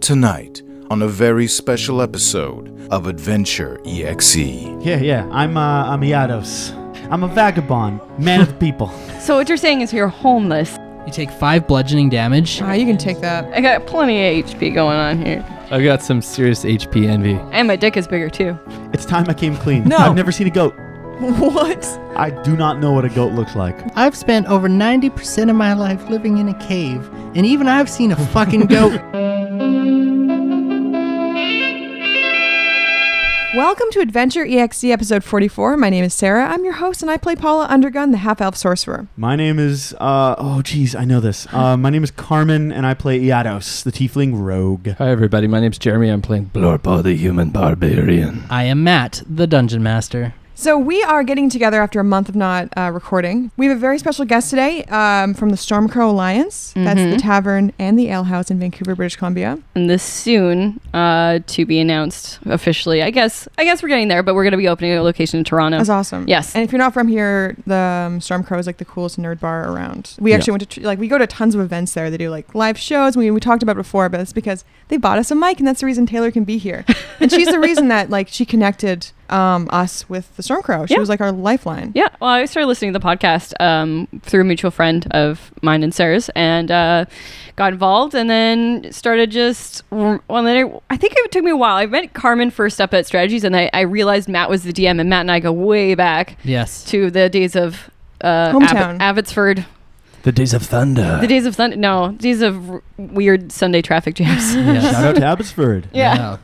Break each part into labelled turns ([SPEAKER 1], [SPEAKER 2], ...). [SPEAKER 1] tonight on a very special episode of Adventure E EXE.
[SPEAKER 2] Yeah, yeah. I'm uh, I'm Iados. I'm a vagabond, man of the people.
[SPEAKER 3] So what you're saying is you're homeless.
[SPEAKER 4] You take five bludgeoning damage.
[SPEAKER 5] Ah, you can take that.
[SPEAKER 3] I got plenty of HP going on here.
[SPEAKER 6] I've got some serious HP envy.
[SPEAKER 3] And my dick is bigger too.
[SPEAKER 2] It's time I came clean.
[SPEAKER 5] No.
[SPEAKER 2] I've never seen a goat.
[SPEAKER 5] What?
[SPEAKER 2] I do not know what a goat looks like.
[SPEAKER 7] I've spent over 90% of my life living in a cave, and even I've seen a fucking goat.
[SPEAKER 5] Welcome to Adventure EXE episode 44. My name is Sarah. I'm your host, and I play Paula Undergun, the half elf sorcerer.
[SPEAKER 2] My name is uh oh geez, I know this. Uh, my name is Carmen, and I play Iados, the tiefling rogue.
[SPEAKER 6] Hi, everybody. My name's Jeremy. I'm playing Blorpo the Human Barbarian.
[SPEAKER 4] I am Matt, the dungeon master.
[SPEAKER 5] So, we are getting together after a month of not uh, recording. We have a very special guest today um, from the Stormcrow Alliance. That's the
[SPEAKER 3] Mhm.
[SPEAKER 5] tavern and the alehouse in Vancouver, British Columbia.
[SPEAKER 3] And this soon uh, to be announced officially. I guess I guess we're getting there, but we're gonna be opening a location in Toronto.
[SPEAKER 5] That's awesome.
[SPEAKER 3] Yes.
[SPEAKER 5] And if you're not from here, the um, Stormcrow is like the coolest nerd bar around. We actually went to tr- like we go to tons of events there. They do like live shows. We we talked about it before, but it's because they bought us a mic, and that's the reason Taylor can be here. and she's the reason that like she connected um, us with the Stormcrow. She
[SPEAKER 3] Yeah.
[SPEAKER 5] was like our lifeline.
[SPEAKER 3] Yeah, well, I started listening to the podcast um, through a mutual friend of mine and Sarah's, and uh, got involved, and then started just. Well, then I, I think it took me a while. I met Carmen first up at Strategies, and I, I realized Matt was the DM, and Matt and I go way back
[SPEAKER 4] Yes.
[SPEAKER 3] to the days of uh,
[SPEAKER 5] Hometown.
[SPEAKER 3] Abbot- Abbotsford,
[SPEAKER 6] The Days of Thunder.
[SPEAKER 3] the days of Sunday. No, days of r- weird Sunday traffic jams.
[SPEAKER 4] Yes.
[SPEAKER 2] Shout out to Abbotsford.
[SPEAKER 3] yeah,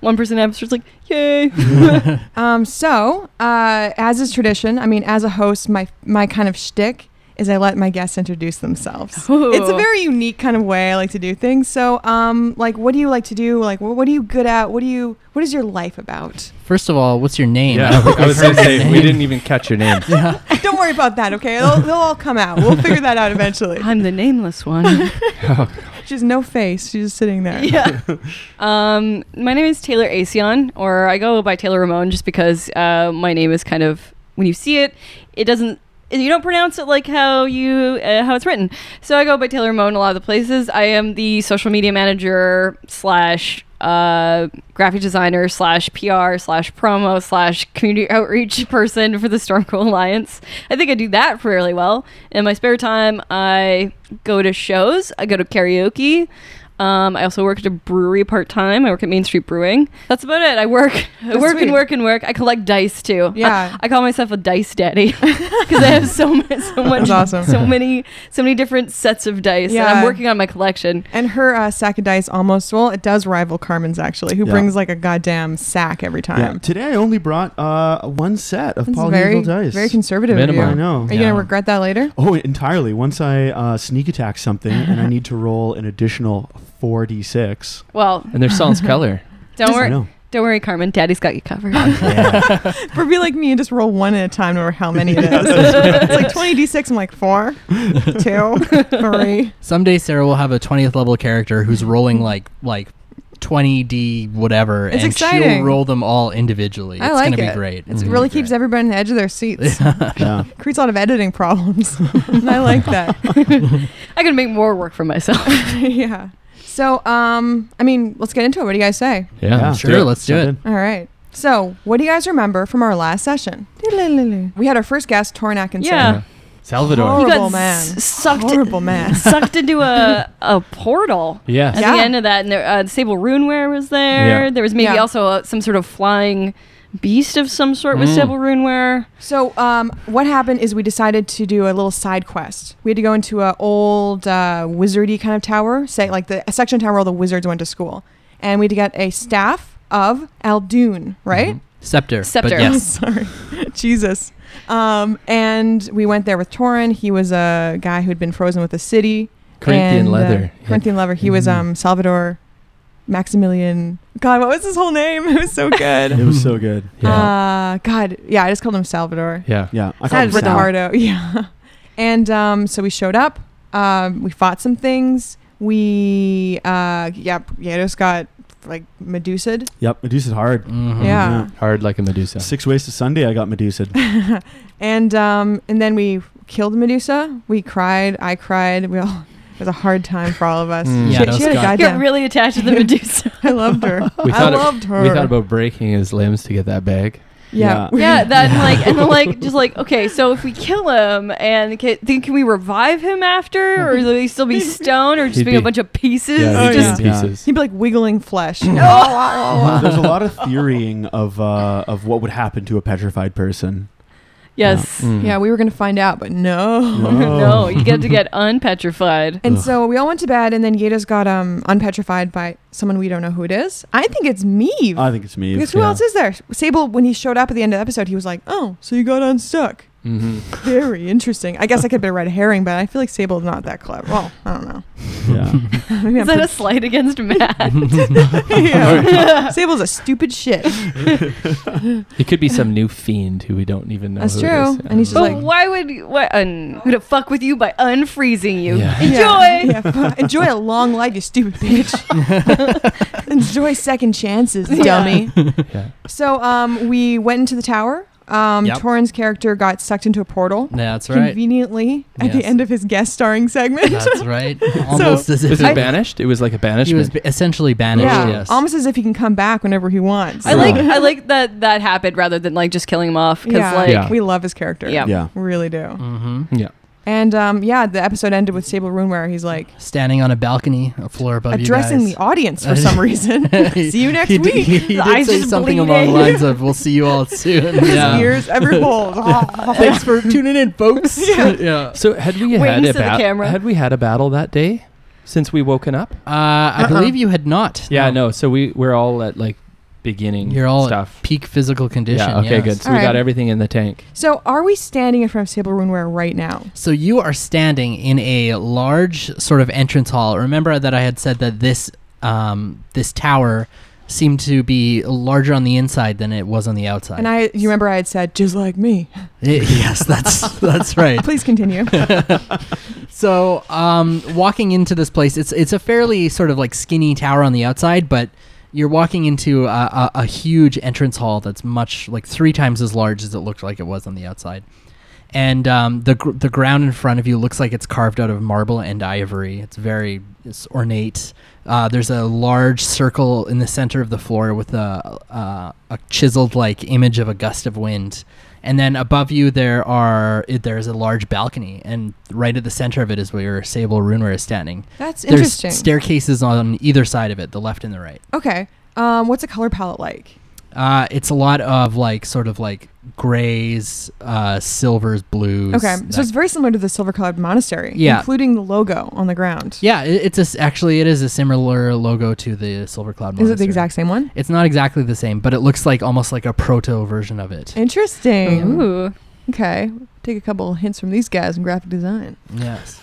[SPEAKER 3] one person in Abbotsford's like, yay.
[SPEAKER 5] Um, so, uh, as is tradition, I mean, as a host, my my kind of shtick is I let my guests introduce themselves.
[SPEAKER 3] Ooh.
[SPEAKER 5] It's a very unique kind of way I like to do things. So, um, like, what do you like to do? Like, wh- what are you good at? What do you What is your life about?
[SPEAKER 4] First of all, what's your name?
[SPEAKER 6] Yeah, I was going to say,
[SPEAKER 4] Name.
[SPEAKER 6] we didn't even catch your name.
[SPEAKER 4] Yeah.
[SPEAKER 5] Don't worry about that. Okay, they'll, they'll all come out. We'll figure that out eventually.
[SPEAKER 3] I'm the nameless one.
[SPEAKER 5] She has no face. She's just sitting there.
[SPEAKER 3] yeah. Um, my name is Taylor Acion, or I go by Taylor Ramon just because uh, my name is kind of when you see it, it doesn't. You don't pronounce it like how you uh, how it's written. So I go by Taylor Ramon a lot of the places. I am the social media manager slash uh, graphic designer slash PR slash promo slash community outreach person for the Stormcrow Alliance. I think I do that fairly well. In my spare time, I go to shows. I go to karaoke. Um, I also work at a brewery part time. I work at Main Street Brewing. That's about it. I work, I
[SPEAKER 5] That's
[SPEAKER 3] work
[SPEAKER 5] sweet.
[SPEAKER 3] and work and work. I collect dice too.
[SPEAKER 5] Yeah.
[SPEAKER 3] I, I call myself a dice daddy because I have so much, so much,
[SPEAKER 5] That's awesome.
[SPEAKER 3] so many, so many different sets of dice. And
[SPEAKER 5] Yeah.
[SPEAKER 3] I'm working on my collection.
[SPEAKER 5] And her uh, sack of dice almost well, it does rival Carmen's actually, who
[SPEAKER 2] Yeah.
[SPEAKER 5] brings like a goddamn sack every
[SPEAKER 2] Yeah.
[SPEAKER 5] time.
[SPEAKER 2] Today I only brought uh one set of
[SPEAKER 5] It's
[SPEAKER 2] polyhedral
[SPEAKER 5] very
[SPEAKER 2] dice.
[SPEAKER 5] very conservative. of you.
[SPEAKER 6] Minimum.
[SPEAKER 2] I
[SPEAKER 5] Are
[SPEAKER 2] know.
[SPEAKER 5] you gonna
[SPEAKER 4] Yeah.
[SPEAKER 5] regret that later?
[SPEAKER 2] Oh, entirely. Once I uh, sneak attack something and I need to roll an additional 4d6.
[SPEAKER 3] Well,
[SPEAKER 6] And their song's color.
[SPEAKER 3] don't
[SPEAKER 2] I
[SPEAKER 3] worry,
[SPEAKER 2] know.
[SPEAKER 3] don't worry, Carmen. Daddy's got you covered.
[SPEAKER 5] Or be like me and just roll one at a time, no matter how many it is. it's like 20 d6. I'm like four, two, three.
[SPEAKER 4] Someday Sarah will have a 20th level character who's rolling like like 20d whatever
[SPEAKER 5] It's
[SPEAKER 4] and
[SPEAKER 5] exciting.
[SPEAKER 4] she'll roll them all individually.
[SPEAKER 5] I
[SPEAKER 4] it's
[SPEAKER 5] like
[SPEAKER 4] going to
[SPEAKER 5] it.
[SPEAKER 4] be great.
[SPEAKER 5] It
[SPEAKER 4] Mhm.
[SPEAKER 5] really keeps everybody on the edge of their seats.
[SPEAKER 2] Yeah.
[SPEAKER 5] Creates a lot of editing problems. and I like that.
[SPEAKER 3] I can make more work for myself.
[SPEAKER 5] yeah. So, um, I mean, let's get into it. What do you guys say?
[SPEAKER 6] Yeah,
[SPEAKER 2] Yeah.
[SPEAKER 6] let's do
[SPEAKER 4] Sure,
[SPEAKER 6] it.
[SPEAKER 4] let's do
[SPEAKER 2] Jump
[SPEAKER 4] it.
[SPEAKER 2] in.
[SPEAKER 5] All right. So, what do you guys remember from our last session? We had our first guest, Torn Atkinson.
[SPEAKER 3] Yeah.
[SPEAKER 6] Salvador.
[SPEAKER 5] Horrible
[SPEAKER 3] he got
[SPEAKER 5] man.
[SPEAKER 3] s- sucked
[SPEAKER 5] Horrible man.
[SPEAKER 3] sucked into a a portal.
[SPEAKER 6] Yes.
[SPEAKER 3] At the
[SPEAKER 5] Yeah.
[SPEAKER 3] end of that, and there, uh, Sable Runeware was there.
[SPEAKER 6] Yeah.
[SPEAKER 3] There was maybe
[SPEAKER 5] Yeah.
[SPEAKER 3] also uh, some sort of flying beast of some sort with
[SPEAKER 6] Mm.
[SPEAKER 3] Sable Runeware.
[SPEAKER 5] So, um, what happened is we decided to do a little side quest. We had to go into a old uh, wizardy kind of tower, say like the a section tower where all the wizards went to school, and we had to get a staff of Aldoon, right?
[SPEAKER 4] Mm-hmm. Scepter.
[SPEAKER 3] Scepter.
[SPEAKER 4] But Mm-hmm. yes.
[SPEAKER 5] Sorry, Jesus. Um, and we went there with Torin. He was a guy who had been frozen with the city.
[SPEAKER 6] Corinthian
[SPEAKER 5] and, uh,
[SPEAKER 6] leather.
[SPEAKER 5] Corinthian leather. He was
[SPEAKER 6] Mhm.
[SPEAKER 5] um, Salvador Maximilian. God, what was his whole name? It was so good.
[SPEAKER 2] It was so good.
[SPEAKER 6] Yeah.
[SPEAKER 5] Uh, God, yeah, I just called him Salvador.
[SPEAKER 6] yeah.
[SPEAKER 2] Yeah. I
[SPEAKER 5] Sad
[SPEAKER 2] called him Sal.
[SPEAKER 5] Ricardo. Yeah. And um, so we showed up. Um, we fought some things. We uh, yeah, Yados got like Medusa.
[SPEAKER 2] Yep. Medusa's hard.
[SPEAKER 6] Oh,
[SPEAKER 4] Mhm.
[SPEAKER 5] Yeah.
[SPEAKER 6] Hard like a Medusa.
[SPEAKER 2] Six ways to Sunday, I got Medusa.
[SPEAKER 5] and um, and then we killed Medusa. We cried. I cried. We all was a hard time for all of us.
[SPEAKER 6] Mm.
[SPEAKER 5] She,
[SPEAKER 4] Yeah, no,
[SPEAKER 5] she had a
[SPEAKER 4] Scott.
[SPEAKER 3] You're
[SPEAKER 5] goddamn.
[SPEAKER 3] really attached to the Medusa.
[SPEAKER 5] I loved her.
[SPEAKER 6] We
[SPEAKER 5] I
[SPEAKER 6] thought it-
[SPEAKER 5] loved her.
[SPEAKER 6] We thought about breaking his limbs to get that bag.
[SPEAKER 5] yeah.
[SPEAKER 3] yeah, that and like and then like just like okay, so if we kill him and can, then can we revive him after, or will he still be stoned, or just
[SPEAKER 6] Mm-hmm. He'd
[SPEAKER 3] being a
[SPEAKER 6] be-
[SPEAKER 3] bunch of pieces?
[SPEAKER 5] Oh,
[SPEAKER 6] he'd be
[SPEAKER 5] yeah.
[SPEAKER 6] in pieces.
[SPEAKER 5] He'd be like wiggling flesh. Oh,
[SPEAKER 2] There's a lot of theorying of uh, of what would happen to a petrified person.
[SPEAKER 3] Yes.
[SPEAKER 6] Mm.
[SPEAKER 5] yeah, we were gonna find out, but no.
[SPEAKER 3] no, you get to get unpetrified.
[SPEAKER 5] And
[SPEAKER 2] Ugh.
[SPEAKER 5] so we all went to bed, and then Yeda's got um unpetrified by someone we don't know who it is. I think it's Meave.
[SPEAKER 2] I think it's me.
[SPEAKER 5] because who
[SPEAKER 2] Yeah.
[SPEAKER 5] else is there? Sable, when he showed up at the end of the episode, he was like, "Oh, so you got unstuck?
[SPEAKER 6] Mhm.
[SPEAKER 5] Very interesting. I guess I could have been a red herring, but I feel like Sable's not that clever. Well, I don't know.
[SPEAKER 2] Yeah.
[SPEAKER 5] Maybe
[SPEAKER 3] Is
[SPEAKER 5] I'm
[SPEAKER 3] that a slight against Matt?
[SPEAKER 5] pretty- Yeah. Sable's a stupid shit.
[SPEAKER 6] It could be some new fiend who we don't even know.
[SPEAKER 5] That's
[SPEAKER 6] who
[SPEAKER 5] true.
[SPEAKER 6] It is.
[SPEAKER 5] And he's just
[SPEAKER 3] but
[SPEAKER 5] like,
[SPEAKER 3] why would why un, would it fuck with you by unfreezing you?
[SPEAKER 6] Yeah.
[SPEAKER 3] Enjoy.
[SPEAKER 5] Yeah, yeah. Enjoy a long life, you stupid bitch. Enjoy second chances,
[SPEAKER 3] Yeah.
[SPEAKER 5] dummy.
[SPEAKER 6] Yeah.
[SPEAKER 5] So um, we went into the tower. Um,
[SPEAKER 4] Yep.
[SPEAKER 5] Torin's character got sucked into a portal
[SPEAKER 4] That's right.
[SPEAKER 5] conveniently at the
[SPEAKER 4] Yes.
[SPEAKER 5] end of his guest starring segment.
[SPEAKER 4] That's right. Almost as if
[SPEAKER 6] Was
[SPEAKER 4] it-
[SPEAKER 6] it banished? It was like a
[SPEAKER 4] he was
[SPEAKER 6] banishment.
[SPEAKER 4] ba- essentially banished.
[SPEAKER 5] yeah, Um,
[SPEAKER 4] Yes.
[SPEAKER 5] almost as if he can come back whenever he wants.
[SPEAKER 3] I like I like that that happened rather than like just killing him off because
[SPEAKER 5] yeah.
[SPEAKER 3] like
[SPEAKER 6] Yeah.
[SPEAKER 5] we love his character.
[SPEAKER 3] Yeah.
[SPEAKER 2] Yeah.
[SPEAKER 5] really do.
[SPEAKER 4] hmm
[SPEAKER 6] yeah.
[SPEAKER 5] And um, yeah, the episode ended with Sable Rune where he's like
[SPEAKER 4] Standing on a balcony, a floor above
[SPEAKER 5] addressing
[SPEAKER 4] you
[SPEAKER 5] the audience for some reason.
[SPEAKER 4] guys.
[SPEAKER 5] See you next
[SPEAKER 4] he
[SPEAKER 5] week.
[SPEAKER 4] Did, he, he
[SPEAKER 3] The
[SPEAKER 4] did
[SPEAKER 3] eyes
[SPEAKER 4] say
[SPEAKER 3] just
[SPEAKER 4] something along
[SPEAKER 3] bleeding.
[SPEAKER 4] the lines of "We'll see you all soon."
[SPEAKER 5] His
[SPEAKER 4] yeah.
[SPEAKER 5] ears ever pulled.
[SPEAKER 4] Thanks for tuning in, folks.
[SPEAKER 5] Yeah.
[SPEAKER 4] yeah.
[SPEAKER 6] So had we
[SPEAKER 3] Wings
[SPEAKER 6] had
[SPEAKER 3] to
[SPEAKER 6] a
[SPEAKER 3] the
[SPEAKER 6] battle?
[SPEAKER 3] camera.
[SPEAKER 6] Had we had a battle that day since we woken up?
[SPEAKER 4] Uh, I believe you had not.
[SPEAKER 6] Yeah, no. So we we're all at like beginning.
[SPEAKER 4] You're all at
[SPEAKER 6] stuff.
[SPEAKER 4] Peak physical condition.
[SPEAKER 6] yeah. Okay.
[SPEAKER 4] yes.
[SPEAKER 6] Good. So
[SPEAKER 5] All
[SPEAKER 6] we got
[SPEAKER 5] right.
[SPEAKER 6] everything in the tank.
[SPEAKER 5] So, are we standing in front of Sable Runeware right now?
[SPEAKER 4] So you are standing in a large sort of entrance hall. Remember that I had said that this um, this tower seemed to be larger on the inside than it was on the outside.
[SPEAKER 5] And I, you remember, I had said, just like me.
[SPEAKER 4] Eh, yes, that's that's right.
[SPEAKER 5] Please continue.
[SPEAKER 4] So, um, walking into this place, it's it's a fairly sort of like skinny tower on the outside, but you're walking into a, a, a huge entrance hall that's much like three times as large as it looked like it was on the outside. And um, the gr- the ground in front of you looks like it's carved out of marble and ivory. It's very it's ornate. Uh, there's a large circle in the center of the floor with a uh, a chiseled like image of a gust of wind and then above you there are it, there's a large balcony and right at the center of it is where sable runeware is standing
[SPEAKER 5] That's
[SPEAKER 4] there's
[SPEAKER 5] interesting.
[SPEAKER 4] staircases on either side of it the left and the right
[SPEAKER 5] okay. Um, what's the color palette like?
[SPEAKER 4] uh, it's a lot of like sort of like grays uh, silvers blues
[SPEAKER 5] Okay,
[SPEAKER 4] that-
[SPEAKER 5] so it's very similar to the silver colored monastery,
[SPEAKER 4] Yeah.
[SPEAKER 5] including the logo on the ground.
[SPEAKER 4] yeah it, it's a s actually it is a similar logo to the silver cloud
[SPEAKER 5] Is it the
[SPEAKER 4] Monastery.
[SPEAKER 5] exact same one?
[SPEAKER 4] it's not exactly the same but it looks like almost like a proto version of it
[SPEAKER 5] Interesting.
[SPEAKER 3] Ooh.
[SPEAKER 5] Okay, take a couple hints from these guys in graphic design.
[SPEAKER 4] Yes.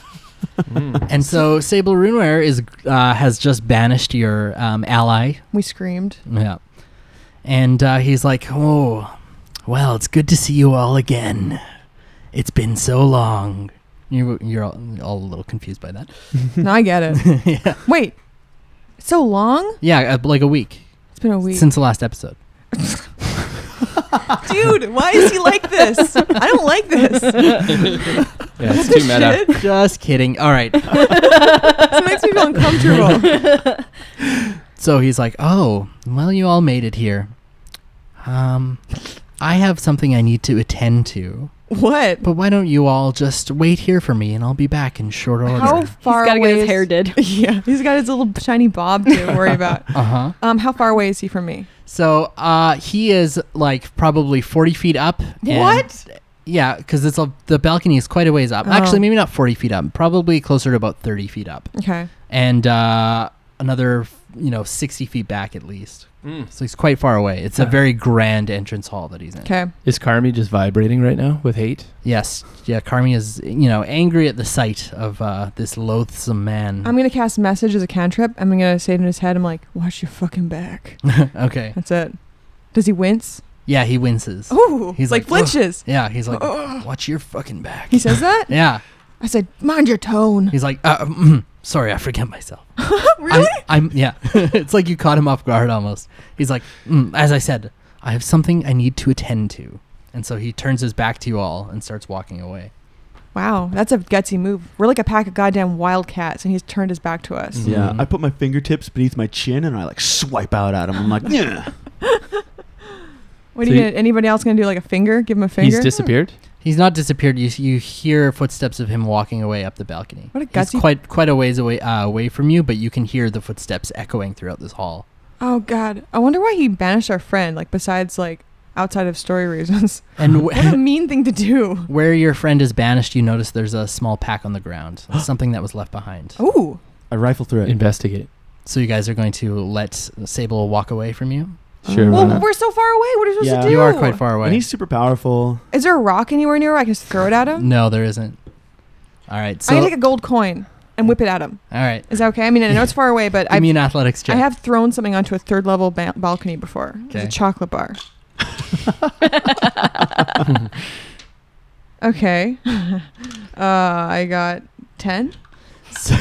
[SPEAKER 6] Mm.
[SPEAKER 4] and so Sable Runeware is uh, has just banished your um, ally.
[SPEAKER 5] We screamed.
[SPEAKER 4] Yeah. And uh, he's like, "Oh, well, it's good to see you all again. It's been so long." You you're all, all a little confused by that.
[SPEAKER 5] no, I get it.
[SPEAKER 4] yeah.
[SPEAKER 5] Wait, so long?
[SPEAKER 4] Yeah, uh, like a week,
[SPEAKER 5] It's been a week.
[SPEAKER 4] since the last episode.
[SPEAKER 5] Dude, why is he like this? I don't like this.
[SPEAKER 6] Yeah, it's too meta.
[SPEAKER 4] just kidding. All right.
[SPEAKER 5] It makes me feel uncomfortable.
[SPEAKER 4] So he's like, "Oh, well, you all made it here. Um, I have something I need to attend to."
[SPEAKER 5] what?
[SPEAKER 4] But why don't you all just wait here for me and I'll be back in short order?
[SPEAKER 5] How
[SPEAKER 3] He's
[SPEAKER 5] far
[SPEAKER 3] gotta
[SPEAKER 5] away
[SPEAKER 3] get his
[SPEAKER 5] is-
[SPEAKER 3] hair did.
[SPEAKER 5] Yeah, he's got his little shiny bob to worry about.
[SPEAKER 4] Uh huh.
[SPEAKER 5] Um, how far away is he from me?
[SPEAKER 4] So uh, he is like probably 40 feet up. and- Yeah, because it's a, the balcony is quite a ways up.
[SPEAKER 5] Oh.
[SPEAKER 4] Actually, maybe not 40 feet up, probably closer to about 30 feet up.
[SPEAKER 5] Okay.
[SPEAKER 4] And uh, another, you know, 60 feet back at least.
[SPEAKER 6] Mm.
[SPEAKER 4] So he's quite far away. It's a very grand entrance hall that he's in.
[SPEAKER 5] Okay.
[SPEAKER 6] Is Carmi just vibrating right now with hate?
[SPEAKER 4] Yes. Yeah, Carmi is, you know, angry at the sight of uh, this loathsome man.
[SPEAKER 5] I'm gonna cast message as a cantrip. I'm gonna say it in his head. I'm like, watch your fucking back.
[SPEAKER 4] okay.
[SPEAKER 5] That's it. Does he wince?
[SPEAKER 4] Yeah, he winces.
[SPEAKER 5] Ooh,
[SPEAKER 4] He's
[SPEAKER 5] he's like,
[SPEAKER 4] like,
[SPEAKER 5] flinches.
[SPEAKER 4] Yeah, he's like,
[SPEAKER 5] Ugh.
[SPEAKER 4] watch your fucking back.
[SPEAKER 5] He says that.
[SPEAKER 4] Yeah,
[SPEAKER 5] I said, mind your tone.
[SPEAKER 4] he's like, uh, mm, sorry, I forget myself.
[SPEAKER 5] really?
[SPEAKER 4] I'm, I'm yeah. it's like you caught him off guard almost. He's like, mm, as I said, I have something I need to attend to, and so he turns his back to you all and starts walking away.
[SPEAKER 5] Wow, that's a gutsy move. We're like a pack of goddamn wildcats, and he's turned his back to us.
[SPEAKER 6] Mhm.
[SPEAKER 2] Yeah, I put my fingertips beneath my chin and I like swipe out at him. I'm like, yeah.
[SPEAKER 5] What
[SPEAKER 6] So
[SPEAKER 5] are you
[SPEAKER 6] you-
[SPEAKER 5] gonna, anybody else gonna do? Like a finger? Give him a finger?
[SPEAKER 6] He's disappeared.
[SPEAKER 4] He's not disappeared. You you hear footsteps of him walking away up the balcony.
[SPEAKER 5] What a
[SPEAKER 4] He's
[SPEAKER 5] gutsy-
[SPEAKER 4] quite quite a ways away uh, away from you, but you can hear the footsteps echoing throughout this hall.
[SPEAKER 5] Oh God, I wonder why he banished our friend. Like besides like outside of story reasons.
[SPEAKER 4] And
[SPEAKER 5] What a
[SPEAKER 4] w-
[SPEAKER 5] mean thing to do.
[SPEAKER 4] where your friend is banished, you notice there's a small pack on the ground, something that was left behind.
[SPEAKER 5] Ooh,
[SPEAKER 2] I rifle through it.
[SPEAKER 6] Investigate.
[SPEAKER 4] So you guys are going to let Sable walk away from you.
[SPEAKER 6] Sure. why
[SPEAKER 5] well
[SPEAKER 6] not?
[SPEAKER 5] we're so far away. What are we supposed
[SPEAKER 2] Yeah.
[SPEAKER 5] to do?
[SPEAKER 4] You are quite far away.
[SPEAKER 2] And he's super powerful.
[SPEAKER 5] Is there a rock anywhere near? where I can just throw it at him.
[SPEAKER 4] No, there isn't. All right. So
[SPEAKER 5] I can take a gold coin and whip it at him.
[SPEAKER 4] all right.
[SPEAKER 5] Is that okay? I mean, I know it's far away, but
[SPEAKER 4] Give
[SPEAKER 5] I
[SPEAKER 4] me an athletics check.
[SPEAKER 5] I have thrown something onto a third level ba- balcony before. It was a
[SPEAKER 4] Okay.
[SPEAKER 5] chocolate bar. okay. uh, I got 10.
[SPEAKER 4] so,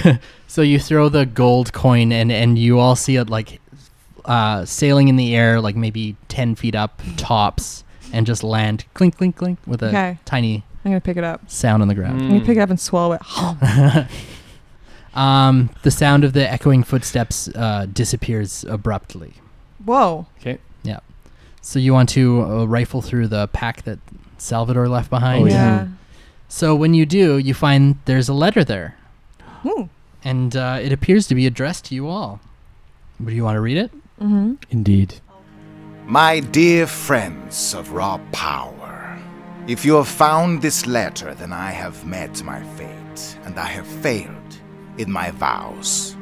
[SPEAKER 4] so you throw the gold coin and and you all see it like uh, sailing in the air like maybe 10 feet up tops and just land clink clink clink with a
[SPEAKER 5] Okay.
[SPEAKER 4] tiny
[SPEAKER 5] I'm going to pick it up.
[SPEAKER 4] sound on the ground
[SPEAKER 5] I'm
[SPEAKER 6] Mm.
[SPEAKER 5] going to pick it up and swallow it.
[SPEAKER 4] um, the sound of the echoing footsteps uh, disappears abruptly
[SPEAKER 5] Whoa.
[SPEAKER 4] so you want to uh, rifle through the pack that salvador left behind
[SPEAKER 6] Oh, yeah.
[SPEAKER 4] so when you do you find there's a letter there
[SPEAKER 5] Ooh.
[SPEAKER 4] and uh, it appears to be addressed to you all do you want to read it
[SPEAKER 5] hmm
[SPEAKER 6] Indeed.
[SPEAKER 1] My dear friends of raw power, if you have found this letter, then I have met my fate, and I have failed in my vows.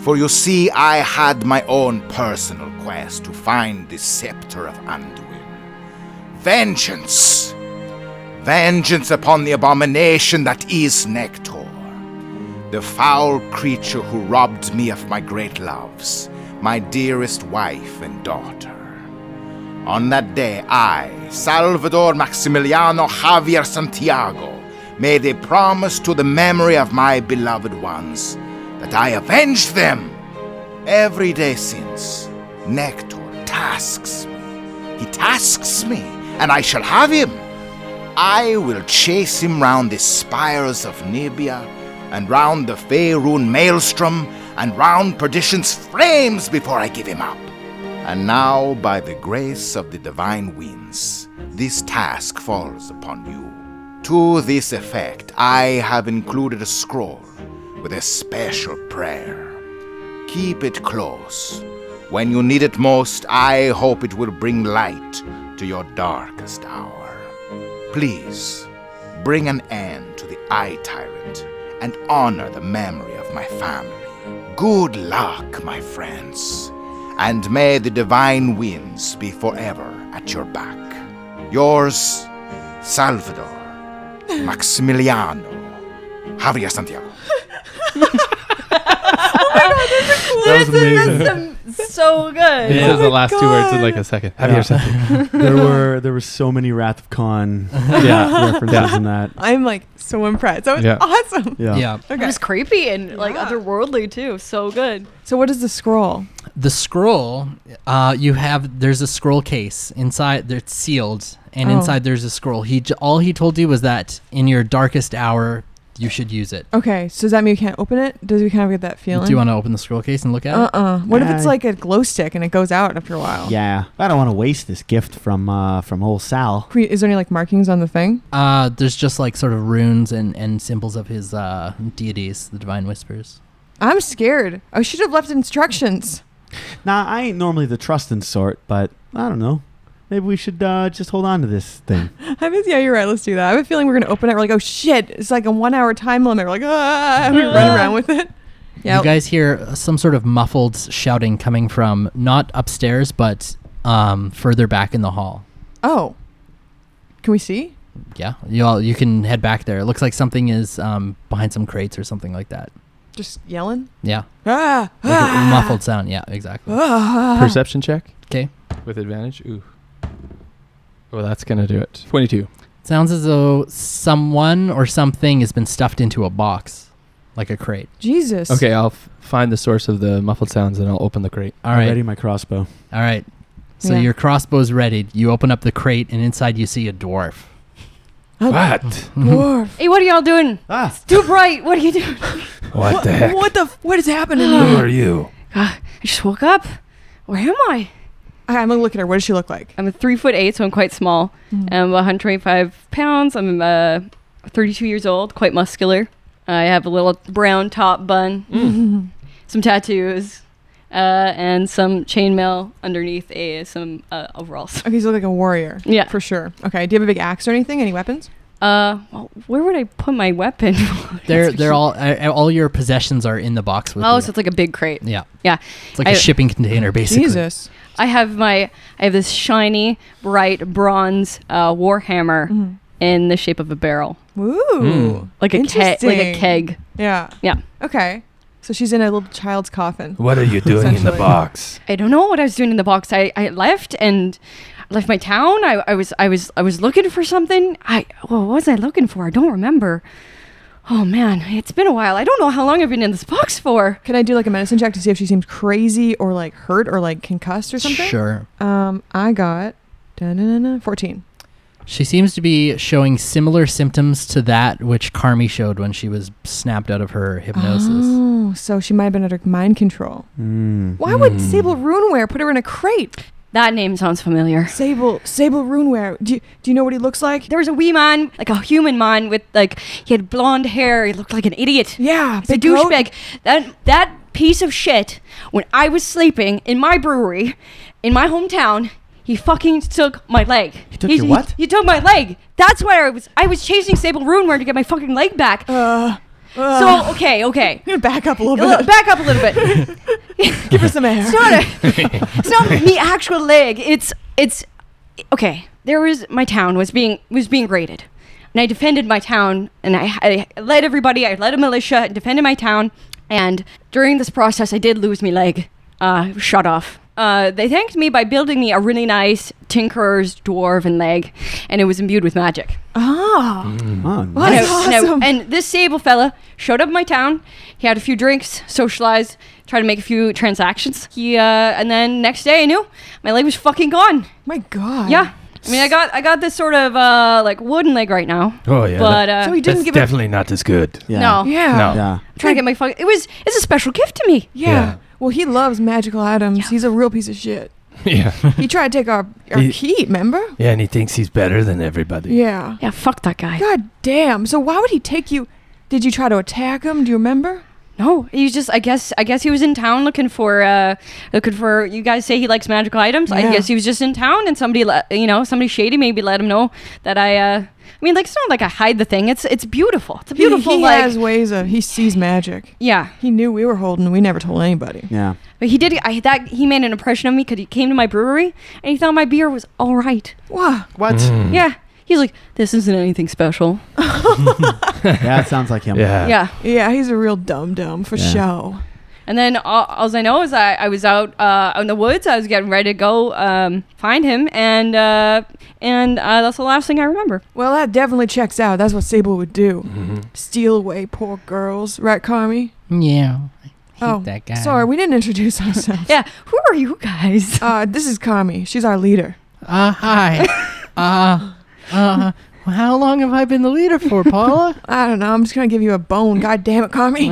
[SPEAKER 1] For you see, I had my own personal quest to find the scepter of Anduin. Vengeance! Vengeance upon the abomination that is Nector the foul creature who robbed me of my great loves, my dearest wife and daughter. On that day, I, Salvador Maximiliano Javier Santiago, made a promise to the memory of my beloved ones that I avenged them. Every day since, Nectar tasks me. He tasks me, and I shall have him. I will chase him round the spires of Nibia, and round the Faerun maelstrom, and round perdition's flames before I give him up. And now, by the grace of the divine winds, this task falls upon you. To this effect, I have included a scroll with a special prayer. Keep it close. When you need it most, I hope it will bring light to your darkest hour. Please bring an end to the eye tyrant and honor the memory of my family. Good luck, my friends, and may the divine winds be forever at your back. Yours, Salvador Maximiliano Javier Santiago.
[SPEAKER 3] That That's so good.
[SPEAKER 6] It says the last two words in like a second. Have
[SPEAKER 2] Yeah.
[SPEAKER 6] you something?
[SPEAKER 2] There were there were so many Wrath of Khan
[SPEAKER 6] yeah.
[SPEAKER 2] references
[SPEAKER 6] Yeah.
[SPEAKER 2] in that.
[SPEAKER 5] I'm like so impressed. That was
[SPEAKER 6] Yeah.
[SPEAKER 5] awesome.
[SPEAKER 2] Yeah.
[SPEAKER 4] yeah
[SPEAKER 3] It
[SPEAKER 5] Okay.
[SPEAKER 3] was creepy and like
[SPEAKER 5] Yeah.
[SPEAKER 3] otherworldly too. So good.
[SPEAKER 5] So, what is the scroll?
[SPEAKER 4] the scroll uh, you have there's a scroll case inside there it's sealed and
[SPEAKER 5] Oh.
[SPEAKER 4] inside there's a scroll he j- all he told you was that in your darkest hour you should use it
[SPEAKER 5] Okay. So, does that mean we can't open it? Does we kind of get that feeling?
[SPEAKER 4] do you want to open the scroll case and look at
[SPEAKER 5] Uh
[SPEAKER 4] it
[SPEAKER 5] uh What if it's
[SPEAKER 2] Nah.
[SPEAKER 5] like a glow stick and it goes out after a while?
[SPEAKER 2] Yeah. I don't want to waste this gift from uh from old Sal.
[SPEAKER 5] Can we- Is there any like markings on the thing?
[SPEAKER 4] uh, there's just like sort of runes and, and symbols of his uh, deities the divine whispers
[SPEAKER 5] I'm scared. I should have left instructions.
[SPEAKER 2] Nah, I ain't normally the trusting sort, but I don't know. Maybe we should uh, just hold on to this thing.
[SPEAKER 5] I mean, yeah, you're right. Let's do that. I have a feeling we're gonna open it. We're like, oh shit! It's like a one-hour time limit. We're like, ah, and we run around with it. Yeah,
[SPEAKER 4] you guys hear uh, some sort of muffled shouting coming from not upstairs but um, further back in the hall
[SPEAKER 5] Oh. Can we see?
[SPEAKER 4] yeah you all you can head back there it looks like something is um, behind some crates or something like that
[SPEAKER 5] Just yelling?
[SPEAKER 4] yeah
[SPEAKER 5] Ah!
[SPEAKER 4] Like a- a
[SPEAKER 5] ah,
[SPEAKER 4] muffled sound. Yeah, exactly.
[SPEAKER 5] ah.
[SPEAKER 6] Perception check.
[SPEAKER 4] 'Kay.
[SPEAKER 6] With advantage. Ooh. Oh, that's gonna do it. Twenty-two.
[SPEAKER 4] Sounds as though someone or something has been stuffed into a box, like a crate.
[SPEAKER 5] Jesus.
[SPEAKER 6] Okay, I'll f- find the source of the muffled sounds and I'll open the crate.
[SPEAKER 4] All right.
[SPEAKER 2] Ready my crossbow.
[SPEAKER 4] All right. So
[SPEAKER 5] Yeah.
[SPEAKER 4] your crossbow's ready. You open up the crate, and inside you see a dwarf.
[SPEAKER 6] What?
[SPEAKER 5] Dwarf.
[SPEAKER 3] Hey, what are y'all doing?
[SPEAKER 2] Ah.
[SPEAKER 3] It's too bright. What are you doing?
[SPEAKER 6] What, the heck?
[SPEAKER 5] What the? f- What is happening?
[SPEAKER 6] Who are you?
[SPEAKER 3] God, I just woke up. Where am I?
[SPEAKER 5] I, I'm gonna look at her. What does she look like?
[SPEAKER 3] I'm a three foot eight, so I'm quite small.
[SPEAKER 4] Mm.
[SPEAKER 3] I'm 125 pounds. I'm uh, 32 years old, quite muscular. I have a little brown top bun,
[SPEAKER 5] Mm.
[SPEAKER 3] Mm. some tattoos, uh, and some chainmail underneath a some uh, overalls.
[SPEAKER 5] Okay, so like a warrior.
[SPEAKER 3] Yeah.
[SPEAKER 5] For sure. Okay. Do you have a big axe or anything? Any weapons?
[SPEAKER 3] Uh, well, where would I put my weapon?
[SPEAKER 4] They're they're all uh, all your possessions are in the box with
[SPEAKER 3] oh,
[SPEAKER 4] you.
[SPEAKER 3] so it's like a big crate.
[SPEAKER 4] yeah,
[SPEAKER 3] Yeah,
[SPEAKER 4] it's like a
[SPEAKER 3] I-
[SPEAKER 4] shipping container basically.
[SPEAKER 5] Jesus.
[SPEAKER 3] I have my I have this shiny, bright bronze uh, warhammer
[SPEAKER 4] Mm.
[SPEAKER 3] in the shape of a barrel,
[SPEAKER 5] Woo.
[SPEAKER 6] Mm.
[SPEAKER 3] like a keg, like a
[SPEAKER 5] Interesting.
[SPEAKER 3] keg.
[SPEAKER 5] Yeah.
[SPEAKER 3] Yeah.
[SPEAKER 5] Okay. So she's in a little child's coffin.
[SPEAKER 6] What are you doing in the
[SPEAKER 5] Essentially.
[SPEAKER 6] box?
[SPEAKER 3] I don't know what I was doing in the box. I, I left and left my town. I, I was I was I was looking for something. I well, what was I looking for? I don't remember. Oh man, it's been a while. I don't know how long I've been in this box for.
[SPEAKER 5] Can I do like a medicine check to see if she seems crazy or like hurt or like concussed or something?
[SPEAKER 4] Sure.
[SPEAKER 5] Um, I got da-na-na-na, 14.
[SPEAKER 4] She seems to be showing similar symptoms to that which Carmi showed when she was snapped out of her hypnosis.
[SPEAKER 5] Oh, so she might have been under mind control.
[SPEAKER 2] Mm.
[SPEAKER 5] Why would
[SPEAKER 6] Hmm.
[SPEAKER 5] Sable Runeware put her in a crate?
[SPEAKER 3] That name sounds familiar.
[SPEAKER 5] Sable, Sable Runeware. Do you, do you know what he looks like?
[SPEAKER 3] There was a wee man, like a human man with like he had blonde hair. He looked like an idiot.
[SPEAKER 5] Yeah,
[SPEAKER 3] He's a
[SPEAKER 5] big coat.
[SPEAKER 3] douchebag. That that piece of shit. When I was sleeping in my brewery, in my hometown, he fucking took my leg. He
[SPEAKER 2] took your what?
[SPEAKER 3] He, took my leg. That's where I was. I was chasing Sable Runeware to get my fucking leg back.
[SPEAKER 5] Uh, uh,
[SPEAKER 3] so okay, okay.
[SPEAKER 5] I'm gonna back up a little
[SPEAKER 3] Look,
[SPEAKER 5] bit.
[SPEAKER 3] Back up a little bit.
[SPEAKER 5] Give her some air.
[SPEAKER 3] It's not. A, it's not the actual leg. It's it's okay. There was my town was being was being raided, and I defended my town, and I, I led everybody. I led a militia and defended my town. And during this process, I did lose my leg. Uh, it was shot off. Uh, they thanked me by building me a really nice tinkerer's dwarven leg, and it was imbued with magic.
[SPEAKER 5] Ah,
[SPEAKER 6] Mm-hmm.
[SPEAKER 2] Oh,
[SPEAKER 5] What?
[SPEAKER 3] And,
[SPEAKER 2] nice.
[SPEAKER 5] That's
[SPEAKER 3] I- and I-
[SPEAKER 5] awesome.
[SPEAKER 3] and this sable fella showed up in my town. He had a few drinks, socialized, tried to make a few transactions. He uh, and then next day I knew my leg was fucking gone.
[SPEAKER 5] my God.
[SPEAKER 3] Yeah. I mean, I got I got this sort of uh, like wooden leg right now,
[SPEAKER 6] Oh, yeah.
[SPEAKER 3] but uh,
[SPEAKER 5] So he didn't
[SPEAKER 6] that's
[SPEAKER 5] give
[SPEAKER 6] definitely not as good.
[SPEAKER 2] Yeah.
[SPEAKER 3] no,
[SPEAKER 5] Yeah.
[SPEAKER 6] No.
[SPEAKER 2] Yeah.
[SPEAKER 3] I'm trying to get my fucking. It was it's a special gift to me.
[SPEAKER 5] Yeah.
[SPEAKER 6] Yeah.
[SPEAKER 5] Well, he loves magical items. He's a real piece of shit.
[SPEAKER 6] Yeah.
[SPEAKER 5] He tried to take our, our
[SPEAKER 6] He-
[SPEAKER 5] key, remember?
[SPEAKER 6] Yeah, and he thinks he's better than everybody.
[SPEAKER 5] Yeah.
[SPEAKER 3] Yeah, fuck that guy.
[SPEAKER 5] God damn. So why would he take you? Did you try to attack him? Do you remember?
[SPEAKER 3] No, he's just. I guess. I guess he was in town looking for. uh Looking for. You guys say he likes magical items.
[SPEAKER 5] Yeah.
[SPEAKER 3] I guess he was just in town, and somebody. Let, you know, somebody shady maybe let him know that I. uh I mean, like it's not like I hide the thing. It's it's beautiful. It's a beautiful
[SPEAKER 5] He, he
[SPEAKER 3] like.
[SPEAKER 5] has ways of. He sees magic.
[SPEAKER 3] yeah,
[SPEAKER 5] He knew we were holding. We never told anybody.
[SPEAKER 2] Yeah.
[SPEAKER 3] but he did. I that he made an impression on me because he came to my brewery and he thought my beer was all right.
[SPEAKER 5] Wow.
[SPEAKER 1] What?
[SPEAKER 6] Mm.
[SPEAKER 5] Mm.
[SPEAKER 3] Yeah, he's like, this isn't anything special.
[SPEAKER 2] Yeah, it sounds like him.
[SPEAKER 6] Yeah.
[SPEAKER 3] Yeah.
[SPEAKER 5] Yeah, he's a real dum dum for
[SPEAKER 2] Yeah.
[SPEAKER 5] show.
[SPEAKER 3] And then all, all I know is I, I was out uh, in the woods. I was getting ready to go um, find him, and uh, and uh, that's the last thing I remember.
[SPEAKER 5] Well, that definitely checks out. That's what Sable would do.
[SPEAKER 6] Mm-hmm.
[SPEAKER 5] Steal away poor girls, right, Carmi?
[SPEAKER 7] Yeah. I hate
[SPEAKER 5] Oh,
[SPEAKER 7] that guy.
[SPEAKER 5] Sorry, we didn't introduce ourselves.
[SPEAKER 3] Yeah, who are you guys?
[SPEAKER 5] Uh, this is Carmi. She's our leader.
[SPEAKER 7] Uh, hi. uh, uh, well, how long have I been the leader for, Paula? Uh,
[SPEAKER 5] I don't know. I'm just gonna give you a bone. God damn it, Carmi.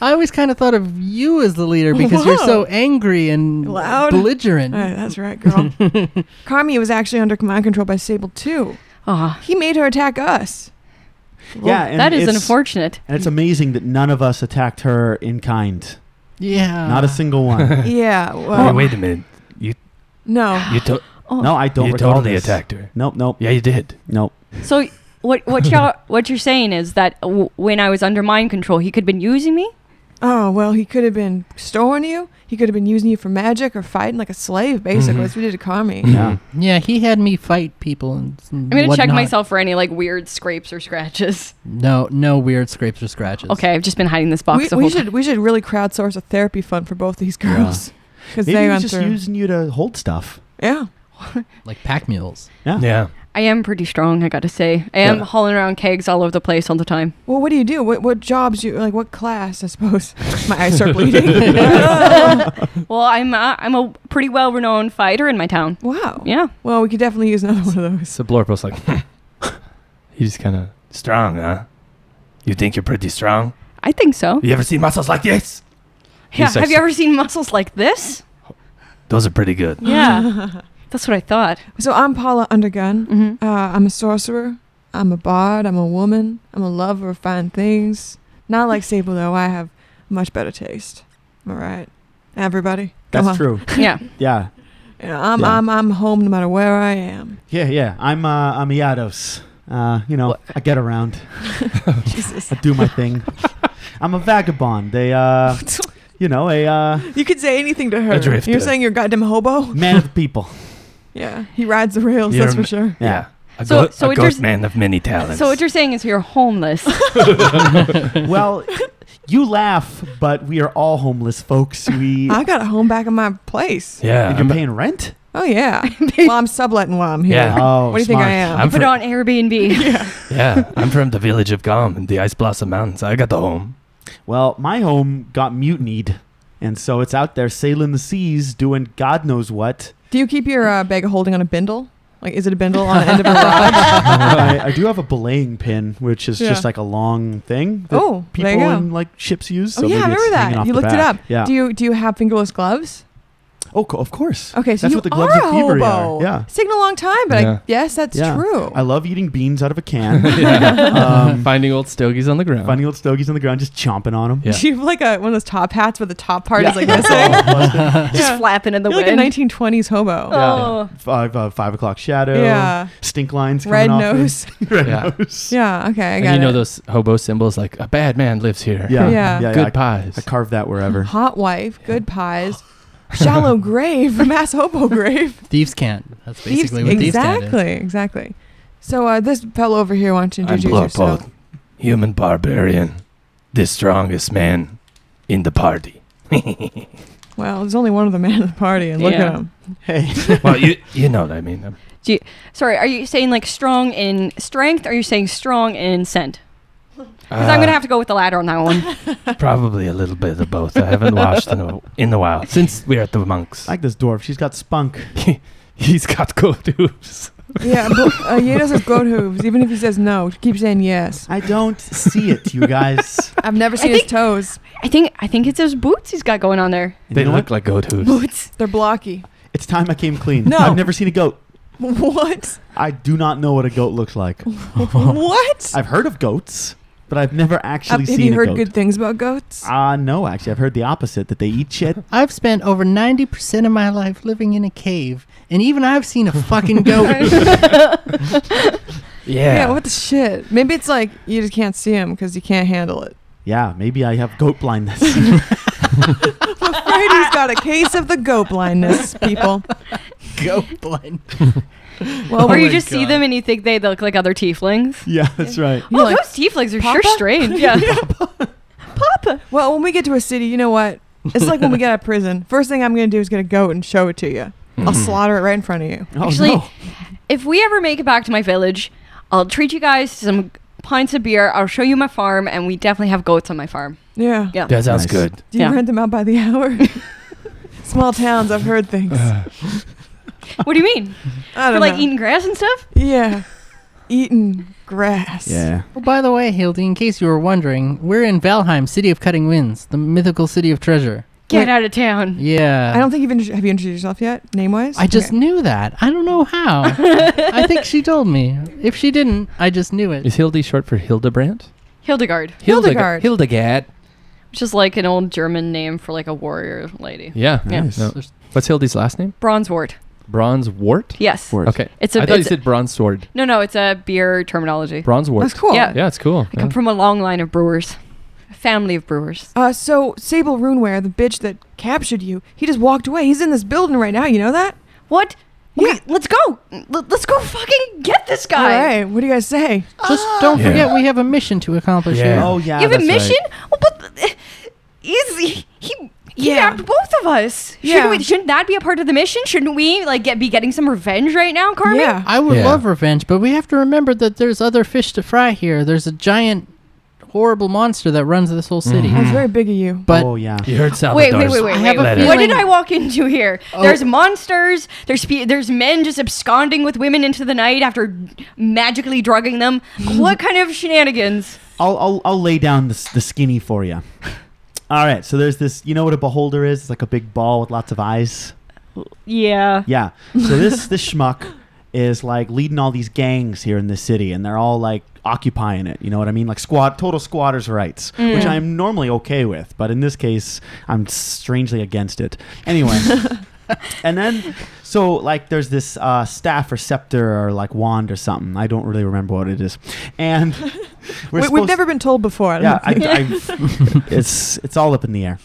[SPEAKER 7] I always kind of thought of you as the leader because you're so angry and
[SPEAKER 5] Loud.
[SPEAKER 7] belligerent.
[SPEAKER 5] Hey, that's right, girl. Carmi was actually under command control by Sable too.
[SPEAKER 3] Ah,
[SPEAKER 5] He made her attack us.
[SPEAKER 2] Yeah. And
[SPEAKER 3] that is
[SPEAKER 2] it's-
[SPEAKER 3] unfortunate.
[SPEAKER 2] And it's amazing that none of us attacked her in kind.
[SPEAKER 7] Yeah.
[SPEAKER 4] Ah.
[SPEAKER 2] Not a single one.
[SPEAKER 5] Yeah.
[SPEAKER 6] Hey,
[SPEAKER 5] Well,
[SPEAKER 6] wait a minute. You
[SPEAKER 5] no.
[SPEAKER 6] you, to-
[SPEAKER 2] no, I don't
[SPEAKER 6] you
[SPEAKER 2] recall
[SPEAKER 6] totally
[SPEAKER 2] this.
[SPEAKER 6] attacked her.
[SPEAKER 2] Nope, nope,
[SPEAKER 6] Yeah, you did.
[SPEAKER 2] nope.
[SPEAKER 3] So what what y'all what you're saying is that w- when I was under mind control, he could have been using me.
[SPEAKER 5] Oh well, he could have been storing you. He could have been using you for magic or fighting like a slave, basically.
[SPEAKER 6] Mhm.
[SPEAKER 5] That's what he did to Carmi.
[SPEAKER 2] Yeah.
[SPEAKER 7] Yeah, he had me fight people and, and
[SPEAKER 3] I'm gonna check
[SPEAKER 7] whatnot.
[SPEAKER 3] myself for any like weird scrapes or scratches.
[SPEAKER 4] No, no weird scrapes or scratches.
[SPEAKER 3] Okay, I've just been hiding this box.
[SPEAKER 5] We,
[SPEAKER 3] the
[SPEAKER 5] we
[SPEAKER 3] whole
[SPEAKER 5] should
[SPEAKER 3] time.
[SPEAKER 5] we should really crowdsource a therapy fund for both these
[SPEAKER 2] Yeah.
[SPEAKER 5] girls because
[SPEAKER 2] Maybe
[SPEAKER 5] they
[SPEAKER 2] he was
[SPEAKER 5] went
[SPEAKER 2] just
[SPEAKER 5] through.
[SPEAKER 2] using you to hold stuff.
[SPEAKER 5] yeah.
[SPEAKER 4] Like pack mules.
[SPEAKER 6] Yeah.
[SPEAKER 3] I am pretty strong. I got to say, I am
[SPEAKER 6] Yeah.
[SPEAKER 3] hauling around kegs all over the place all the time.
[SPEAKER 5] Well, what do you do? What what jobs you like? What class? I suppose. My eyes start bleeding.
[SPEAKER 3] well, I'm uh, I'm a pretty well renowned fighter in my town.
[SPEAKER 5] wow.
[SPEAKER 3] Yeah.
[SPEAKER 5] Well, we could definitely use another one of those.
[SPEAKER 6] So Blorpo's like, He just kind of
[SPEAKER 8] Strong, huh? You think you're pretty strong?
[SPEAKER 3] I think so.
[SPEAKER 8] You ever seen muscles like this? He's
[SPEAKER 3] Yeah.
[SPEAKER 8] so
[SPEAKER 3] Have you
[SPEAKER 8] s-
[SPEAKER 3] ever seen muscles like this?
[SPEAKER 8] Those are pretty good.
[SPEAKER 3] Yeah. That's what I thought.
[SPEAKER 5] So I'm Paula Undergun.
[SPEAKER 3] hmm
[SPEAKER 5] Uh, I'm a sorcerer. I'm a bard. I'm a woman. I'm a lover of fine things. Not like Sable though. I have much better taste. All right, everybody. come
[SPEAKER 2] That's
[SPEAKER 5] on.
[SPEAKER 2] true.
[SPEAKER 3] Yeah.
[SPEAKER 2] Yeah.
[SPEAKER 5] You know, I'm
[SPEAKER 2] Yeah.
[SPEAKER 5] I'm I'm home no matter where I am.
[SPEAKER 2] Yeah, yeah. I'm uh, I'm Iados. Uh, you know, I get around.
[SPEAKER 5] Jesus.
[SPEAKER 2] I do my thing. I'm a vagabond. They uh you know, a uh,
[SPEAKER 5] You could say anything to her.
[SPEAKER 8] drifter.
[SPEAKER 5] You're saying you're a goddamn hobo.
[SPEAKER 2] man of the people.
[SPEAKER 5] Yeah, he rides the rails.
[SPEAKER 8] You're
[SPEAKER 5] that's
[SPEAKER 8] a ma-
[SPEAKER 5] for sure.
[SPEAKER 2] Yeah.
[SPEAKER 8] A,
[SPEAKER 3] So-
[SPEAKER 8] goat,
[SPEAKER 3] so
[SPEAKER 8] a
[SPEAKER 3] it
[SPEAKER 8] goat
[SPEAKER 3] just-
[SPEAKER 8] man of many talents.
[SPEAKER 3] So what you're saying is you're homeless.
[SPEAKER 2] well, you laugh, but we are all homeless folks. We
[SPEAKER 5] I got a home back in my place.
[SPEAKER 8] yeah,
[SPEAKER 2] and
[SPEAKER 8] I'm-
[SPEAKER 2] you're paying rent.
[SPEAKER 5] Oh yeah. well, I'm subletting while I'm here.
[SPEAKER 8] Yeah.
[SPEAKER 2] Oh,
[SPEAKER 5] What do you think I
[SPEAKER 2] smart.
[SPEAKER 5] am?
[SPEAKER 8] I'm
[SPEAKER 3] Put it
[SPEAKER 8] from,
[SPEAKER 3] on Airbnb.
[SPEAKER 8] yeah, I'm from the village of Gom in the Ice Blossom Mountains. I got the home.
[SPEAKER 2] Well, my home got mutinied, and so it's out there sailing the seas, doing God knows what.
[SPEAKER 5] Do you keep your uh, bag of holding on a bindle? Like, is it a bindle on the end of a rod?
[SPEAKER 2] I, I do have a belaying pin, which is
[SPEAKER 5] Yeah.
[SPEAKER 2] just like a long thing that
[SPEAKER 5] oh,
[SPEAKER 2] people
[SPEAKER 5] there you go.
[SPEAKER 2] in like ships use.
[SPEAKER 5] oh
[SPEAKER 2] so
[SPEAKER 5] yeah, I
[SPEAKER 2] maybe it's
[SPEAKER 5] remember
[SPEAKER 2] hanging
[SPEAKER 5] that.
[SPEAKER 2] off
[SPEAKER 5] You
[SPEAKER 2] the
[SPEAKER 5] looked it
[SPEAKER 2] back.
[SPEAKER 5] up.
[SPEAKER 2] Yeah.
[SPEAKER 5] Do you do you have fingerless gloves?
[SPEAKER 2] oh, co- of course.
[SPEAKER 5] Okay, so
[SPEAKER 2] That's
[SPEAKER 5] you
[SPEAKER 2] what the gloves
[SPEAKER 5] are
[SPEAKER 2] of
[SPEAKER 5] a
[SPEAKER 2] thievery
[SPEAKER 5] hobo.
[SPEAKER 2] are. Yeah.
[SPEAKER 5] Taking a long time, but
[SPEAKER 6] Yeah.
[SPEAKER 5] I guess that's
[SPEAKER 2] Yeah.
[SPEAKER 5] true.
[SPEAKER 2] I love eating beans out of a can.
[SPEAKER 6] um,
[SPEAKER 2] Um,
[SPEAKER 6] finding old stogies on the ground.
[SPEAKER 2] Finding old stogies on the ground, just chomping on them.
[SPEAKER 6] Yeah.
[SPEAKER 5] Do you have like a one of those top hats where the top part
[SPEAKER 2] Yeah.
[SPEAKER 5] is like missing?
[SPEAKER 3] Just
[SPEAKER 5] yeah.
[SPEAKER 3] flapping in the
[SPEAKER 5] You're like a
[SPEAKER 3] wind.
[SPEAKER 5] 1920s hobo.
[SPEAKER 3] oh.
[SPEAKER 2] Five, uh, five o'clock shadow.
[SPEAKER 5] yeah.
[SPEAKER 2] Stink lines. coming
[SPEAKER 5] Red
[SPEAKER 2] off it.
[SPEAKER 5] nose.
[SPEAKER 2] Red
[SPEAKER 6] Yeah.
[SPEAKER 2] nose.
[SPEAKER 5] yeah. Okay. I
[SPEAKER 6] and
[SPEAKER 5] got
[SPEAKER 6] you know
[SPEAKER 5] it.
[SPEAKER 6] those hobo symbols like a bad man lives here.
[SPEAKER 2] Yeah.
[SPEAKER 5] Yeah.
[SPEAKER 2] yeah,
[SPEAKER 6] Good
[SPEAKER 2] I,
[SPEAKER 6] pies.
[SPEAKER 2] I carved that wherever.
[SPEAKER 5] Hot wife, good pies, shallow grave, mass hobo grave.
[SPEAKER 4] Thieves can't. That's basically what thieves
[SPEAKER 5] exactly,
[SPEAKER 4] can't.
[SPEAKER 5] exactly. So uh, this fellow over here wants to
[SPEAKER 8] I'm
[SPEAKER 5] introduce yourself.
[SPEAKER 8] Blorpog, human barbarian, the strongest man in the party.
[SPEAKER 5] Well, there's only one of the men at the party, and look
[SPEAKER 3] Yeah.
[SPEAKER 5] at him.
[SPEAKER 2] Hey.
[SPEAKER 8] well, you you know what I mean. I'm-
[SPEAKER 3] Sorry, are you saying like strong in strength? Or are you saying strong in scent? Because I'm
[SPEAKER 8] Uh,
[SPEAKER 3] gonna have to go with the latter on that one.
[SPEAKER 8] probably a little bit of both. I haven't washed in a, in a while since we're at the monks.
[SPEAKER 2] I like this dwarf. She's got spunk.
[SPEAKER 8] He's got goat hooves.
[SPEAKER 5] Yeah, but, uh, Yanis has goat hooves. Even if he says no, he keeps saying yes.
[SPEAKER 2] I don't see it, you guys.
[SPEAKER 5] I've never
[SPEAKER 3] seen
[SPEAKER 5] seen
[SPEAKER 3] his
[SPEAKER 5] his toes.
[SPEAKER 3] I think I think it's those boots he's got going on there.
[SPEAKER 2] And
[SPEAKER 8] They
[SPEAKER 2] you know
[SPEAKER 8] look
[SPEAKER 2] what?
[SPEAKER 8] like goat hooves.
[SPEAKER 3] Boots.
[SPEAKER 5] They're blocky.
[SPEAKER 2] It's time I came clean.
[SPEAKER 5] No.
[SPEAKER 2] I've never seen a goat.
[SPEAKER 5] What?
[SPEAKER 2] I do not know what a goat looks like.
[SPEAKER 5] what?
[SPEAKER 2] I've heard of goats, but I've never
[SPEAKER 5] Uh,
[SPEAKER 2] actually
[SPEAKER 5] have
[SPEAKER 2] seen
[SPEAKER 5] you
[SPEAKER 2] a
[SPEAKER 5] heard
[SPEAKER 2] goat.
[SPEAKER 5] good things about goats?
[SPEAKER 2] uh, no, actually, I've heard the opposite that they eat shit.
[SPEAKER 7] I've spent over 90% of my life living in a cave, and even I've seen a fucking goat.
[SPEAKER 8] Yeah.
[SPEAKER 5] what the shit? Maybe it's like you just can't see him because you can't handle it.
[SPEAKER 2] Yeah, maybe I have goat blindness.
[SPEAKER 5] I'm afraid he's got a case of the goat blindness, people.
[SPEAKER 7] goat blind.
[SPEAKER 5] Well,
[SPEAKER 3] or
[SPEAKER 5] we're
[SPEAKER 3] you just see them and you think they look like other tieflings.
[SPEAKER 2] yeah, that's right.
[SPEAKER 5] You're
[SPEAKER 3] oh,
[SPEAKER 5] like,
[SPEAKER 3] those tieflings are
[SPEAKER 5] "Papa?"
[SPEAKER 3] sure strange. Yeah.
[SPEAKER 5] Well, when we get to a city, you know what? It's like when we get out of prison. First thing I'm going to do is get a goat and show it to you. I'll
[SPEAKER 7] Mm-hmm.
[SPEAKER 5] slaughter it right in front of you.
[SPEAKER 2] Oh,
[SPEAKER 3] Actually,
[SPEAKER 2] no.
[SPEAKER 3] if we ever make it back to my village, I'll treat you guys to some pints of beer. I'll show you my farm, and we definitely have goats on my farm.
[SPEAKER 5] Yeah.
[SPEAKER 3] Yeah.
[SPEAKER 8] That sounds
[SPEAKER 2] Nice.
[SPEAKER 8] good.
[SPEAKER 5] Do you
[SPEAKER 3] Yeah.
[SPEAKER 5] rent them out by the hour? Small towns, I've heard things.
[SPEAKER 7] Uh-huh.
[SPEAKER 3] What do you mean?
[SPEAKER 5] I
[SPEAKER 3] For
[SPEAKER 5] don't
[SPEAKER 3] like
[SPEAKER 5] know.
[SPEAKER 3] eating grass and stuff?
[SPEAKER 5] yeah. Eating grass.
[SPEAKER 2] yeah.
[SPEAKER 7] Well, Oh, by the way, Hildy, in case you were wondering, we're in Valheim, City of Cutting Winds, the mythical city of treasure.
[SPEAKER 3] Get
[SPEAKER 5] Wait.
[SPEAKER 3] out of town.
[SPEAKER 7] Yeah.
[SPEAKER 5] I don't think you've intro- have you introduced yourself yet, name wise.
[SPEAKER 7] I just knew that. I don't know how. I think she told me. If she didn't, I just knew it.
[SPEAKER 6] Is Hildy short for Hildebrandt?
[SPEAKER 3] Hildegard,
[SPEAKER 5] Hildegard.
[SPEAKER 6] Hildegard.
[SPEAKER 3] which is like an old German name for like a warrior lady.
[SPEAKER 6] Yeah.
[SPEAKER 3] Yeah.
[SPEAKER 2] Nice.
[SPEAKER 6] No. What's Hildy's last name?
[SPEAKER 3] Bronzewort.
[SPEAKER 6] Bronze Wart?
[SPEAKER 3] Yes.
[SPEAKER 2] Word.
[SPEAKER 6] Okay.
[SPEAKER 3] It's
[SPEAKER 6] I
[SPEAKER 3] a
[SPEAKER 6] thought you
[SPEAKER 3] it's,
[SPEAKER 6] said bronze sword.
[SPEAKER 3] no no. It's a beer terminology.
[SPEAKER 6] Bronze Wart.
[SPEAKER 5] That's cool.
[SPEAKER 3] Yeah.
[SPEAKER 6] Yeah, it's cool.
[SPEAKER 3] I come from a long line of brewers, a family of brewers.
[SPEAKER 5] Uh, so Sable Runeware, the bitch that captured you, he just walked away. He's in this building right now. You know that?
[SPEAKER 3] What?
[SPEAKER 5] Yeah.
[SPEAKER 3] Okay, let's go. L- let's go fucking get this
[SPEAKER 5] All
[SPEAKER 3] guy.
[SPEAKER 5] right. What do you guys say?
[SPEAKER 7] Just don't
[SPEAKER 8] Yeah.
[SPEAKER 7] forget we have a mission to accomplish
[SPEAKER 8] Yeah.
[SPEAKER 7] here.
[SPEAKER 2] Oh, yeah.
[SPEAKER 5] Ah,
[SPEAKER 3] you have a
[SPEAKER 2] that's right.
[SPEAKER 3] mission? Oh, but uh, is he? he
[SPEAKER 5] Yeah.
[SPEAKER 3] kidnapped both of us.
[SPEAKER 5] Yeah.
[SPEAKER 3] Shouldn't, we, shouldn't that be a part of the mission? Shouldn't we like get be getting some revenge right now, Carmen?
[SPEAKER 5] Yeah.
[SPEAKER 7] I would
[SPEAKER 6] Yeah.
[SPEAKER 7] love revenge, but we have to remember that there's other fish to fry here. There's a giant
[SPEAKER 4] horrible monster that runs this whole city.
[SPEAKER 7] Mm.
[SPEAKER 5] That's very big of you.
[SPEAKER 4] But
[SPEAKER 2] oh yeah.
[SPEAKER 7] You heard
[SPEAKER 3] Wait,
[SPEAKER 7] Salvador's.
[SPEAKER 3] wait, wait, wait,
[SPEAKER 4] I
[SPEAKER 3] wait.
[SPEAKER 4] have a
[SPEAKER 3] wait.
[SPEAKER 4] feeling-
[SPEAKER 3] What did I walk into here?
[SPEAKER 4] Oh.
[SPEAKER 3] There's monsters. There's pe- there's men just absconding with women into the night after magically drugging them. what kind of shenanigans?
[SPEAKER 2] I'll, I'll I'll lay down the, s- the skinny for you. All right, so there's this. You know what a beholder is? It's like a big ball with lots of eyes.
[SPEAKER 3] Yeah.
[SPEAKER 2] Yeah. So this this schmuck is like leading all these gangs here in this city, and they're all like occupying it. You know what I mean? Like squat, total squatters' rights,
[SPEAKER 5] Mm.
[SPEAKER 2] which I'm normally okay with, but in this case, I'm strangely against it. Anyway. and then, so like, there's this uh, staff or scepter or like wand or something. I don't really remember what it is. And we're
[SPEAKER 5] We,
[SPEAKER 2] supposed-
[SPEAKER 5] we've never been told before. I don't
[SPEAKER 2] yeah,
[SPEAKER 5] know.
[SPEAKER 2] I, I- it's it's all up in the air,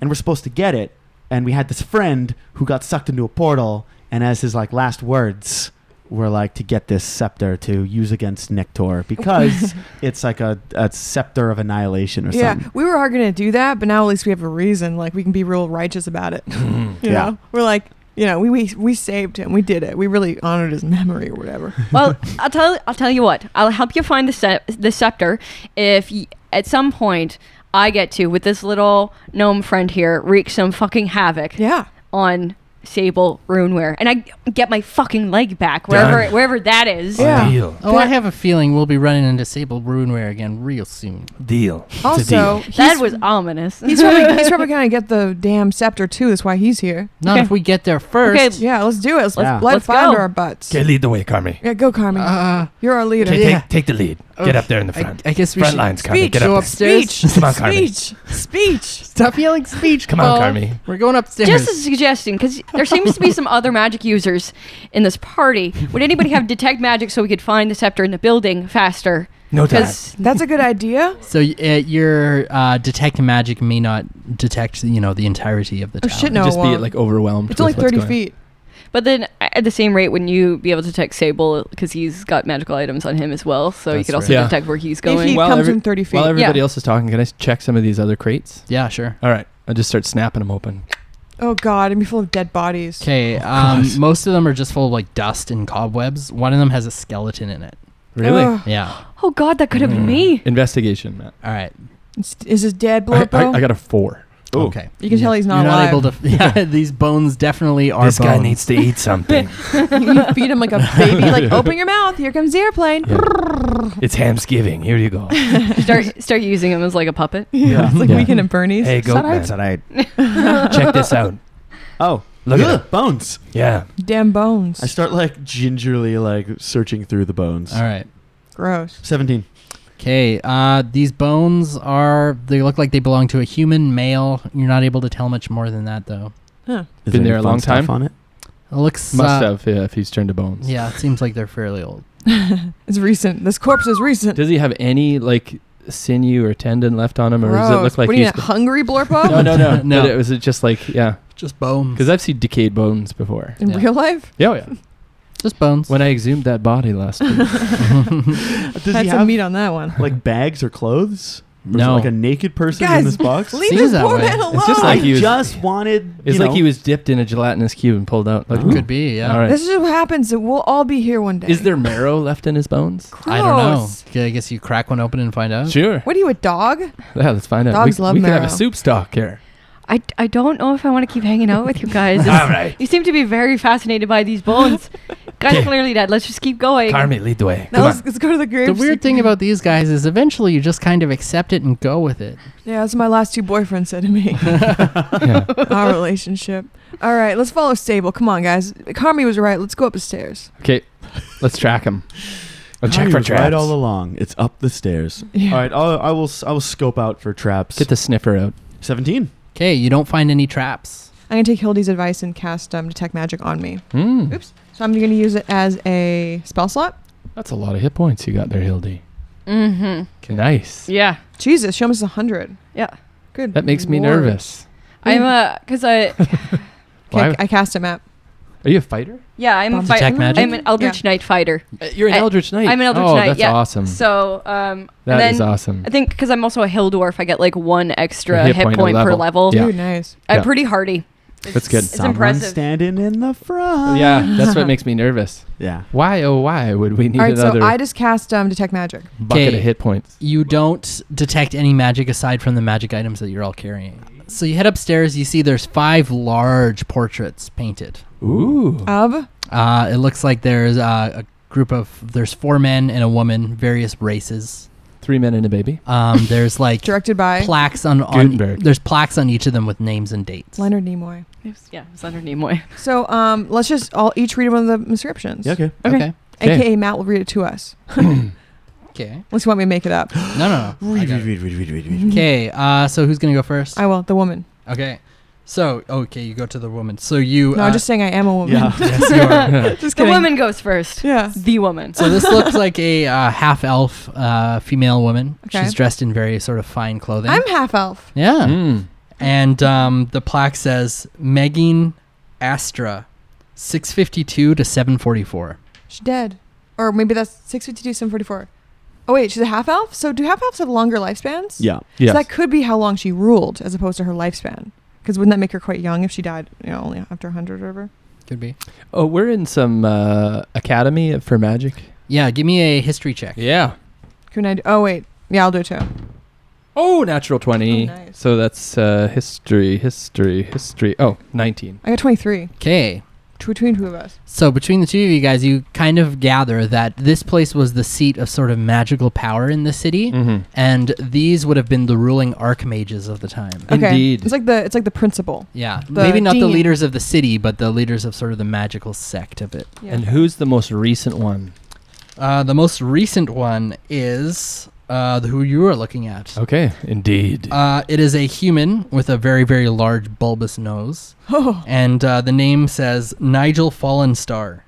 [SPEAKER 2] and we're supposed to get it. And we had this friend who got sucked into a portal, and as his like last words were like to get this scepter to use against Nectar because it's like a, a scepter of annihilation or
[SPEAKER 5] yeah,
[SPEAKER 2] something.
[SPEAKER 5] we were going to do that, but now at least we have a reason. Like we can be real righteous about it. You
[SPEAKER 2] Yeah.
[SPEAKER 5] know, we're like, you know, we, we we saved him. We did it. We really honored his memory or whatever.
[SPEAKER 3] well, I'll tell I'll tell you what. I'll help you find the se- the scepter if y- at some point I get to with this little gnome friend here wreak some fucking havoc
[SPEAKER 5] Yeah.
[SPEAKER 3] on Sable Runeware, and I get my fucking leg back wherever wherever that is.
[SPEAKER 5] Yeah.
[SPEAKER 8] Deal.
[SPEAKER 4] oh, I have a feeling we'll be running into Sable Runeware again real soon.
[SPEAKER 8] Deal. It's a
[SPEAKER 5] Also,
[SPEAKER 8] deal.
[SPEAKER 5] he's,
[SPEAKER 3] That was ominous.
[SPEAKER 5] he's probably he's probably going to get the damn scepter too. That's why he's here.
[SPEAKER 4] Not
[SPEAKER 3] Okay.
[SPEAKER 4] if we get there first.
[SPEAKER 3] Okay.
[SPEAKER 5] Yeah, let's do it. Let's
[SPEAKER 2] Yeah.
[SPEAKER 5] let
[SPEAKER 3] Let's
[SPEAKER 5] fire under
[SPEAKER 3] go.
[SPEAKER 5] our butts.
[SPEAKER 8] Okay, lead the way, Carmi.
[SPEAKER 5] yeah, go, Carmen.
[SPEAKER 4] Uh,
[SPEAKER 5] You're our leader.
[SPEAKER 8] Okay,
[SPEAKER 4] Yeah.
[SPEAKER 8] take, take the lead. Get up there in the
[SPEAKER 4] I,
[SPEAKER 8] front.
[SPEAKER 4] I guess we
[SPEAKER 8] front
[SPEAKER 4] should
[SPEAKER 8] lines, Carmi.
[SPEAKER 5] Speech.
[SPEAKER 8] Get
[SPEAKER 4] go
[SPEAKER 8] up there.
[SPEAKER 4] upstairs.
[SPEAKER 5] Speech.
[SPEAKER 8] Come on, Carmen.
[SPEAKER 5] Speech. Speech.
[SPEAKER 4] Stop yelling speech.
[SPEAKER 8] Come on,
[SPEAKER 4] Paul.
[SPEAKER 8] Carmi.
[SPEAKER 4] We're going upstairs.
[SPEAKER 3] Just a suggestion, because there seems to be some other magic users in this party. Would anybody have detect magic so we could find the scepter in the building faster?
[SPEAKER 8] No time.
[SPEAKER 3] Because
[SPEAKER 5] That's a good idea.
[SPEAKER 4] so y- uh, your uh, detect magic may not detect, you know, the entirety of the
[SPEAKER 5] Oh
[SPEAKER 4] tower.
[SPEAKER 5] shit, no.
[SPEAKER 6] just
[SPEAKER 5] it
[SPEAKER 6] be
[SPEAKER 3] um,
[SPEAKER 5] won't.
[SPEAKER 6] like overwhelmed.
[SPEAKER 5] It's only
[SPEAKER 6] with what's
[SPEAKER 5] 30
[SPEAKER 6] going on.
[SPEAKER 5] feet.
[SPEAKER 3] But then a- at the same rate, wouldn't you be able to detect Sable because he's got magical items on him as well? So you
[SPEAKER 4] That's
[SPEAKER 3] could
[SPEAKER 4] right.
[SPEAKER 3] also
[SPEAKER 6] Yeah.
[SPEAKER 3] detect where he's
[SPEAKER 5] If
[SPEAKER 3] going.
[SPEAKER 5] he
[SPEAKER 6] Well,
[SPEAKER 5] comes
[SPEAKER 6] every-
[SPEAKER 5] in 30 feet.
[SPEAKER 6] While everybody
[SPEAKER 3] Yeah.
[SPEAKER 6] else is talking, can I check some of these other crates?
[SPEAKER 4] Yeah, sure.
[SPEAKER 6] All right, I just start snapping them open.
[SPEAKER 5] oh, God. It'd be full of dead bodies.
[SPEAKER 4] Okay,
[SPEAKER 8] Oh,
[SPEAKER 4] um, most of them are just full of like dust and cobwebs. One of them has a skeleton in it.
[SPEAKER 6] Really?
[SPEAKER 5] Ugh.
[SPEAKER 4] Yeah.
[SPEAKER 3] oh God, that could have been
[SPEAKER 8] Mm.
[SPEAKER 3] me.
[SPEAKER 6] Investigation, Matt.
[SPEAKER 4] All right.
[SPEAKER 5] It's- Is his dead
[SPEAKER 6] I,
[SPEAKER 5] blood,
[SPEAKER 6] I,
[SPEAKER 5] though?
[SPEAKER 6] I got a four.
[SPEAKER 8] Ooh.
[SPEAKER 4] Okay.
[SPEAKER 5] You can tell he's not
[SPEAKER 4] You're
[SPEAKER 5] alive.
[SPEAKER 4] not able to. Yeah, these bones definitely are.
[SPEAKER 8] This guy
[SPEAKER 4] bones.
[SPEAKER 8] needs to eat something.
[SPEAKER 5] you feed him like a baby. Like, open your mouth. Here comes the airplane.
[SPEAKER 8] Yeah. it's Hamsgiving. Here you go.
[SPEAKER 4] Hmm.
[SPEAKER 3] Start start using him as like a puppet.
[SPEAKER 5] Yeah, it's like
[SPEAKER 8] Yeah.
[SPEAKER 5] Weekend at Bernie's.
[SPEAKER 8] hey, go.
[SPEAKER 5] Sorry.
[SPEAKER 8] That's all right. Check this out.
[SPEAKER 2] Oh,
[SPEAKER 8] Look at
[SPEAKER 2] ugh,
[SPEAKER 8] it.
[SPEAKER 2] bones!
[SPEAKER 8] Yeah.
[SPEAKER 5] Damn bones.
[SPEAKER 2] I start like gingerly like searching through the bones.
[SPEAKER 4] All right.
[SPEAKER 5] Gross.
[SPEAKER 2] Seventeen.
[SPEAKER 4] Okay. Uh, these bones are. They look like they belong to a human male. You're not able to tell much more than that, though.
[SPEAKER 2] Is
[SPEAKER 6] Been
[SPEAKER 2] any
[SPEAKER 6] there a
[SPEAKER 2] fun
[SPEAKER 6] long
[SPEAKER 2] stuff
[SPEAKER 6] time?
[SPEAKER 2] on it?
[SPEAKER 4] It looks.
[SPEAKER 6] Must
[SPEAKER 4] uh,
[SPEAKER 6] have yeah, if he's turned to bones.
[SPEAKER 4] Yeah, it seems like they're fairly old.
[SPEAKER 5] It's recent. This corpse is recent.
[SPEAKER 6] Does he have any like sinew or tendon left on him, or does it
[SPEAKER 5] Gross.
[SPEAKER 6] look like
[SPEAKER 5] what are you,
[SPEAKER 6] he's?
[SPEAKER 5] a hungry
[SPEAKER 6] no,
[SPEAKER 5] blorpo?
[SPEAKER 6] no, no,
[SPEAKER 4] No.
[SPEAKER 6] no. But it, was it just like yeah?
[SPEAKER 4] Just bones.
[SPEAKER 6] Because I've seen decayed bones before.
[SPEAKER 5] In
[SPEAKER 4] Yeah.
[SPEAKER 5] real life?
[SPEAKER 6] Yeah, oh, yeah.
[SPEAKER 4] Just bones.
[SPEAKER 6] When I exhumed that body last week,
[SPEAKER 2] Does
[SPEAKER 5] Had
[SPEAKER 2] he
[SPEAKER 5] some
[SPEAKER 2] have
[SPEAKER 5] meat on that one.
[SPEAKER 2] like bags or clothes? Or is it,
[SPEAKER 4] No.
[SPEAKER 2] like a naked person
[SPEAKER 5] Guys,
[SPEAKER 2] in this box.
[SPEAKER 5] Leave
[SPEAKER 4] Seems
[SPEAKER 5] this
[SPEAKER 4] that
[SPEAKER 5] poor
[SPEAKER 4] way.
[SPEAKER 5] man
[SPEAKER 4] It's
[SPEAKER 5] alone.
[SPEAKER 6] just like
[SPEAKER 2] I
[SPEAKER 6] he was-
[SPEAKER 2] just wanted.
[SPEAKER 6] it's
[SPEAKER 2] you
[SPEAKER 6] like
[SPEAKER 2] know,
[SPEAKER 6] he was dipped in a gelatinous cube and pulled out. Like,
[SPEAKER 2] Oh.
[SPEAKER 4] Could be. Yeah.
[SPEAKER 6] All right.
[SPEAKER 5] This is what happens. We'll all be here one day.
[SPEAKER 6] Is there marrow left in his bones?
[SPEAKER 5] Gross.
[SPEAKER 4] I don't know. Okay, I guess you crack one open and find out.
[SPEAKER 6] Sure.
[SPEAKER 5] What are you, a dog?
[SPEAKER 6] Yeah, let's find out.
[SPEAKER 5] Dogs
[SPEAKER 6] we,
[SPEAKER 5] love
[SPEAKER 6] we could have
[SPEAKER 5] marrow.
[SPEAKER 6] a soup stock here.
[SPEAKER 3] I, I don't know if I want to keep hanging out with you guys.
[SPEAKER 8] All right.
[SPEAKER 3] You seem to be very fascinated by these bones. Guys,
[SPEAKER 8] Okay.
[SPEAKER 3] clearly dead. Let's just keep going.
[SPEAKER 8] Carmi, lead the way.
[SPEAKER 5] Now
[SPEAKER 8] Come
[SPEAKER 5] let's,
[SPEAKER 8] on.
[SPEAKER 5] let's go to the grave.
[SPEAKER 4] The weird thing about these guys is eventually you just kind of accept it and go with it.
[SPEAKER 5] Yeah, that's what my last two boyfriends said to me.
[SPEAKER 6] Yeah.
[SPEAKER 5] Our relationship. All right, let's follow Sable. Come on, guys. Carmi was right. Let's go up the stairs.
[SPEAKER 6] Okay, let's track him.
[SPEAKER 8] I'll check
[SPEAKER 2] Kyrie
[SPEAKER 8] for
[SPEAKER 2] was Right
[SPEAKER 8] traps.
[SPEAKER 2] all along. It's up the stairs.
[SPEAKER 5] Yeah.
[SPEAKER 2] All right, I'll, I will. si will scope out for traps.
[SPEAKER 6] Get the sniffer out.
[SPEAKER 2] Seventeen.
[SPEAKER 4] Okay, you don't find any traps.
[SPEAKER 5] I'm going to take Hildy's advice and cast um, Detect Magic on me.
[SPEAKER 6] Mm,
[SPEAKER 5] Oops. So I'm going to use it as a spell slot.
[SPEAKER 6] that's a lot of hit points you got there, Hildy.
[SPEAKER 3] Mm-hmm.
[SPEAKER 6] Nice.
[SPEAKER 3] Yeah.
[SPEAKER 5] Jesus, she almost 100.
[SPEAKER 3] Yeah.
[SPEAKER 5] Good.
[SPEAKER 6] That makes me
[SPEAKER 5] lord.
[SPEAKER 6] nervous.
[SPEAKER 3] I'm a, because I,
[SPEAKER 5] Okay,
[SPEAKER 6] Why-
[SPEAKER 5] I cast a map.
[SPEAKER 6] Are you a fighter?
[SPEAKER 3] yeah, I'm a
[SPEAKER 5] Bomb
[SPEAKER 3] fight.
[SPEAKER 4] Detect magic?
[SPEAKER 3] I'm an Eldritch Knight fighter.
[SPEAKER 6] you're an
[SPEAKER 3] I-
[SPEAKER 6] Eldritch Knight.
[SPEAKER 3] I'm an Eldritch
[SPEAKER 6] oh,
[SPEAKER 3] Knight,
[SPEAKER 6] That's
[SPEAKER 3] yeah.
[SPEAKER 6] awesome.
[SPEAKER 3] So, um, and
[SPEAKER 6] that
[SPEAKER 3] then
[SPEAKER 6] is awesome.
[SPEAKER 3] I think because I'm also a hill dwarf, I get like one extra
[SPEAKER 6] A
[SPEAKER 3] hit, point, per level.
[SPEAKER 6] Yeah.
[SPEAKER 5] Dude, nice.
[SPEAKER 3] I'm
[SPEAKER 6] Yeah.
[SPEAKER 3] pretty hardy.
[SPEAKER 6] That's good.
[SPEAKER 3] It's
[SPEAKER 2] Someone
[SPEAKER 3] impressive.
[SPEAKER 2] Standing in the
[SPEAKER 5] Ah.
[SPEAKER 2] front.
[SPEAKER 6] Yeah, that's what makes me nervous.
[SPEAKER 2] Yeah.
[SPEAKER 6] Why, oh, why would we need
[SPEAKER 5] All right, so
[SPEAKER 6] another
[SPEAKER 5] I just cast um, detect magic.
[SPEAKER 6] bucket
[SPEAKER 4] Okay.
[SPEAKER 6] of hit points?
[SPEAKER 4] You don't detect any magic aside from the magic items that you're all carrying. So you head upstairs. You see there's five large portraits painted.
[SPEAKER 6] Ooh.
[SPEAKER 5] Of
[SPEAKER 4] Uh, it looks like there's uh, a group of there's four men and a woman, various races.
[SPEAKER 6] Three men and a baby.
[SPEAKER 4] Um, there's like
[SPEAKER 5] directed by
[SPEAKER 4] plaques on, on
[SPEAKER 6] Gutenberg.
[SPEAKER 4] there's plaques on each of them with names and dates.
[SPEAKER 5] Leonard Nimoy.
[SPEAKER 3] It's- yeah, it's under Nimoy.
[SPEAKER 5] So um, let's just all each read one of the inscriptions.
[SPEAKER 2] Yeah, okay.
[SPEAKER 3] Okay.
[SPEAKER 6] Okay.
[SPEAKER 5] AKA Matt will read it to us.
[SPEAKER 4] Okay.
[SPEAKER 5] Unless you want me to make it up.
[SPEAKER 4] No, no,
[SPEAKER 2] Read, read,
[SPEAKER 4] no.
[SPEAKER 2] read, read, read, read, read.
[SPEAKER 4] Okay. Uh, so who's gonna go first?
[SPEAKER 5] I will. The woman.
[SPEAKER 4] Okay. So okay, you go to the woman. So you.
[SPEAKER 5] No,
[SPEAKER 4] uh,
[SPEAKER 5] I'm just saying I am a woman.
[SPEAKER 2] Yeah.
[SPEAKER 4] yes, you are.
[SPEAKER 5] just
[SPEAKER 3] The
[SPEAKER 5] kidding.
[SPEAKER 3] woman goes first.
[SPEAKER 5] Yeah.
[SPEAKER 3] The woman.
[SPEAKER 4] So this looks like a uh, half elf uh, female woman.
[SPEAKER 5] Okay.
[SPEAKER 4] She's dressed in very sort of fine clothing.
[SPEAKER 5] I'm half elf.
[SPEAKER 4] yeah.
[SPEAKER 6] Mm.
[SPEAKER 4] And um, the plaque says Megan Astra, 652 to 744.
[SPEAKER 5] She's dead. Or maybe that's 652, 744. Oh, wait, she's a half elf? So do half elves have longer lifespans?
[SPEAKER 2] Yeah.
[SPEAKER 6] Yes.
[SPEAKER 5] So that could be how long she ruled as opposed to her lifespan. Because wouldn't that make her quite young if she died, you know, only after 100 or whatever?
[SPEAKER 4] Could be.
[SPEAKER 6] oh, we're in some uh, academy for magic.
[SPEAKER 4] Yeah, give me a history check.
[SPEAKER 6] Yeah.
[SPEAKER 5] Can I do? Oh, wait. Yeah, I'll do it too.
[SPEAKER 6] Oh, natural 20.
[SPEAKER 5] Oh, nice.
[SPEAKER 6] So that's uh, history, history, history. Oh, 19.
[SPEAKER 5] I got 23.
[SPEAKER 4] Okay.
[SPEAKER 5] Two between two of us.
[SPEAKER 4] So between the two of you guys, you kind of gather that this place was the seat of sort of magical power in the city,
[SPEAKER 6] Mm-hmm.
[SPEAKER 4] and these would have been the ruling archmages of the time.
[SPEAKER 5] Okay.
[SPEAKER 6] Indeed.
[SPEAKER 5] It's like the it's like the principal.
[SPEAKER 4] Yeah, maybe not Uh, the
[SPEAKER 5] dean.
[SPEAKER 4] leaders of the city, but the leaders of sort of the magical sect of it.
[SPEAKER 5] Yeah.
[SPEAKER 6] And who's the most recent one?
[SPEAKER 4] Uh, the most recent one is uh, the, who you are looking at.
[SPEAKER 6] Okay. Indeed.
[SPEAKER 4] Uh, it is a human with a very, very large bulbous nose.
[SPEAKER 5] oh,
[SPEAKER 4] And uh, the name says Nigel Fallen Star,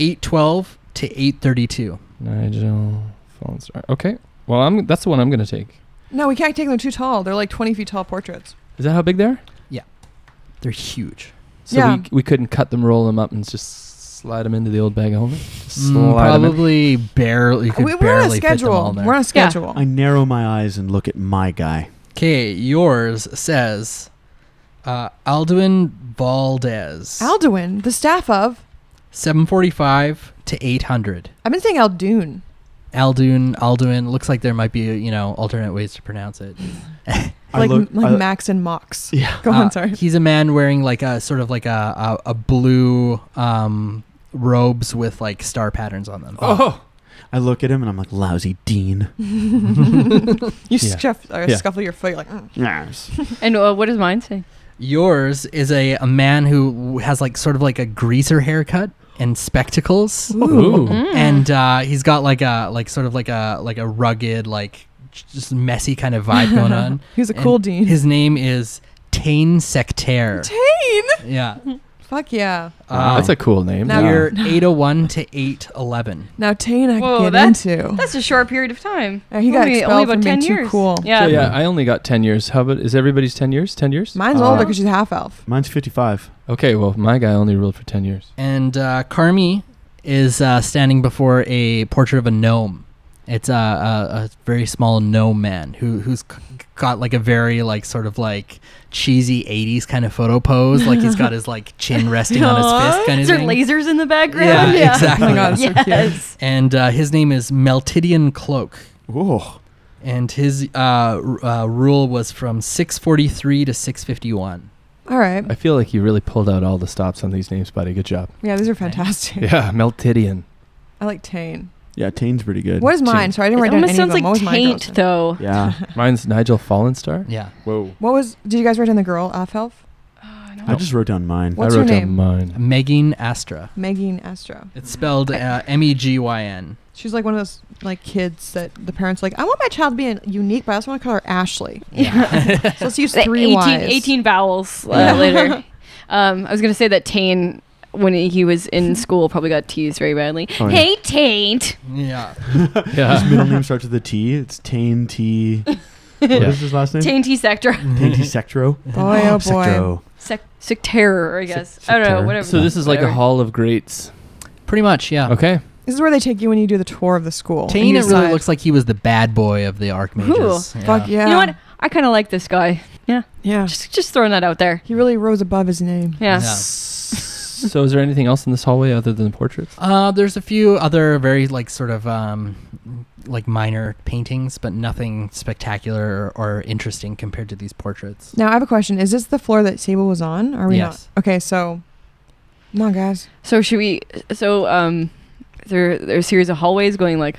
[SPEAKER 4] 812 to 832.
[SPEAKER 6] Nigel Fallen Star. Okay. Well, I'm that's the one I'm going to take.
[SPEAKER 5] no, we can't take them They're too tall. They're like 20 feet tall portraits.
[SPEAKER 6] Is that how big they are?
[SPEAKER 4] They're huge.
[SPEAKER 6] So
[SPEAKER 5] Yeah.
[SPEAKER 6] we, we couldn't cut them, roll them up, and just slide them into the old bag of holding? Just
[SPEAKER 4] Mm,
[SPEAKER 6] slide 'em in.
[SPEAKER 4] probably barely. You could
[SPEAKER 5] We, we're on a
[SPEAKER 4] barely fit them all
[SPEAKER 5] schedule.
[SPEAKER 4] in there.
[SPEAKER 5] We're on a
[SPEAKER 3] Yeah.
[SPEAKER 5] schedule.
[SPEAKER 2] I narrow my eyes and look at my guy.
[SPEAKER 4] Okay, yours says uh, Alduin Valdez,
[SPEAKER 5] Alduin, the staff of.
[SPEAKER 4] 745 to 800.
[SPEAKER 5] I've been saying Aldoon.
[SPEAKER 4] Alduin, Alduin. Looks like there might be, you know, alternate ways to pronounce it.
[SPEAKER 2] I
[SPEAKER 5] like
[SPEAKER 2] look.
[SPEAKER 5] like
[SPEAKER 2] I-
[SPEAKER 5] Max and Mox.
[SPEAKER 2] yeah.
[SPEAKER 5] Go
[SPEAKER 4] Uh,
[SPEAKER 5] on, sorry.
[SPEAKER 4] He's a man wearing like a sort of like a a, a blue um, robes with like star patterns on them.
[SPEAKER 6] Oh,
[SPEAKER 2] I look at him and I'm like, lousy Dean.
[SPEAKER 5] You
[SPEAKER 6] Yeah.
[SPEAKER 5] scuff, or
[SPEAKER 6] Yeah.
[SPEAKER 5] scuffle your foot. You're like, mm.
[SPEAKER 3] And uh, what does mine say?
[SPEAKER 4] Yours is a, a man who has like sort of like a greaser haircut and spectacles,
[SPEAKER 6] Ooh.
[SPEAKER 5] Mm.
[SPEAKER 4] and uh, he's got like a like sort of like a like a rugged like j- just messy kind of vibe going on.
[SPEAKER 5] he's a
[SPEAKER 4] And
[SPEAKER 5] cool dean.
[SPEAKER 4] His name is Tane Sectaire.
[SPEAKER 5] Tane!
[SPEAKER 4] Yeah. Um,
[SPEAKER 5] Fuck yeah.
[SPEAKER 6] Wow, that's a cool name.
[SPEAKER 5] Now-
[SPEAKER 4] You're 801 to 811.
[SPEAKER 5] Now Tane I
[SPEAKER 3] Whoa,
[SPEAKER 5] can get
[SPEAKER 3] that's-
[SPEAKER 5] into.
[SPEAKER 3] That's a short period of time.
[SPEAKER 5] Uh, he got
[SPEAKER 3] only,
[SPEAKER 5] expelled
[SPEAKER 3] only about
[SPEAKER 5] for being
[SPEAKER 3] 10
[SPEAKER 5] too
[SPEAKER 3] years.
[SPEAKER 5] cool.
[SPEAKER 3] Yeah.
[SPEAKER 6] So, yeah, I only got 10 years. How about, is everybody's 10 years? 10 years?
[SPEAKER 5] Mine's
[SPEAKER 2] Uh,
[SPEAKER 4] Uh-huh.
[SPEAKER 5] older because she's half elf.
[SPEAKER 2] Mine's 55.
[SPEAKER 6] Okay, well, my guy only ruled for 10 years.
[SPEAKER 4] And uh, Carmi is uh, standing before a portrait of a gnome. It's a, a, a very small gnome man who who's c- got like a very like sort of like cheesy '80s kind of photo pose. Like he's got his like chin resting on his fist, kind of
[SPEAKER 3] Is there
[SPEAKER 4] thing.
[SPEAKER 3] lasers in the background?
[SPEAKER 4] Yeah, exactly.
[SPEAKER 5] Oh my God, so cute.
[SPEAKER 3] yes.
[SPEAKER 4] And uh, his name is Meltidian Cloak,
[SPEAKER 2] Whoa.
[SPEAKER 4] and his uh, r- uh, rule was from 643 to 651.
[SPEAKER 5] All right.
[SPEAKER 6] I feel like you really pulled out all the stops on these names, buddy. Good job.
[SPEAKER 5] Yeah, these are fantastic.
[SPEAKER 6] Yeah, Meltidian.
[SPEAKER 5] I like Tane.
[SPEAKER 2] Yeah, Tane's pretty good.
[SPEAKER 5] What is mine? Sorry, I didn't
[SPEAKER 3] It
[SPEAKER 5] write down
[SPEAKER 3] almost
[SPEAKER 5] any of
[SPEAKER 3] sounds
[SPEAKER 5] them.
[SPEAKER 3] like
[SPEAKER 5] What was mine?
[SPEAKER 3] taint, though.
[SPEAKER 2] Yeah.
[SPEAKER 6] Mine's Nigel Fallenstar.
[SPEAKER 4] Yeah.
[SPEAKER 6] Whoa.
[SPEAKER 5] What was? Did you guys write down the girl half elf?
[SPEAKER 3] Oh,
[SPEAKER 2] I just wrote down mine.
[SPEAKER 5] What's
[SPEAKER 6] I
[SPEAKER 5] her
[SPEAKER 6] wrote down
[SPEAKER 5] name?
[SPEAKER 6] mine.
[SPEAKER 4] Megan Astra.
[SPEAKER 5] Megan Astro.
[SPEAKER 4] It's spelled uh, M E G Y N.
[SPEAKER 5] She's like one of those like kids that the parents are like. I want my child to be an- unique, but I also want to call her Ashley. so let's use
[SPEAKER 3] The
[SPEAKER 5] three
[SPEAKER 3] 18,
[SPEAKER 5] Ys.
[SPEAKER 3] 18 vowels uh,
[SPEAKER 4] Yeah.
[SPEAKER 3] later. Um, I was going to say that Tane, when he was in school, probably got teased very badly.
[SPEAKER 2] Oh, yeah.
[SPEAKER 3] Hey, Taint.
[SPEAKER 4] Yeah.
[SPEAKER 2] His
[SPEAKER 6] Yeah.
[SPEAKER 2] middle name starts with a T. It's Tane T. What
[SPEAKER 6] Yeah.
[SPEAKER 2] is his last name?
[SPEAKER 3] Tainty Sector.
[SPEAKER 2] Tane T. Sectro.
[SPEAKER 5] Boy, oh boy.
[SPEAKER 2] Mm-hmm. Sectro.
[SPEAKER 3] Sec- Secterror, I guess. I don't know,
[SPEAKER 2] Secterror.
[SPEAKER 3] whatever.
[SPEAKER 6] So this is like a
[SPEAKER 3] whatever.
[SPEAKER 6] hall of greats.
[SPEAKER 4] Pretty much, yeah.
[SPEAKER 6] Oh. Okay.
[SPEAKER 5] This is where they take you when you do the tour of the school. and
[SPEAKER 4] Tane,
[SPEAKER 5] you
[SPEAKER 4] it really
[SPEAKER 5] decide-
[SPEAKER 4] looks like he was the bad boy of the Archmages.
[SPEAKER 5] Fuck yeah.
[SPEAKER 3] You know what? I kind of like this guy.
[SPEAKER 5] Yeah.
[SPEAKER 3] Just just throwing that out there.
[SPEAKER 5] He really rose above his name.
[SPEAKER 3] Yeah.
[SPEAKER 4] Yeah.
[SPEAKER 6] so is there anything else in this hallway other than the portraits?
[SPEAKER 4] Uh, there's a few other very like sort of um, like minor paintings, but nothing spectacular or, or interesting compared to these portraits.
[SPEAKER 5] Now I have a question. Is this the floor that Sable was on? Are we
[SPEAKER 4] yes.
[SPEAKER 5] not? Okay, so come on, guys.
[SPEAKER 3] So should we? So um, there there's a series of hallways going like.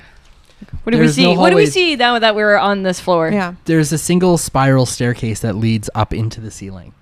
[SPEAKER 3] What do we
[SPEAKER 4] There's
[SPEAKER 3] see?
[SPEAKER 4] no
[SPEAKER 3] what do we
[SPEAKER 4] hallways.
[SPEAKER 3] see now that we're on this floor?
[SPEAKER 5] Yeah.
[SPEAKER 4] There's a single spiral staircase that leads up into the ceiling.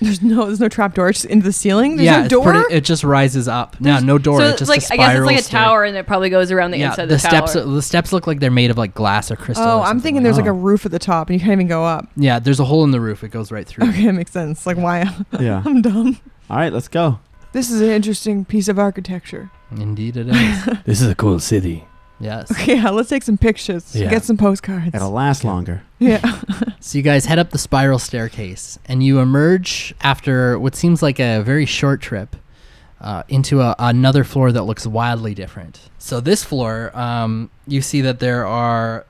[SPEAKER 5] There's no there's no trap door. It's just into the ceiling. There's
[SPEAKER 4] yeah,
[SPEAKER 5] no
[SPEAKER 4] it's
[SPEAKER 5] door.
[SPEAKER 4] pretty- it just rises up. No, no door.
[SPEAKER 3] So
[SPEAKER 4] it's
[SPEAKER 3] it's
[SPEAKER 4] just
[SPEAKER 3] like
[SPEAKER 4] a
[SPEAKER 3] I guess it's
[SPEAKER 4] spiral
[SPEAKER 3] like a
[SPEAKER 4] stair-
[SPEAKER 3] tower, and it probably goes around the
[SPEAKER 4] yeah,
[SPEAKER 3] inside of
[SPEAKER 4] the
[SPEAKER 3] the, tower.
[SPEAKER 4] steps. The steps look like they're made of like glass or crystal.
[SPEAKER 5] oh,
[SPEAKER 4] or
[SPEAKER 5] I'm
[SPEAKER 4] something
[SPEAKER 5] thinking
[SPEAKER 4] like
[SPEAKER 5] there's
[SPEAKER 4] that.
[SPEAKER 5] like a roof at the top and you can't even go up.
[SPEAKER 4] Yeah, there's a hole in the roof. It goes right through.
[SPEAKER 5] Okay, that makes sense. Like why
[SPEAKER 2] Yeah.
[SPEAKER 5] I'm dumb.
[SPEAKER 2] All right, let's go.
[SPEAKER 5] This is an interesting piece of architecture.
[SPEAKER 4] Indeed, it is.
[SPEAKER 8] This is a cool city.
[SPEAKER 4] yes.
[SPEAKER 5] Okay, yeah, let's take some pictures.
[SPEAKER 8] Yeah.
[SPEAKER 5] Get some postcards.
[SPEAKER 2] It'll last longer.
[SPEAKER 5] Yeah.
[SPEAKER 4] So you guys head up the spiral staircase, and you emerge after what seems like a very short trip uh, into a, another floor that looks wildly different. So this floor, um, you see that there are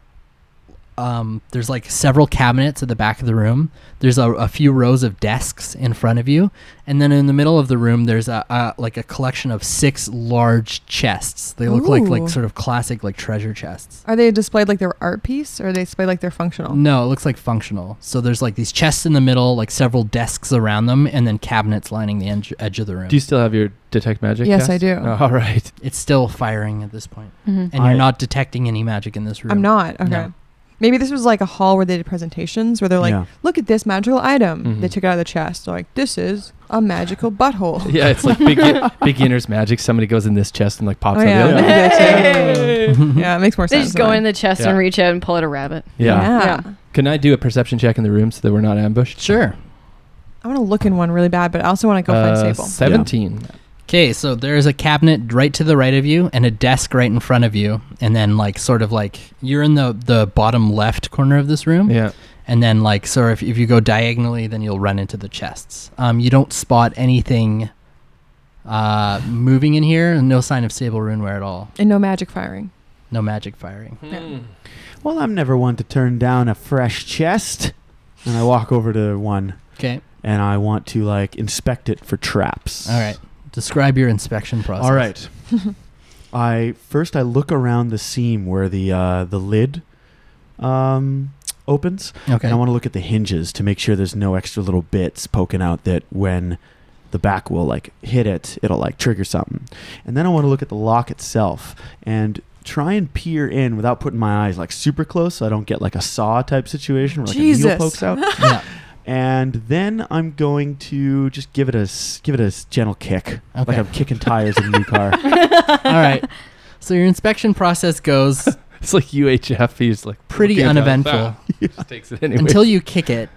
[SPEAKER 4] um, there's like several cabinets at the back of the room. There's a, a few rows of desks in front of you, and then in the middle of the room, there's a, a like a collection of six large chests. They look like
[SPEAKER 5] Ooh.
[SPEAKER 4] like sort of classic like treasure chests.
[SPEAKER 5] Are they displayed like their art piece or are they displayed like they're functional?
[SPEAKER 4] No, it looks like functional. So there's like these chests in the middle, like several desks around them, and then cabinets lining the edge, edge of the room.
[SPEAKER 6] Do you still have your detect magic?
[SPEAKER 5] Yes,
[SPEAKER 6] cast?
[SPEAKER 5] I do.
[SPEAKER 6] Oh, all right.
[SPEAKER 4] it's still firing at this point,
[SPEAKER 3] Mhm.
[SPEAKER 4] and you're
[SPEAKER 2] I-
[SPEAKER 4] not detecting any magic in this room.
[SPEAKER 5] I'm not. Okay.
[SPEAKER 4] No.
[SPEAKER 5] Maybe this was like a hall where they did presentations where they're like,
[SPEAKER 2] yeah.
[SPEAKER 5] look at this magical item. They
[SPEAKER 6] Mhm.
[SPEAKER 5] took it out of the chest. They're like, this is a magical butthole.
[SPEAKER 6] Yeah, it's like begin- beginner's magic. Somebody goes in this chest and like pops
[SPEAKER 5] Oh,
[SPEAKER 6] out
[SPEAKER 5] yeah.
[SPEAKER 6] the other.
[SPEAKER 5] Yeah.
[SPEAKER 3] Hey!
[SPEAKER 5] yeah, it makes more
[SPEAKER 3] They
[SPEAKER 5] sense.
[SPEAKER 3] just go
[SPEAKER 5] than
[SPEAKER 3] in the chest
[SPEAKER 6] Yeah.
[SPEAKER 3] and reach out and pull out a rabbit.
[SPEAKER 5] I-
[SPEAKER 6] Yeah.
[SPEAKER 5] yeah.
[SPEAKER 3] Yeah.
[SPEAKER 6] Can I do a perception check in the room so that we're not ambushed?
[SPEAKER 4] Sure.
[SPEAKER 5] I want to look in one really bad, but I also want to go
[SPEAKER 6] Uh,
[SPEAKER 5] find Sable. Mm-hmm.
[SPEAKER 6] Seventeen.
[SPEAKER 4] Okay, so there's a cabinet right to the right of you, and a desk right in front of you, and then like sort of like you're in the the bottom left corner of this room,
[SPEAKER 6] Yeah.
[SPEAKER 4] and then like so if if you go diagonally, then you'll run into the chests. Um, you don't spot anything. Uh, moving in here, no sign of Sable Runeware at all.
[SPEAKER 5] And no magic firing.
[SPEAKER 4] No magic firing.
[SPEAKER 2] Well, I'm never one to turn down a fresh chest. And I walk over to one
[SPEAKER 4] Okay.
[SPEAKER 2] and I want to like inspect it for traps.
[SPEAKER 4] All right. Describe your inspection process.
[SPEAKER 2] All right. I first I look around the seam where the uh, the lid um, opens.
[SPEAKER 4] Okay.
[SPEAKER 2] And I want to look at the hinges to make sure there's no extra little bits poking out that when the back will like hit it, it'll like trigger something. And then I want to look at the lock itself and try and peer in without putting my eyes like super close so I don't get like a saw type situation where like a
[SPEAKER 5] Jesus.
[SPEAKER 2] needle pokes out.
[SPEAKER 4] yeah.
[SPEAKER 2] And then I'm going to just give it a s- give it a s- gentle kick. Like
[SPEAKER 4] Okay.
[SPEAKER 2] I'm kicking tires in a new car.
[SPEAKER 4] All right. So your inspection process goes
[SPEAKER 6] It's like UHF. He's like
[SPEAKER 4] Pretty
[SPEAKER 6] looking at that.
[SPEAKER 4] uneventful.
[SPEAKER 6] Ah, Just takes it anyway.
[SPEAKER 4] until you kick it.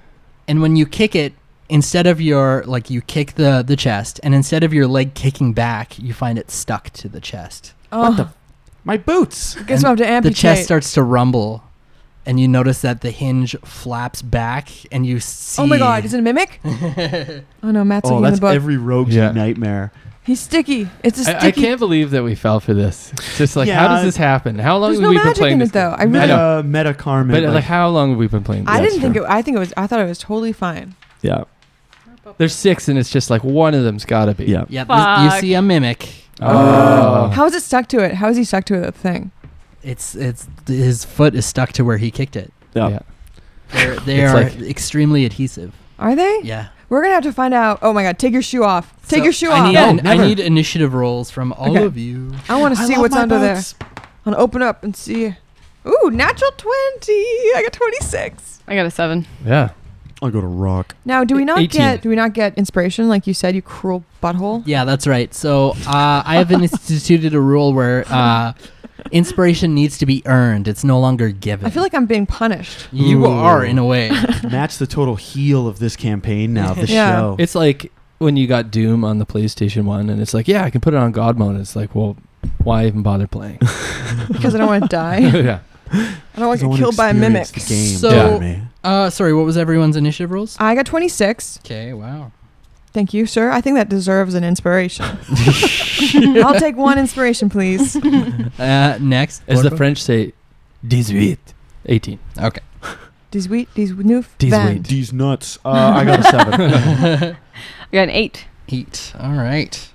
[SPEAKER 4] And when you kick it, instead of your like you kick the the chest and instead of your leg kicking back, you find it stuck to the chest.
[SPEAKER 5] Oh,
[SPEAKER 2] the- My boots.
[SPEAKER 5] guess we'll have to
[SPEAKER 4] The
[SPEAKER 5] amputate.
[SPEAKER 4] chest starts to rumble and you notice that the hinge flaps back and you see
[SPEAKER 5] oh my god, is it a mimic? Oh no, Matt's
[SPEAKER 2] oh,
[SPEAKER 5] looking in the
[SPEAKER 2] that's
[SPEAKER 5] book.
[SPEAKER 2] every rogue's
[SPEAKER 6] Yeah.
[SPEAKER 2] nightmare.
[SPEAKER 5] He's sticky. It's a sticky.
[SPEAKER 6] I, I can't believe that we fell for this. It's just like, how
[SPEAKER 2] Yeah.
[SPEAKER 6] does this happen? How long
[SPEAKER 5] There's
[SPEAKER 6] have
[SPEAKER 5] no
[SPEAKER 6] we been
[SPEAKER 5] magic
[SPEAKER 6] playing
[SPEAKER 5] in
[SPEAKER 6] this?
[SPEAKER 5] it though. I
[SPEAKER 6] game?
[SPEAKER 5] really.
[SPEAKER 6] know.
[SPEAKER 2] Meta meta Carmen.
[SPEAKER 6] But like,
[SPEAKER 2] like-
[SPEAKER 6] how long have we been playing?
[SPEAKER 5] I
[SPEAKER 6] this
[SPEAKER 5] didn't
[SPEAKER 6] for?
[SPEAKER 5] think it. I think it was. I thought it was totally fine.
[SPEAKER 2] yeah,
[SPEAKER 6] There's six, and it's just like one of them's got to be.
[SPEAKER 2] yeah.
[SPEAKER 4] Yeah, this- you
[SPEAKER 3] Fuck.
[SPEAKER 4] see a mimic.
[SPEAKER 6] Oh.
[SPEAKER 5] How is it stuck to it? How is he stuck to it? That thing.
[SPEAKER 4] It's it's his foot is stuck to where he kicked it.
[SPEAKER 2] Yeah.
[SPEAKER 6] Yeah.
[SPEAKER 4] They're, they
[SPEAKER 6] It's
[SPEAKER 4] are
[SPEAKER 6] like-
[SPEAKER 4] extremely adhesive.
[SPEAKER 5] Are they?
[SPEAKER 4] Yeah.
[SPEAKER 5] We're gonna have to find out. Oh my god, take your shoe off. Take
[SPEAKER 4] So
[SPEAKER 5] your shoe
[SPEAKER 4] I
[SPEAKER 5] off.
[SPEAKER 4] Need
[SPEAKER 2] No,
[SPEAKER 4] an- I
[SPEAKER 2] never.
[SPEAKER 4] need initiative rolls from all
[SPEAKER 5] Okay.
[SPEAKER 4] of you.
[SPEAKER 5] I want to see what's under there.
[SPEAKER 2] boots.
[SPEAKER 5] I'm gonna open up and see. Ooh, natural twenty. I got twenty six.
[SPEAKER 3] I got a seven.
[SPEAKER 6] Yeah.
[SPEAKER 2] I'll go to rock.
[SPEAKER 5] Now, do we not
[SPEAKER 6] 18.
[SPEAKER 5] get? Do we not get inspiration? Like you said, you cruel butthole.
[SPEAKER 4] Yeah, that's right. So uh, I have instituted a rule where uh, inspiration needs to be earned. It's no longer given.
[SPEAKER 5] I feel like I'm being punished.
[SPEAKER 4] you
[SPEAKER 2] Ooh.
[SPEAKER 4] are in a way.
[SPEAKER 2] Match the total heel of this campaign now. Of the
[SPEAKER 5] Yeah.
[SPEAKER 2] show.
[SPEAKER 6] It's like when you got Doom on the PlayStation One, and it's like, yeah, I can put it on God mode. It's like, well, why even bother playing?
[SPEAKER 5] because I don't want to die.
[SPEAKER 6] yeah.
[SPEAKER 5] I don't want to
[SPEAKER 2] I
[SPEAKER 5] get
[SPEAKER 2] wanna
[SPEAKER 5] killed by a mimic.
[SPEAKER 2] experience The game,
[SPEAKER 4] So-
[SPEAKER 2] damn it.
[SPEAKER 4] Uh, sorry, what was everyone's initiative rolls?
[SPEAKER 5] I got 26.
[SPEAKER 4] Okay, wow.
[SPEAKER 5] Thank you, sir. I think that deserves an inspiration. I'll take one inspiration, please.
[SPEAKER 4] Uh, next,
[SPEAKER 6] As the
[SPEAKER 4] Blorpo?
[SPEAKER 6] French say, 18.
[SPEAKER 4] Okay.
[SPEAKER 5] These wheat, these new
[SPEAKER 6] These
[SPEAKER 5] van.
[SPEAKER 6] wheat.
[SPEAKER 2] These nuts. Uh, I got a seven.
[SPEAKER 3] I got an eight.
[SPEAKER 4] Eight. All right.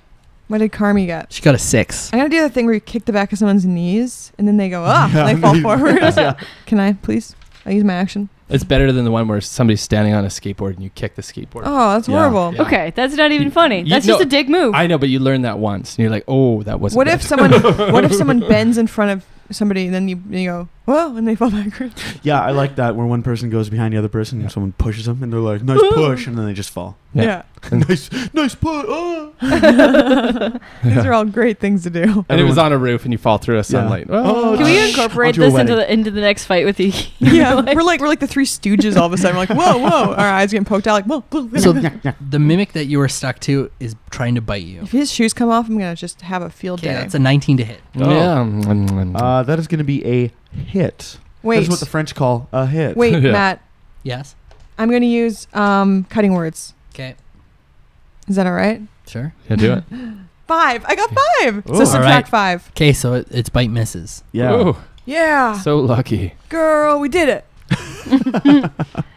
[SPEAKER 5] What did Carmi get?
[SPEAKER 4] She got a six.
[SPEAKER 5] I'm gonna do the thing where you kick the back of someone's knees and then they go up and Ah, they fall forward. Can I please? I use my action.
[SPEAKER 6] It's better than the one where somebody's standing on a skateboard and you kick the skateboard.
[SPEAKER 5] Oh, that's
[SPEAKER 6] Yeah.
[SPEAKER 5] horrible.
[SPEAKER 6] Yeah.
[SPEAKER 3] Okay, that's not even
[SPEAKER 6] You-
[SPEAKER 3] funny.
[SPEAKER 6] you-
[SPEAKER 3] That's
[SPEAKER 6] no,
[SPEAKER 3] just a dick move.
[SPEAKER 6] I know, but you learn that once and you're like, oh, that wasn't.
[SPEAKER 5] What
[SPEAKER 6] good.
[SPEAKER 5] if someone? What if someone bends in front of somebody and then you you go whoa and they fall backwards?
[SPEAKER 2] yeah, I like that where one person goes behind the other person and someone pushes them and they're like, nice push, and then they just fall.
[SPEAKER 6] Yeah.
[SPEAKER 2] nice, nice push. Oh.
[SPEAKER 5] These are all great things to do.
[SPEAKER 6] And it was
[SPEAKER 2] Everyone-
[SPEAKER 6] on a roof and you fall through a sunlight.
[SPEAKER 2] Yeah.
[SPEAKER 6] Oh,
[SPEAKER 2] Oh,
[SPEAKER 3] Can
[SPEAKER 2] Uh,
[SPEAKER 3] we
[SPEAKER 2] shh,
[SPEAKER 3] incorporate
[SPEAKER 2] onto a
[SPEAKER 3] this into
[SPEAKER 2] wedding.
[SPEAKER 3] the into the next fight with the?
[SPEAKER 5] Yeah, we're like we're like the Three Stooges all of a sudden. We're like whoa whoa, our eyes getting poked out like whoa. whoa, whoa.
[SPEAKER 4] So the mimic that you were stuck to is trying to bite you.
[SPEAKER 5] if his shoes come off, I'm gonna just have a field
[SPEAKER 4] Okay,
[SPEAKER 5] day.
[SPEAKER 4] that's a 19 to hit.
[SPEAKER 6] Yeah. Mm, mm, mm.
[SPEAKER 2] Uh, that is going to be a hit.
[SPEAKER 5] wait,
[SPEAKER 2] That's what the French call a hit.
[SPEAKER 5] wait,
[SPEAKER 6] Yeah.
[SPEAKER 5] Matt.
[SPEAKER 4] Yes.
[SPEAKER 5] I'm gonna use um, cutting words.
[SPEAKER 4] Okay.
[SPEAKER 5] Is that all right?
[SPEAKER 4] Sure.
[SPEAKER 6] yeah, do it.
[SPEAKER 5] Five. I got five.
[SPEAKER 2] Ooh.
[SPEAKER 5] so subtract
[SPEAKER 4] Alright.
[SPEAKER 5] five.
[SPEAKER 4] Okay, so it, its bite misses.
[SPEAKER 2] Yeah.
[SPEAKER 6] Ooh,
[SPEAKER 5] Yeah,
[SPEAKER 6] so lucky.
[SPEAKER 5] girl, we did it.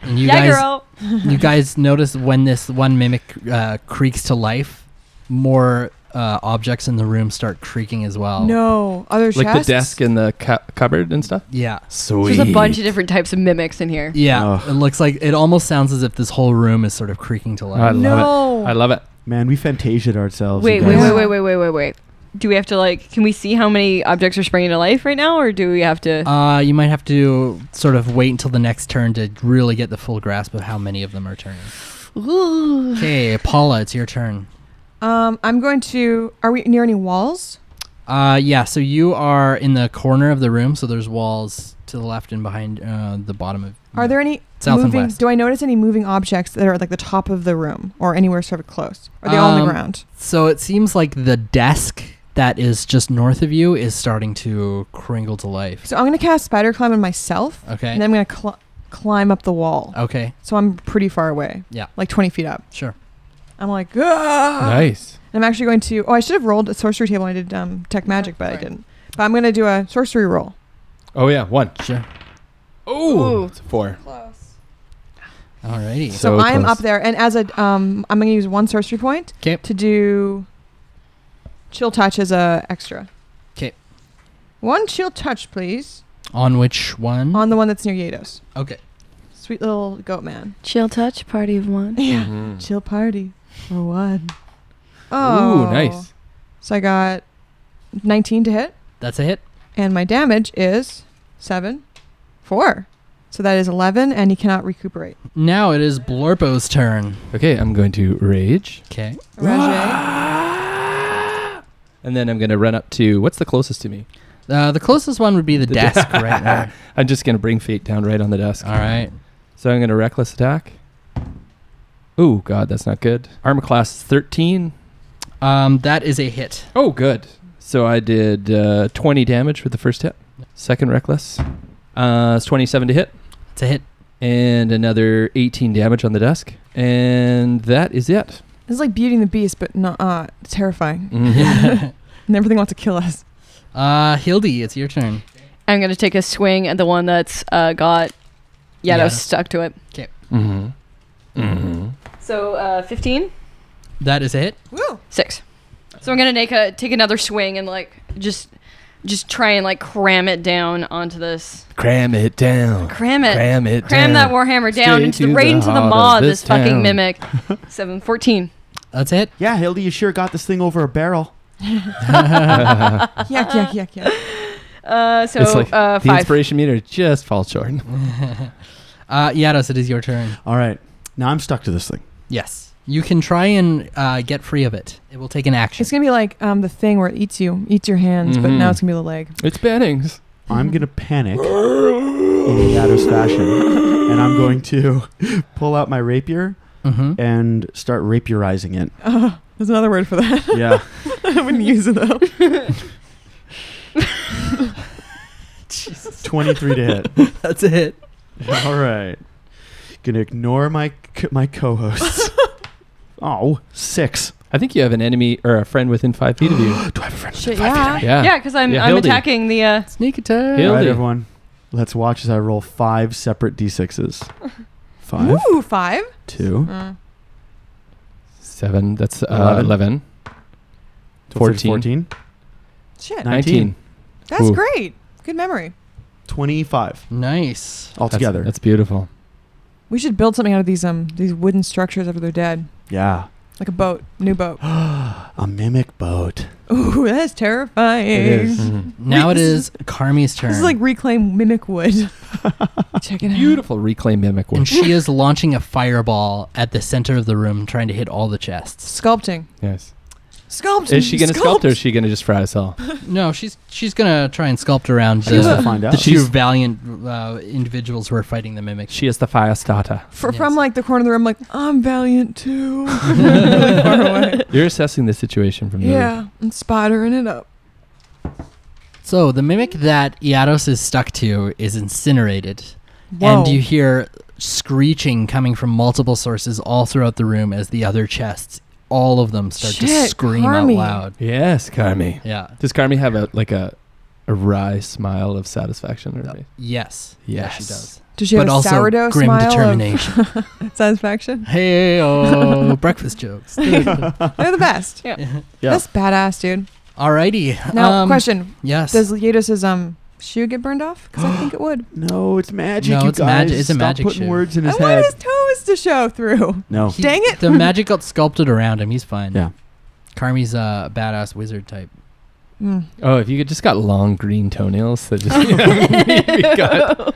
[SPEAKER 4] And you
[SPEAKER 3] yeah,
[SPEAKER 4] guys,
[SPEAKER 3] girl.
[SPEAKER 4] you guys notice when this one mimic uh, creaks to life, more uh, objects in the room start creaking as well.
[SPEAKER 5] No other
[SPEAKER 6] Like
[SPEAKER 5] chests?
[SPEAKER 6] Oh. the desk and the cu- cupboard and stuff.
[SPEAKER 4] Yeah.
[SPEAKER 8] Sweet.
[SPEAKER 3] There's a bunch of different types of mimics in here.
[SPEAKER 4] Yeah.
[SPEAKER 2] Ugh.
[SPEAKER 4] It looks like it almost sounds as if this whole room is sort of creaking to
[SPEAKER 6] I
[SPEAKER 4] life.
[SPEAKER 6] love
[SPEAKER 5] No.
[SPEAKER 6] it. I love it.
[SPEAKER 2] Man, we fantasiaed ourselves.
[SPEAKER 3] Wait,
[SPEAKER 2] you
[SPEAKER 3] wait,
[SPEAKER 2] guys.
[SPEAKER 3] wait, wait, wait, wait, wait, wait. Do we have to like? Can we see how many objects are springing to life right now, or do we have to?
[SPEAKER 4] Uh, you might have to sort of wait until the next turn to really get the full grasp of how many of them are turning.
[SPEAKER 3] Ooh.
[SPEAKER 4] Okay, Paula, it's your turn.
[SPEAKER 5] Um, I'm going to. Are we near any walls?
[SPEAKER 4] Uh, yeah, so you are in the corner of the room, so there's walls to the left and behind uh, the bottom of.
[SPEAKER 6] Mm.
[SPEAKER 5] Are there any
[SPEAKER 4] South and
[SPEAKER 5] moving?
[SPEAKER 4] west.
[SPEAKER 5] Do I notice any moving objects that are at, like the top of the room or anywhere sort of close? Are they all on the
[SPEAKER 4] Um,
[SPEAKER 5] ground?
[SPEAKER 4] So it seems like the desk that is just north of you is starting to cringle to life.
[SPEAKER 5] So I'm going to cast spider climb on myself,
[SPEAKER 4] Okay.
[SPEAKER 5] and then I'm going to cl- climb up the wall.
[SPEAKER 6] Uh.
[SPEAKER 4] Okay.
[SPEAKER 5] So I'm pretty far away.
[SPEAKER 4] Yeah.
[SPEAKER 5] like 20 feet up.
[SPEAKER 4] Sure.
[SPEAKER 5] I'm like, ah!
[SPEAKER 6] nice.
[SPEAKER 5] And I'm actually going to. Oh, I should have rolled a sorcery table. and I did um, tech magic, but I
[SPEAKER 4] Right.
[SPEAKER 5] didn't. But I'm going to do a sorcery roll.
[SPEAKER 6] Oh yeah, one.
[SPEAKER 4] Sure.
[SPEAKER 6] Oh,
[SPEAKER 3] Ooh.
[SPEAKER 6] it's a four.
[SPEAKER 5] Close.
[SPEAKER 4] Alrighty.
[SPEAKER 5] So,
[SPEAKER 6] So
[SPEAKER 5] I'm
[SPEAKER 6] close.
[SPEAKER 5] up there, and as a um, I'm going to use one sorcery point
[SPEAKER 4] 'Kay.
[SPEAKER 5] to do chill touch as a extra.
[SPEAKER 4] 'Kay.
[SPEAKER 5] One chill touch, please,
[SPEAKER 4] On which
[SPEAKER 6] Mm-hmm.
[SPEAKER 4] one?
[SPEAKER 5] on the one that's near Yados.
[SPEAKER 4] okay.
[SPEAKER 5] Sweet little goat man.
[SPEAKER 3] Chill touch party of one.
[SPEAKER 5] Yeah.
[SPEAKER 6] Mhm.
[SPEAKER 5] Chill party for one. Oh,
[SPEAKER 6] Ooh, nice.
[SPEAKER 5] So I got 19 to hit,
[SPEAKER 4] That's a hit.
[SPEAKER 5] and my damage is seven, four. So that is 11, and he cannot recuperate.
[SPEAKER 4] Now it is Blorpo's turn.
[SPEAKER 6] Okay, I'm going to rage,
[SPEAKER 4] Okay.
[SPEAKER 5] Rajay.
[SPEAKER 6] and then I'm going to run up to what's the closest to me.
[SPEAKER 4] Uh, the closest one would be the,
[SPEAKER 6] The de-
[SPEAKER 4] desk right now.
[SPEAKER 6] I'm just going to bring fate down right on the desk.
[SPEAKER 4] All right.
[SPEAKER 6] So I'm going to reckless attack. Ooh, God, that's not good. Armor class is 13.
[SPEAKER 4] Um, that is a hit.
[SPEAKER 6] Oh, good. So I did uh, 20 damage with the first hit. Second reckless. Uh, it's 27 to hit.
[SPEAKER 4] It's a hit.
[SPEAKER 6] And another 18 damage on the desk. And that is it.
[SPEAKER 5] This is like Beauty and the Beast, but not uh, terrifying.
[SPEAKER 6] Mm-hmm.
[SPEAKER 5] And everything wants to kill us.
[SPEAKER 4] Uh, Hildy, it's your turn.
[SPEAKER 3] I'm gonna take a swing at the one that's uh, got Yados
[SPEAKER 4] Yados.
[SPEAKER 3] stuck to it.
[SPEAKER 8] Mm-hmm. Mm-hmm.
[SPEAKER 3] So uh, 15,
[SPEAKER 4] That is a hit.
[SPEAKER 5] Woo!
[SPEAKER 3] six. So I'm gonna make a take another swing and like just just try and like cram it down onto this.
[SPEAKER 8] Cram it down.
[SPEAKER 3] Cram it.
[SPEAKER 8] Cram it
[SPEAKER 3] Cram
[SPEAKER 8] down.
[SPEAKER 3] that warhammer down
[SPEAKER 6] Straight
[SPEAKER 3] into
[SPEAKER 6] to
[SPEAKER 3] the right
[SPEAKER 6] the
[SPEAKER 3] into the
[SPEAKER 6] heart of
[SPEAKER 3] maw of
[SPEAKER 6] this
[SPEAKER 3] this, fucking
[SPEAKER 6] town.
[SPEAKER 3] mimic. Seven, 14.
[SPEAKER 4] That's a hit.
[SPEAKER 2] Yeah, Hildy, you sure got this thing over a barrel.
[SPEAKER 5] Yuck, yuck, yuck, yuck.
[SPEAKER 3] Uh, so
[SPEAKER 6] It's like
[SPEAKER 3] uh,
[SPEAKER 6] The
[SPEAKER 3] five.
[SPEAKER 6] inspiration meter just falls short.
[SPEAKER 4] Uh, Yados, it is your turn.
[SPEAKER 2] All right. Now I'm stuck to this thing.
[SPEAKER 4] Yes. You can try and uh, get free of it. It will take an action.
[SPEAKER 5] It's gonna be like um, the thing where it eats you, eats your hands, but now
[SPEAKER 6] Mhm.
[SPEAKER 5] it's gonna be the leg.
[SPEAKER 6] It's Bannings.
[SPEAKER 2] I'm going to panic in Yados fashion. And I'm going to pull out my rapier
[SPEAKER 4] Mm-hmm.
[SPEAKER 2] and start rapierizing it.
[SPEAKER 5] Uh, there's another word for that.
[SPEAKER 2] Yeah.
[SPEAKER 5] I wouldn't use it though.
[SPEAKER 2] 23 to hit.
[SPEAKER 4] That's a hit.
[SPEAKER 2] All right. Gonna ignore my c- my co-hosts. oh, six.
[SPEAKER 6] I think you have an enemy or a friend within five feet of you.
[SPEAKER 5] Shit, yeah.
[SPEAKER 6] Yeah.
[SPEAKER 3] Yeah, because I'm,
[SPEAKER 6] Yeah,
[SPEAKER 3] I'm
[SPEAKER 6] Hildy.
[SPEAKER 3] attacking the. Uh,
[SPEAKER 4] Sneak attack.
[SPEAKER 6] Hildy.
[SPEAKER 2] All right, everyone. Let's watch as I roll five separate d6s. Five,
[SPEAKER 5] Ooh, five.
[SPEAKER 2] two,
[SPEAKER 5] Mm.
[SPEAKER 6] Seven. That's uh,
[SPEAKER 2] Eleven.
[SPEAKER 6] 11. 14.
[SPEAKER 2] 14,
[SPEAKER 5] Shit,
[SPEAKER 2] Nine-
[SPEAKER 6] 19.
[SPEAKER 5] that's
[SPEAKER 6] Ooh.
[SPEAKER 5] great. Good memory.
[SPEAKER 2] 25
[SPEAKER 4] Nice.
[SPEAKER 6] That's-
[SPEAKER 2] altogether.
[SPEAKER 6] That's, beautiful.
[SPEAKER 5] We should build something out of these um these wooden structures after they're dead,
[SPEAKER 2] yeah.
[SPEAKER 5] like a boat, new boat.
[SPEAKER 2] A mimic boat.
[SPEAKER 5] Ooh, that's terrifying.
[SPEAKER 6] Mm-hmm.
[SPEAKER 4] Now it
[SPEAKER 5] This
[SPEAKER 4] is
[SPEAKER 5] is-
[SPEAKER 4] Carmi's turn.
[SPEAKER 5] This is like reclaim mimic wood. Check it out.
[SPEAKER 6] Beautiful reclaim mimic work.
[SPEAKER 4] and she is launching a fireball at the center of the room, trying to hit all the chests.
[SPEAKER 5] Sculpting.
[SPEAKER 6] yes.
[SPEAKER 5] Sculpting.
[SPEAKER 6] Is she going to sculpt
[SPEAKER 5] her?
[SPEAKER 6] or is she going to just fry us all?
[SPEAKER 4] No, she's she's gonna try and sculpt around
[SPEAKER 2] I guess we'll
[SPEAKER 4] the,
[SPEAKER 2] find
[SPEAKER 4] the
[SPEAKER 2] out.
[SPEAKER 4] two valiant uh, individuals who are fighting the mimic.
[SPEAKER 6] She is the fire starter.
[SPEAKER 5] For,
[SPEAKER 4] Yes.
[SPEAKER 5] From like the corner of the room, like I'm valiant too. Really far away.
[SPEAKER 6] You're assessing the situation from the
[SPEAKER 5] Yeah, I'm spidering it up.
[SPEAKER 4] So the mimic that Iados is stuck to is incinerated,
[SPEAKER 5] Whoa.
[SPEAKER 4] and you hear screeching coming from multiple sources all throughout the room as the other chests, all of them, start to
[SPEAKER 5] Shit,
[SPEAKER 4] scream
[SPEAKER 5] Carmi.
[SPEAKER 4] out loud.
[SPEAKER 8] Yes, Carmi.
[SPEAKER 4] Yeah.
[SPEAKER 6] Does Carmi have a like a a wry smile of satisfaction? Or
[SPEAKER 4] Yes. Yeah, she
[SPEAKER 6] Yes.
[SPEAKER 4] does.
[SPEAKER 5] Does she have
[SPEAKER 4] but
[SPEAKER 5] a
[SPEAKER 4] also
[SPEAKER 5] sourdough
[SPEAKER 4] grim
[SPEAKER 5] smile
[SPEAKER 4] determination.
[SPEAKER 5] of satisfaction?
[SPEAKER 4] hey, oh, breakfast jokes.
[SPEAKER 5] They're the best.
[SPEAKER 3] Yeah.
[SPEAKER 2] Yeah.
[SPEAKER 5] That's badass, dude.
[SPEAKER 4] Alrighty.
[SPEAKER 5] Now,
[SPEAKER 4] um,
[SPEAKER 5] question:
[SPEAKER 4] Yes.
[SPEAKER 5] Does Yados's um shoe get burned off? Because I think it would.
[SPEAKER 2] No, it's magic.
[SPEAKER 4] No,
[SPEAKER 2] you
[SPEAKER 4] it's
[SPEAKER 2] guys.
[SPEAKER 4] magi- it's a
[SPEAKER 2] Stop
[SPEAKER 4] magic
[SPEAKER 2] putting
[SPEAKER 4] shoe.
[SPEAKER 2] words in
[SPEAKER 5] I
[SPEAKER 2] his
[SPEAKER 5] want
[SPEAKER 2] head.
[SPEAKER 5] his toes to show through.
[SPEAKER 2] no.
[SPEAKER 4] He-
[SPEAKER 5] Dang it.
[SPEAKER 4] The magic got sculpted around him. He's fine.
[SPEAKER 2] Yeah.
[SPEAKER 4] Carmi's a badass wizard type.
[SPEAKER 5] Mm.
[SPEAKER 6] Oh, if you could just got long green toenails that just we got.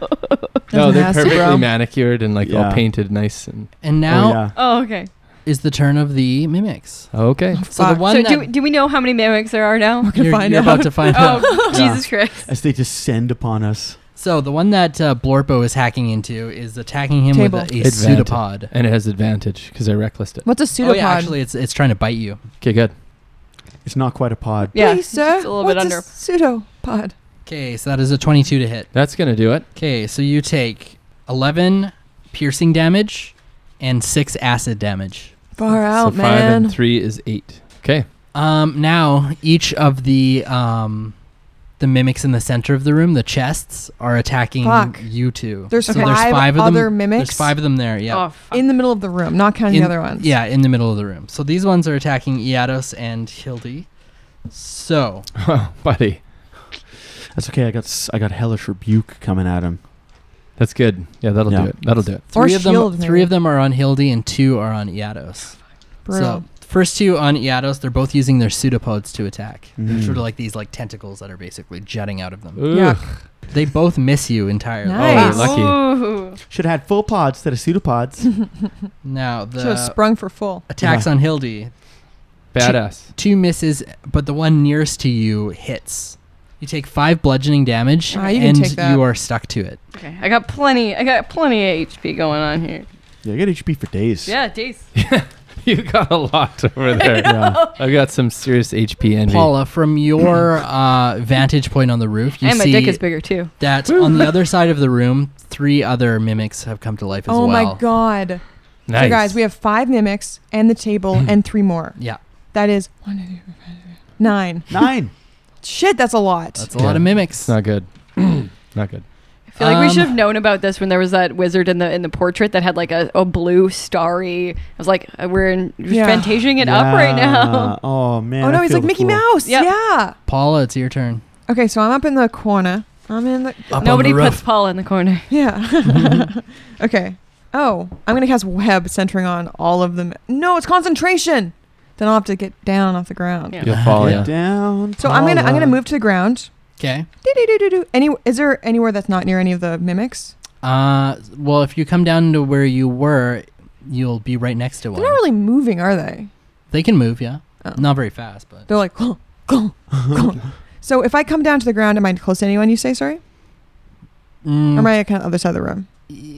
[SPEAKER 6] No,
[SPEAKER 5] That's
[SPEAKER 6] they're
[SPEAKER 5] nasty,
[SPEAKER 6] perfectly
[SPEAKER 5] bro.
[SPEAKER 6] manicured and like all
[SPEAKER 2] Yeah.
[SPEAKER 6] painted nice and
[SPEAKER 4] And
[SPEAKER 2] Oh,
[SPEAKER 4] now
[SPEAKER 2] yeah.
[SPEAKER 3] Oh, okay.
[SPEAKER 4] is the turn of the mimics.
[SPEAKER 6] okay.
[SPEAKER 4] So the
[SPEAKER 5] Fuck.
[SPEAKER 4] one
[SPEAKER 3] so
[SPEAKER 4] that
[SPEAKER 3] do, do we know how many mimics there are now?
[SPEAKER 5] gonna
[SPEAKER 4] you're,
[SPEAKER 5] find
[SPEAKER 4] you're
[SPEAKER 5] out.
[SPEAKER 4] about to find out.
[SPEAKER 3] Oh,
[SPEAKER 2] Yeah.
[SPEAKER 3] Jesus Christ.
[SPEAKER 2] As they descend upon us.
[SPEAKER 4] So the one that uh, Blorpo is hacking into is attacking him
[SPEAKER 5] Table.
[SPEAKER 4] with a, a
[SPEAKER 6] Advantage.
[SPEAKER 4] pseudopod.
[SPEAKER 6] And it has advantage because I reckless it.
[SPEAKER 5] What's a
[SPEAKER 4] Oh
[SPEAKER 5] pseudopod?
[SPEAKER 4] yeah, actually, it's it's trying to bite you.
[SPEAKER 6] Okay, good.
[SPEAKER 2] It's not quite a pod.
[SPEAKER 3] Yeah,
[SPEAKER 5] Please, sir.
[SPEAKER 3] just a little bit
[SPEAKER 5] what's
[SPEAKER 3] under.
[SPEAKER 5] A pseudopod.
[SPEAKER 4] Okay, so that is a 22 to hit.
[SPEAKER 6] That's gonna do it.
[SPEAKER 4] Okay, so you take 11 piercing damage and six acid damage.
[SPEAKER 5] Far out,
[SPEAKER 6] so five
[SPEAKER 5] man.
[SPEAKER 6] and three is eight. Okay.
[SPEAKER 4] Um, now each of the um, the mimics in the center of the room, the chests, are attacking
[SPEAKER 5] Fuck.
[SPEAKER 4] you two.
[SPEAKER 5] There's
[SPEAKER 4] so
[SPEAKER 5] five,
[SPEAKER 4] there's five of
[SPEAKER 5] other
[SPEAKER 4] them.
[SPEAKER 5] mimics
[SPEAKER 4] There's five of them there. Yeah.
[SPEAKER 3] Oh, fuck.
[SPEAKER 5] in the middle of the room, not counting
[SPEAKER 4] In-
[SPEAKER 5] the other ones.
[SPEAKER 4] Yeah, in the middle of the room. So these ones are attacking Iados and Hildy. So
[SPEAKER 6] Oh, buddy.
[SPEAKER 2] That's okay. I got s- I got hellish rebuke coming at him.
[SPEAKER 6] That's good. Yeah, that'll
[SPEAKER 2] Yeah.
[SPEAKER 6] do it. That'll do it.
[SPEAKER 5] Or
[SPEAKER 4] three of them,
[SPEAKER 5] shield,
[SPEAKER 4] three
[SPEAKER 5] maybe.
[SPEAKER 4] of them are on Hildy, and two are on Iados.
[SPEAKER 5] Brutal.
[SPEAKER 4] So first two on Iados, they're both using their pseudopods to attack. They're
[SPEAKER 2] Mm.
[SPEAKER 4] sort of like these like tentacles that are basically jutting out of them.
[SPEAKER 6] Ooh.
[SPEAKER 5] Yuck.
[SPEAKER 4] They both miss you entirely.
[SPEAKER 5] Nice. Oh,
[SPEAKER 6] lucky.
[SPEAKER 3] Ooh.
[SPEAKER 2] Should have had full pods instead of pseudopods.
[SPEAKER 4] Now the
[SPEAKER 5] Should have sprung for full.
[SPEAKER 4] attacks on Hildy,
[SPEAKER 6] Badass.
[SPEAKER 4] two misses, but the one nearest to you hits. You take five bludgeoning damage,
[SPEAKER 5] Ah, you can
[SPEAKER 4] and
[SPEAKER 5] take that.
[SPEAKER 4] you are stuck to it.
[SPEAKER 3] Okay. I got plenty. I got plenty of HP going on here.
[SPEAKER 2] yeah, I got HP for days.
[SPEAKER 3] Yeah, Dace.
[SPEAKER 6] you got a lot over there.
[SPEAKER 2] Yeah.
[SPEAKER 6] I've got some serious HP envy.
[SPEAKER 4] Paula, from your uh, vantage point on the roof, you
[SPEAKER 3] and my
[SPEAKER 4] see
[SPEAKER 3] dick is bigger too.
[SPEAKER 4] that on the other side of the room, three other mimics have come to life as
[SPEAKER 5] Oh
[SPEAKER 4] well.
[SPEAKER 5] my god.
[SPEAKER 6] Nice.
[SPEAKER 5] So guys, we have five mimics and the table and three more.
[SPEAKER 4] Yeah,
[SPEAKER 5] That is one, two, three, four, five, six, nine.
[SPEAKER 2] Nine.
[SPEAKER 5] Shit, that's a lot.
[SPEAKER 4] that's a
[SPEAKER 6] Yeah.
[SPEAKER 4] lot of
[SPEAKER 6] it's
[SPEAKER 4] mimics.
[SPEAKER 6] not good. not good.
[SPEAKER 3] I feel like
[SPEAKER 4] Um,
[SPEAKER 3] we should have known about this when there was that wizard in the in the portrait that had like a, a blue starry. I was like, uh, we're in we're
[SPEAKER 5] Yeah.
[SPEAKER 3] fantasiaing it up right now.
[SPEAKER 2] Yeah. Oh man.
[SPEAKER 5] oh no,
[SPEAKER 2] I
[SPEAKER 5] he's
[SPEAKER 2] feel
[SPEAKER 5] like
[SPEAKER 2] the
[SPEAKER 5] Mickey
[SPEAKER 2] floor.
[SPEAKER 5] Mouse.
[SPEAKER 3] Yep.
[SPEAKER 5] Yeah.
[SPEAKER 4] Paula, it's your turn.
[SPEAKER 5] Okay, so I'm up in the corner. I'm in the
[SPEAKER 4] Up
[SPEAKER 3] Nobody
[SPEAKER 4] on the
[SPEAKER 3] puts
[SPEAKER 4] roof.
[SPEAKER 3] Paul in the corner.
[SPEAKER 5] Yeah. okay. Oh, I'm gonna cast web centering on all of them. No, it's concentration. Then I'll have to get down off the ground.
[SPEAKER 3] Yeah.
[SPEAKER 6] You'll fall.
[SPEAKER 2] Get
[SPEAKER 6] Yeah.
[SPEAKER 2] down.
[SPEAKER 5] So I'm gonna I'm gonna
[SPEAKER 2] Paula.
[SPEAKER 5] move to the ground.
[SPEAKER 4] Okay.
[SPEAKER 5] Do-do-do-do-do. Any is there anywhere that's not near any of the mimics?
[SPEAKER 4] Uh, well, if you come down to where you were, you'll be right next to
[SPEAKER 5] They're
[SPEAKER 4] one.
[SPEAKER 5] not really moving, are they?
[SPEAKER 4] They can move, yeah.
[SPEAKER 5] Oh.
[SPEAKER 4] Not very fast, but
[SPEAKER 5] They're like, "Huh, huh, huh." so if I come down to the ground, am I close to anyone? You say sorry,
[SPEAKER 6] Mm.
[SPEAKER 5] or am I kind of other side of the room?
[SPEAKER 4] mm,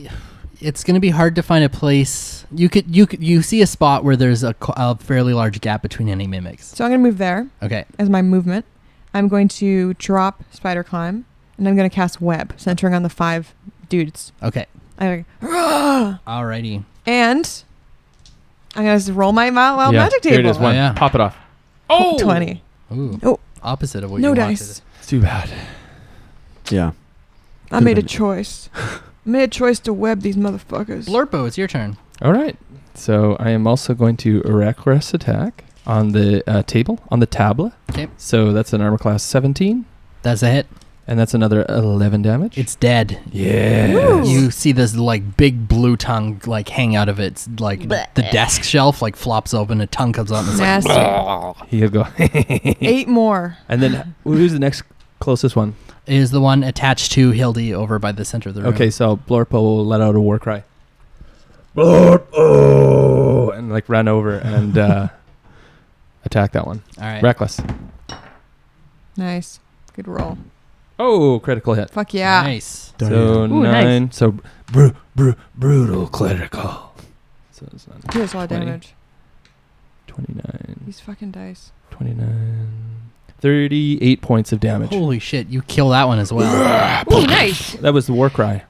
[SPEAKER 4] it's going to be hard to find a place. You could you could, you see a spot where there's a, co- a fairly large gap between any mimics.
[SPEAKER 5] So I'm gonna move there
[SPEAKER 4] Okay.
[SPEAKER 5] as my movement. I'm going to drop spider climb, and I'm gonna cast web centering on the five dudes.
[SPEAKER 4] Okay.
[SPEAKER 5] I'm like, "Rah!"
[SPEAKER 4] Alrighty.
[SPEAKER 5] and I'm gonna just roll my wild, wild
[SPEAKER 6] Yeah,
[SPEAKER 5] magic
[SPEAKER 6] Here
[SPEAKER 5] table.
[SPEAKER 6] it is. One.
[SPEAKER 4] Oh, yeah.
[SPEAKER 6] Pop it off.
[SPEAKER 5] Oh, 20.
[SPEAKER 4] Ooh.
[SPEAKER 5] Oh.
[SPEAKER 4] Opposite of what
[SPEAKER 5] no
[SPEAKER 4] you
[SPEAKER 5] dice.
[SPEAKER 6] It's too bad.
[SPEAKER 2] Yeah.
[SPEAKER 5] I made a choice. I made a choice to web these motherfuckers.
[SPEAKER 4] Blurpo, it's your turn.
[SPEAKER 6] All right. So I am also going to reckless attack on the uh, table on the tablet.
[SPEAKER 4] Okay.
[SPEAKER 6] So that's an armor class 17,
[SPEAKER 4] That's a hit.
[SPEAKER 6] and that's another 11 damage.
[SPEAKER 4] It's dead.
[SPEAKER 8] Yes.
[SPEAKER 4] You see this like big blue tongue like hang out of its like
[SPEAKER 3] Bleh.
[SPEAKER 4] the desk shelf like flops open. A tongue comes out. And it's like,
[SPEAKER 5] Nasty.
[SPEAKER 6] Here you go.
[SPEAKER 5] Eight more.
[SPEAKER 6] and then who's the next closest one?
[SPEAKER 4] is the one attached to Hildy over by the center of the room.
[SPEAKER 6] Okay, so Blorpo will let out a war cry. Blorpo! And like run over and uh, attack that one.
[SPEAKER 4] All right.
[SPEAKER 6] Reckless.
[SPEAKER 5] Nice. Good roll.
[SPEAKER 6] Oh, critical hit.
[SPEAKER 5] Fuck yeah.
[SPEAKER 4] Nice.
[SPEAKER 2] Darn
[SPEAKER 6] So
[SPEAKER 3] Ooh, nice.
[SPEAKER 6] nine. So
[SPEAKER 8] Bru- bru- brutal clerical.
[SPEAKER 6] so it's not
[SPEAKER 5] He does a lot of
[SPEAKER 6] 20.
[SPEAKER 5] damage.
[SPEAKER 6] 29,
[SPEAKER 5] These fucking dice.
[SPEAKER 6] 29, 38 points of damage.
[SPEAKER 4] Holy shit! You kill that one as well.
[SPEAKER 3] Ooh, nice.
[SPEAKER 6] That was the war cry.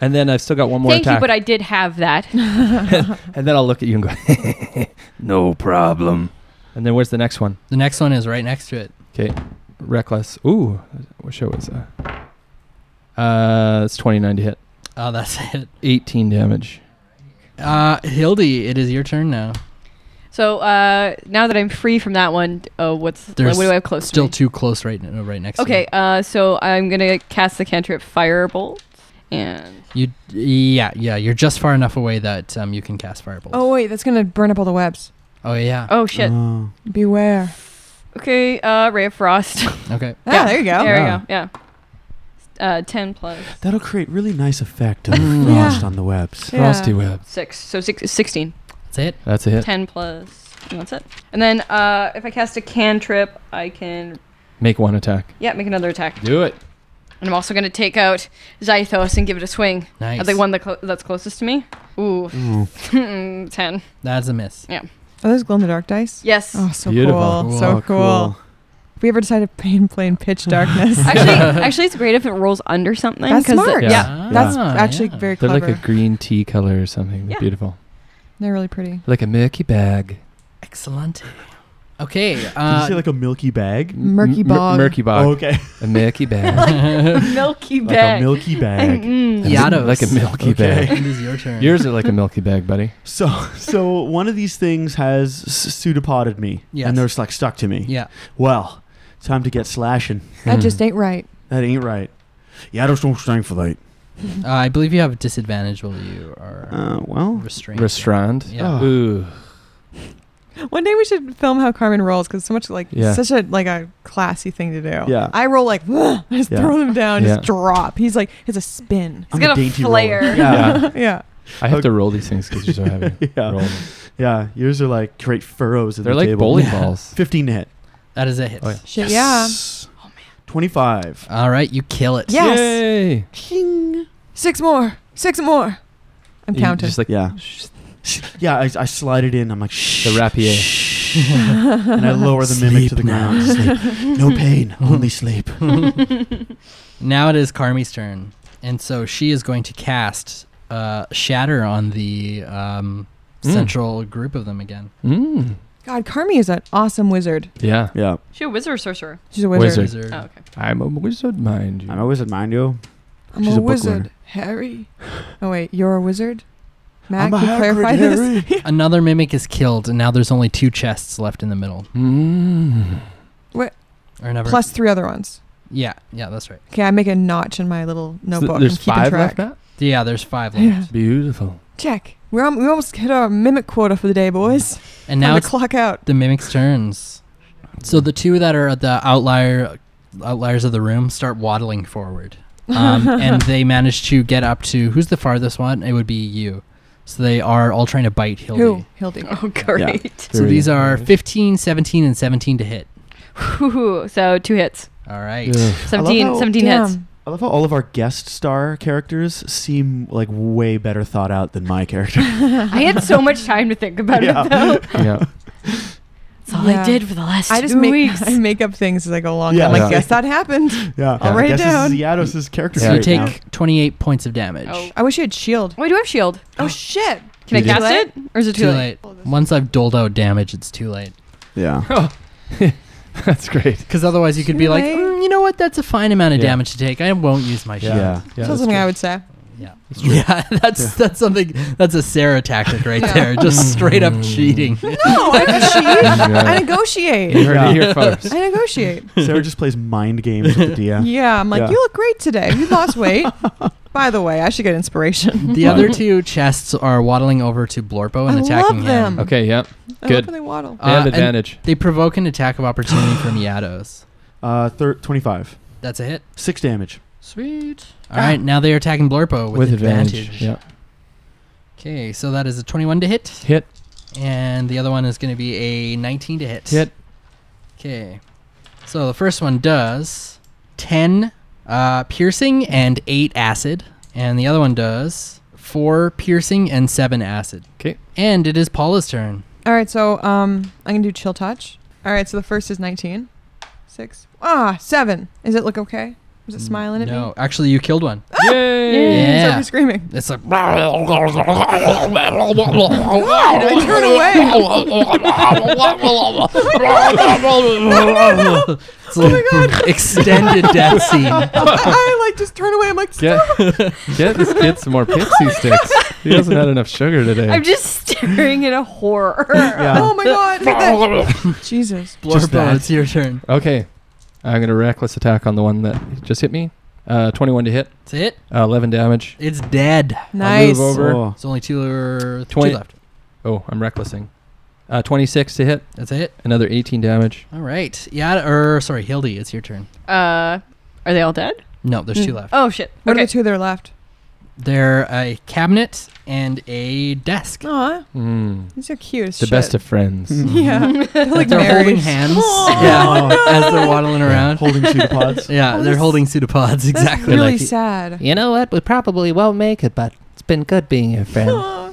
[SPEAKER 6] And then I've still got one more
[SPEAKER 3] Thank you,
[SPEAKER 6] attack.
[SPEAKER 3] but I did have that.
[SPEAKER 6] and then I'll look at you and go.
[SPEAKER 8] No problem.
[SPEAKER 6] and then where's the next one?
[SPEAKER 4] the next one is right next to it.
[SPEAKER 6] Reckless. Ooh, what show is that? Uh, it's 29 to hit.
[SPEAKER 4] Oh, that's it.
[SPEAKER 6] 18 damage.
[SPEAKER 4] Uh, Hildy, it is your turn now.
[SPEAKER 3] So uh, now that I'm free from that one, uh, what's
[SPEAKER 4] There's
[SPEAKER 3] what do I have close?
[SPEAKER 4] Still
[SPEAKER 3] to me?
[SPEAKER 4] too close right now, right next.
[SPEAKER 3] Okay,
[SPEAKER 4] To
[SPEAKER 3] uh, so I'm gonna cast the cantrip firebolt, and
[SPEAKER 4] you. you. Yeah, yeah. You're just far enough away that um, you can cast fireballs.
[SPEAKER 5] Oh, wait. That's going to burn up all the webs.
[SPEAKER 4] Oh yeah.
[SPEAKER 3] oh shit.
[SPEAKER 2] Oh.
[SPEAKER 5] Beware.
[SPEAKER 3] Okay, uh, ray of frost.
[SPEAKER 4] Okay.
[SPEAKER 5] Ah,
[SPEAKER 3] Yeah.
[SPEAKER 5] there you go.
[SPEAKER 3] there
[SPEAKER 6] Yeah.
[SPEAKER 3] we go. Yeah. Uh, ten plus
[SPEAKER 2] That'll create really nice effect of
[SPEAKER 4] Mm.
[SPEAKER 2] frost
[SPEAKER 5] Yeah.
[SPEAKER 2] on the webs.
[SPEAKER 5] Yeah.
[SPEAKER 6] Frosty web.
[SPEAKER 3] six, so six, 16.
[SPEAKER 4] That's it.
[SPEAKER 6] That's a hit.
[SPEAKER 3] Ten plus. And that's it. And then uh, if I cast a cantrip, I can
[SPEAKER 6] Make one attack.
[SPEAKER 3] yeah make another attack.
[SPEAKER 6] Do it.
[SPEAKER 3] And I'm also gonna take out Zythos and give it a swing
[SPEAKER 4] Nice.
[SPEAKER 3] at the one that clo- that's closest to me. Ooh,
[SPEAKER 2] Oh,
[SPEAKER 3] ten.
[SPEAKER 4] That's a miss.
[SPEAKER 5] Oh, those glow in the dark dice?
[SPEAKER 3] Yes.
[SPEAKER 5] Oh, so
[SPEAKER 6] Beautiful.
[SPEAKER 5] cool.
[SPEAKER 4] Cool.
[SPEAKER 5] So
[SPEAKER 6] Oh,
[SPEAKER 5] cool. If we ever decide to play and play in pitch darkness,
[SPEAKER 3] actually, actually, it's great if it rolls under something.
[SPEAKER 5] that's
[SPEAKER 3] 'cause
[SPEAKER 5] smart.
[SPEAKER 3] the-
[SPEAKER 6] Yeah.
[SPEAKER 5] That's
[SPEAKER 4] Ah,
[SPEAKER 5] actually
[SPEAKER 4] yeah.
[SPEAKER 5] very
[SPEAKER 6] They're
[SPEAKER 5] clever.
[SPEAKER 6] like a green tea color or something. They're
[SPEAKER 3] Yeah.
[SPEAKER 6] Beautiful.
[SPEAKER 5] They're really pretty.
[SPEAKER 6] Like a murky bag.
[SPEAKER 4] Excellent. Okay.
[SPEAKER 2] Did you
[SPEAKER 4] Uh,
[SPEAKER 2] say like a milky bag?
[SPEAKER 5] Murky bog.
[SPEAKER 6] murky bog.
[SPEAKER 2] Oh, okay.
[SPEAKER 6] A murky bag.
[SPEAKER 3] Milky
[SPEAKER 2] like
[SPEAKER 3] bag.
[SPEAKER 2] a milky bag.
[SPEAKER 3] Mm.
[SPEAKER 4] Yados.
[SPEAKER 6] like a milky
[SPEAKER 2] Okay.
[SPEAKER 6] bag.
[SPEAKER 4] it is your turn.
[SPEAKER 6] Yours are like a milky bag, buddy.
[SPEAKER 2] so so one of these things has s- pseudopoded me.
[SPEAKER 4] Yes.
[SPEAKER 2] And they're like stuck to me.
[SPEAKER 4] yeah.
[SPEAKER 2] Well, time to get slashing.
[SPEAKER 6] Hmm.
[SPEAKER 5] That just ain't right.
[SPEAKER 2] That ain't right. Yeah, I just don't stand for that.
[SPEAKER 4] Uh, I believe you have disadvantage while you are
[SPEAKER 2] Uh, well,
[SPEAKER 4] restrained.
[SPEAKER 6] Restrand.
[SPEAKER 4] Yeah.
[SPEAKER 2] Oh.
[SPEAKER 6] Ooh.
[SPEAKER 5] One day we should film how Carmen rolls because so much like
[SPEAKER 6] Yeah.
[SPEAKER 5] such a like a classy thing to do.
[SPEAKER 2] Yeah.
[SPEAKER 5] I roll like I just
[SPEAKER 2] Yeah.
[SPEAKER 5] throw them down,
[SPEAKER 6] Yeah.
[SPEAKER 5] just drop. He's like it's a spin.
[SPEAKER 3] It's
[SPEAKER 2] I'm
[SPEAKER 3] got
[SPEAKER 2] a
[SPEAKER 3] a
[SPEAKER 2] dainty
[SPEAKER 3] flair.
[SPEAKER 2] roller. Yeah.
[SPEAKER 6] Yeah.
[SPEAKER 5] yeah.
[SPEAKER 6] I have to roll these things because you're so heavy.
[SPEAKER 2] yeah.
[SPEAKER 6] Roll them.
[SPEAKER 2] Yeah. Yours are like great furrows. At
[SPEAKER 6] They're
[SPEAKER 2] the
[SPEAKER 6] like
[SPEAKER 2] table.
[SPEAKER 6] bowling
[SPEAKER 4] Yeah.
[SPEAKER 6] balls.
[SPEAKER 2] 15 to hit.
[SPEAKER 4] That is a hit.
[SPEAKER 6] Oh, yeah.
[SPEAKER 5] Shit.
[SPEAKER 2] 25.
[SPEAKER 4] All right, you kill it.
[SPEAKER 5] Yeah. Yes.
[SPEAKER 6] Yay.
[SPEAKER 5] Yeah. Six more. Six more. I'm
[SPEAKER 6] You
[SPEAKER 5] counting.
[SPEAKER 6] Just like
[SPEAKER 2] Yeah. Yeah, I, I slide it in. I'm like, shh.
[SPEAKER 6] The rapier.
[SPEAKER 2] shh." and I lower the mimic to the Sleep now. ground. Sleep. No pain, only sleep.
[SPEAKER 4] Now it is Carmi's turn, and so she is going to cast uh, Shatter on the um,
[SPEAKER 6] Mm.
[SPEAKER 4] central group of them again.
[SPEAKER 6] Mm.
[SPEAKER 5] God, Carmi is an awesome wizard.
[SPEAKER 6] Yeah.
[SPEAKER 2] Yeah.
[SPEAKER 3] She a wizard or sorcerer?
[SPEAKER 5] She's a wizard.
[SPEAKER 6] Wizard.
[SPEAKER 3] Oh, okay.
[SPEAKER 6] I'm a wizard, mind you.
[SPEAKER 2] I'm a wizard, mind you.
[SPEAKER 5] I'm
[SPEAKER 2] She's
[SPEAKER 5] a,
[SPEAKER 2] a book
[SPEAKER 5] wizard.
[SPEAKER 2] learner.
[SPEAKER 5] Harry. Oh wait, you're a wizard. Mac,
[SPEAKER 2] I'm a
[SPEAKER 5] you clarify
[SPEAKER 2] Hagrid,
[SPEAKER 5] this.
[SPEAKER 2] Harry.
[SPEAKER 4] Another mimic is killed, and now there's only two chests left in the middle.
[SPEAKER 6] Mm.
[SPEAKER 4] Or never.
[SPEAKER 5] Plus three other ones.
[SPEAKER 4] Yeah, yeah, that's right.
[SPEAKER 5] Okay, I make a notch in my little notebook.
[SPEAKER 6] So there's
[SPEAKER 5] I'm keeping
[SPEAKER 6] five
[SPEAKER 5] track.
[SPEAKER 6] left now?
[SPEAKER 4] Yeah, there's five left.
[SPEAKER 5] Yeah.
[SPEAKER 6] Beautiful.
[SPEAKER 5] Check. We're al- we almost hit our mimic quota for the day, boys.
[SPEAKER 4] And
[SPEAKER 5] Time
[SPEAKER 4] now
[SPEAKER 5] to
[SPEAKER 4] it's
[SPEAKER 5] clock out.
[SPEAKER 4] the mimic's turns. So the two that are the outlier outliers of the room start waddling forward, um, and they manage to get up to who's the farthest one? It would be you. So they are all trying to bite Hildy.
[SPEAKER 5] Who? Hildy.
[SPEAKER 3] Oh, great.
[SPEAKER 4] So these are
[SPEAKER 6] Nice.
[SPEAKER 4] 15, 17, and 17 to hit.
[SPEAKER 3] Ooh, so two hits.
[SPEAKER 4] All right.
[SPEAKER 6] Yeah.
[SPEAKER 3] 17,
[SPEAKER 2] how-
[SPEAKER 3] 17 hits.
[SPEAKER 5] Damn.
[SPEAKER 2] I love how all of our guest star characters seem like way better thought out than my character.
[SPEAKER 3] I had so much time to think about
[SPEAKER 2] Yeah.
[SPEAKER 3] it, though.
[SPEAKER 6] yeah.
[SPEAKER 3] That's all
[SPEAKER 5] Yeah.
[SPEAKER 3] I did for the last
[SPEAKER 5] I just
[SPEAKER 3] two
[SPEAKER 5] make
[SPEAKER 3] weeks.
[SPEAKER 5] I make up things as I go along.
[SPEAKER 2] Yeah.
[SPEAKER 5] I'm like,
[SPEAKER 6] Yeah.
[SPEAKER 5] guess that happened.
[SPEAKER 2] yeah.
[SPEAKER 5] I'll write it down.
[SPEAKER 2] This is Yados's character.
[SPEAKER 4] So
[SPEAKER 6] Yeah.
[SPEAKER 4] you
[SPEAKER 2] right
[SPEAKER 4] take
[SPEAKER 2] now.
[SPEAKER 4] 28 points of damage.
[SPEAKER 3] Oh.
[SPEAKER 5] I wish you had shield.
[SPEAKER 3] Oh, I do have shield.
[SPEAKER 5] Oh shit!
[SPEAKER 3] Can I
[SPEAKER 6] You did.
[SPEAKER 3] cast it? Or is it
[SPEAKER 4] Too late. Once I've doled out damage, it's too late.
[SPEAKER 2] Yeah.
[SPEAKER 6] That's great.
[SPEAKER 4] Because otherwise you could be
[SPEAKER 5] Too
[SPEAKER 4] like,
[SPEAKER 5] late.
[SPEAKER 4] "Mm, you you know what? That's a fine amount of
[SPEAKER 6] Yeah.
[SPEAKER 4] damage to take. I won't use my
[SPEAKER 6] Yeah.
[SPEAKER 4] shield.
[SPEAKER 2] Yeah.
[SPEAKER 6] Yeah,
[SPEAKER 5] that's
[SPEAKER 6] that's
[SPEAKER 5] something I
[SPEAKER 6] true.
[SPEAKER 5] would say.
[SPEAKER 4] Yeah, yeah. That's that's something. That's a Sarah tactic right
[SPEAKER 5] Yeah.
[SPEAKER 4] there. Just straight up cheating.
[SPEAKER 5] No, I negotiate. I negotiate.
[SPEAKER 6] Yeah. You heard
[SPEAKER 2] Yeah.
[SPEAKER 6] it here first.
[SPEAKER 5] I negotiate.
[SPEAKER 2] Sarah just plays mind games with the DM.
[SPEAKER 5] Yeah, I'm like,
[SPEAKER 2] Yeah.
[SPEAKER 5] you look great today. You lost weight. By the way, I should get inspiration.
[SPEAKER 4] The other two chests are waddling over to Blorpo and
[SPEAKER 5] I
[SPEAKER 4] attacking
[SPEAKER 5] love
[SPEAKER 4] him.
[SPEAKER 5] them.
[SPEAKER 6] Okay, yeah.
[SPEAKER 5] I
[SPEAKER 6] Good.
[SPEAKER 5] love when they waddle.
[SPEAKER 6] They have
[SPEAKER 4] Uh, and
[SPEAKER 6] advantage.
[SPEAKER 4] they provoke an attack of opportunity from Yados.
[SPEAKER 2] Uh, thir- 25.
[SPEAKER 4] That's a hit.
[SPEAKER 2] Six damage.
[SPEAKER 4] Sweet.
[SPEAKER 5] Ah.
[SPEAKER 4] All right, now they're attacking Blorpo with, advantage.
[SPEAKER 6] Yeah.
[SPEAKER 4] Okay, so that is a 21 to hit,
[SPEAKER 6] Hit.
[SPEAKER 4] and the other one is going to be a 19 to hit.
[SPEAKER 6] Hit.
[SPEAKER 4] Okay, so the first one does 10 uh, piercing and 8 acid, and the other one does 4 piercing and 7 acid.
[SPEAKER 6] 'Kay.
[SPEAKER 4] And it is Paula's turn.
[SPEAKER 5] All right, so um, I'm gonna do chill touch. All right, so the first is 19, six, ah, seven. Is it look okay? Is it smiling at me?
[SPEAKER 4] No, actually, you killed one.
[SPEAKER 6] Yay!
[SPEAKER 5] It's
[SPEAKER 4] Yeah.
[SPEAKER 5] over screaming.
[SPEAKER 4] It's like.
[SPEAKER 5] God, I turn away. Oh
[SPEAKER 4] It's a little extended death scene.
[SPEAKER 5] I like just turn away. I'm like,
[SPEAKER 6] Get, get this kid some more
[SPEAKER 5] Oh
[SPEAKER 6] pixie sticks. He hasn't had enough sugar today.
[SPEAKER 3] I'm just staring in a horror.
[SPEAKER 5] oh my god. look at that. Jesus.
[SPEAKER 2] Just
[SPEAKER 4] Blorpo,
[SPEAKER 2] that.
[SPEAKER 4] it's your turn.
[SPEAKER 6] okay. I'm going to reckless attack on the one that just hit me. Uh, 21 to hit,
[SPEAKER 4] That's it.
[SPEAKER 6] uh, 11 damage.
[SPEAKER 4] It's dead.
[SPEAKER 5] Nice.
[SPEAKER 6] over.
[SPEAKER 2] Oh.
[SPEAKER 4] It's only two or
[SPEAKER 6] Twenty-
[SPEAKER 4] two left.
[SPEAKER 6] Oh, I'm recklessing. Uh, 26 to hit,
[SPEAKER 4] That's it.
[SPEAKER 6] another 18 damage.
[SPEAKER 4] All right. Yeah. Or sorry, Hildy, it's your turn.
[SPEAKER 3] Uh, are they all dead?
[SPEAKER 4] No, there's
[SPEAKER 3] Mm.
[SPEAKER 4] two
[SPEAKER 5] Hmm.
[SPEAKER 4] left.
[SPEAKER 3] Oh shit.
[SPEAKER 5] What are
[SPEAKER 3] okay.
[SPEAKER 5] the two that are left?
[SPEAKER 4] They're a cabinet and a desk.
[SPEAKER 5] Aw,
[SPEAKER 6] Mm.
[SPEAKER 5] these are cute. As
[SPEAKER 6] The
[SPEAKER 5] shit. Hmm.
[SPEAKER 6] best of friends.
[SPEAKER 2] Oh.
[SPEAKER 5] Yeah. They're like
[SPEAKER 4] they're holding
[SPEAKER 5] married.
[SPEAKER 4] hands.
[SPEAKER 5] Aw.
[SPEAKER 4] Yeah. As they're waddling around.
[SPEAKER 2] Holding pseudopods.
[SPEAKER 4] Yeah,
[SPEAKER 5] Oh,
[SPEAKER 4] they're
[SPEAKER 5] that's-
[SPEAKER 4] holding pseudopods.
[SPEAKER 5] That's
[SPEAKER 4] Exactly.
[SPEAKER 5] really
[SPEAKER 4] like-
[SPEAKER 5] sad.
[SPEAKER 7] You know what? We probably won't make it, but it's been good being your friend.
[SPEAKER 5] Aw,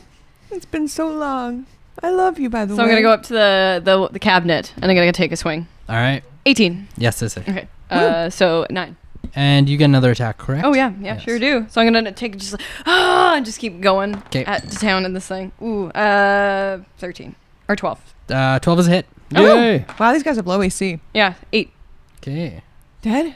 [SPEAKER 5] it's been so long. I love you, by the
[SPEAKER 3] So
[SPEAKER 5] way.
[SPEAKER 3] I'm gonna go up to the, the the cabinet and I'm gonna take a swing.
[SPEAKER 4] All right.
[SPEAKER 3] 18.
[SPEAKER 4] Yes, that's it.
[SPEAKER 3] Okay. Uh, so nine.
[SPEAKER 4] And you get another attack, correct?
[SPEAKER 3] Oh yeah, yeah,
[SPEAKER 4] Yes.
[SPEAKER 3] sure do. So I'm gonna take just like, ah, and just keep going
[SPEAKER 4] 'Kay.
[SPEAKER 3] at to town in this thing. Ooh, uh, 13 or 12.
[SPEAKER 4] Uh, Twelve is a hit.
[SPEAKER 6] Yay!
[SPEAKER 5] Wow, these guys have low AC.
[SPEAKER 3] Yeah, eight.
[SPEAKER 4] Okay.
[SPEAKER 5] Dead?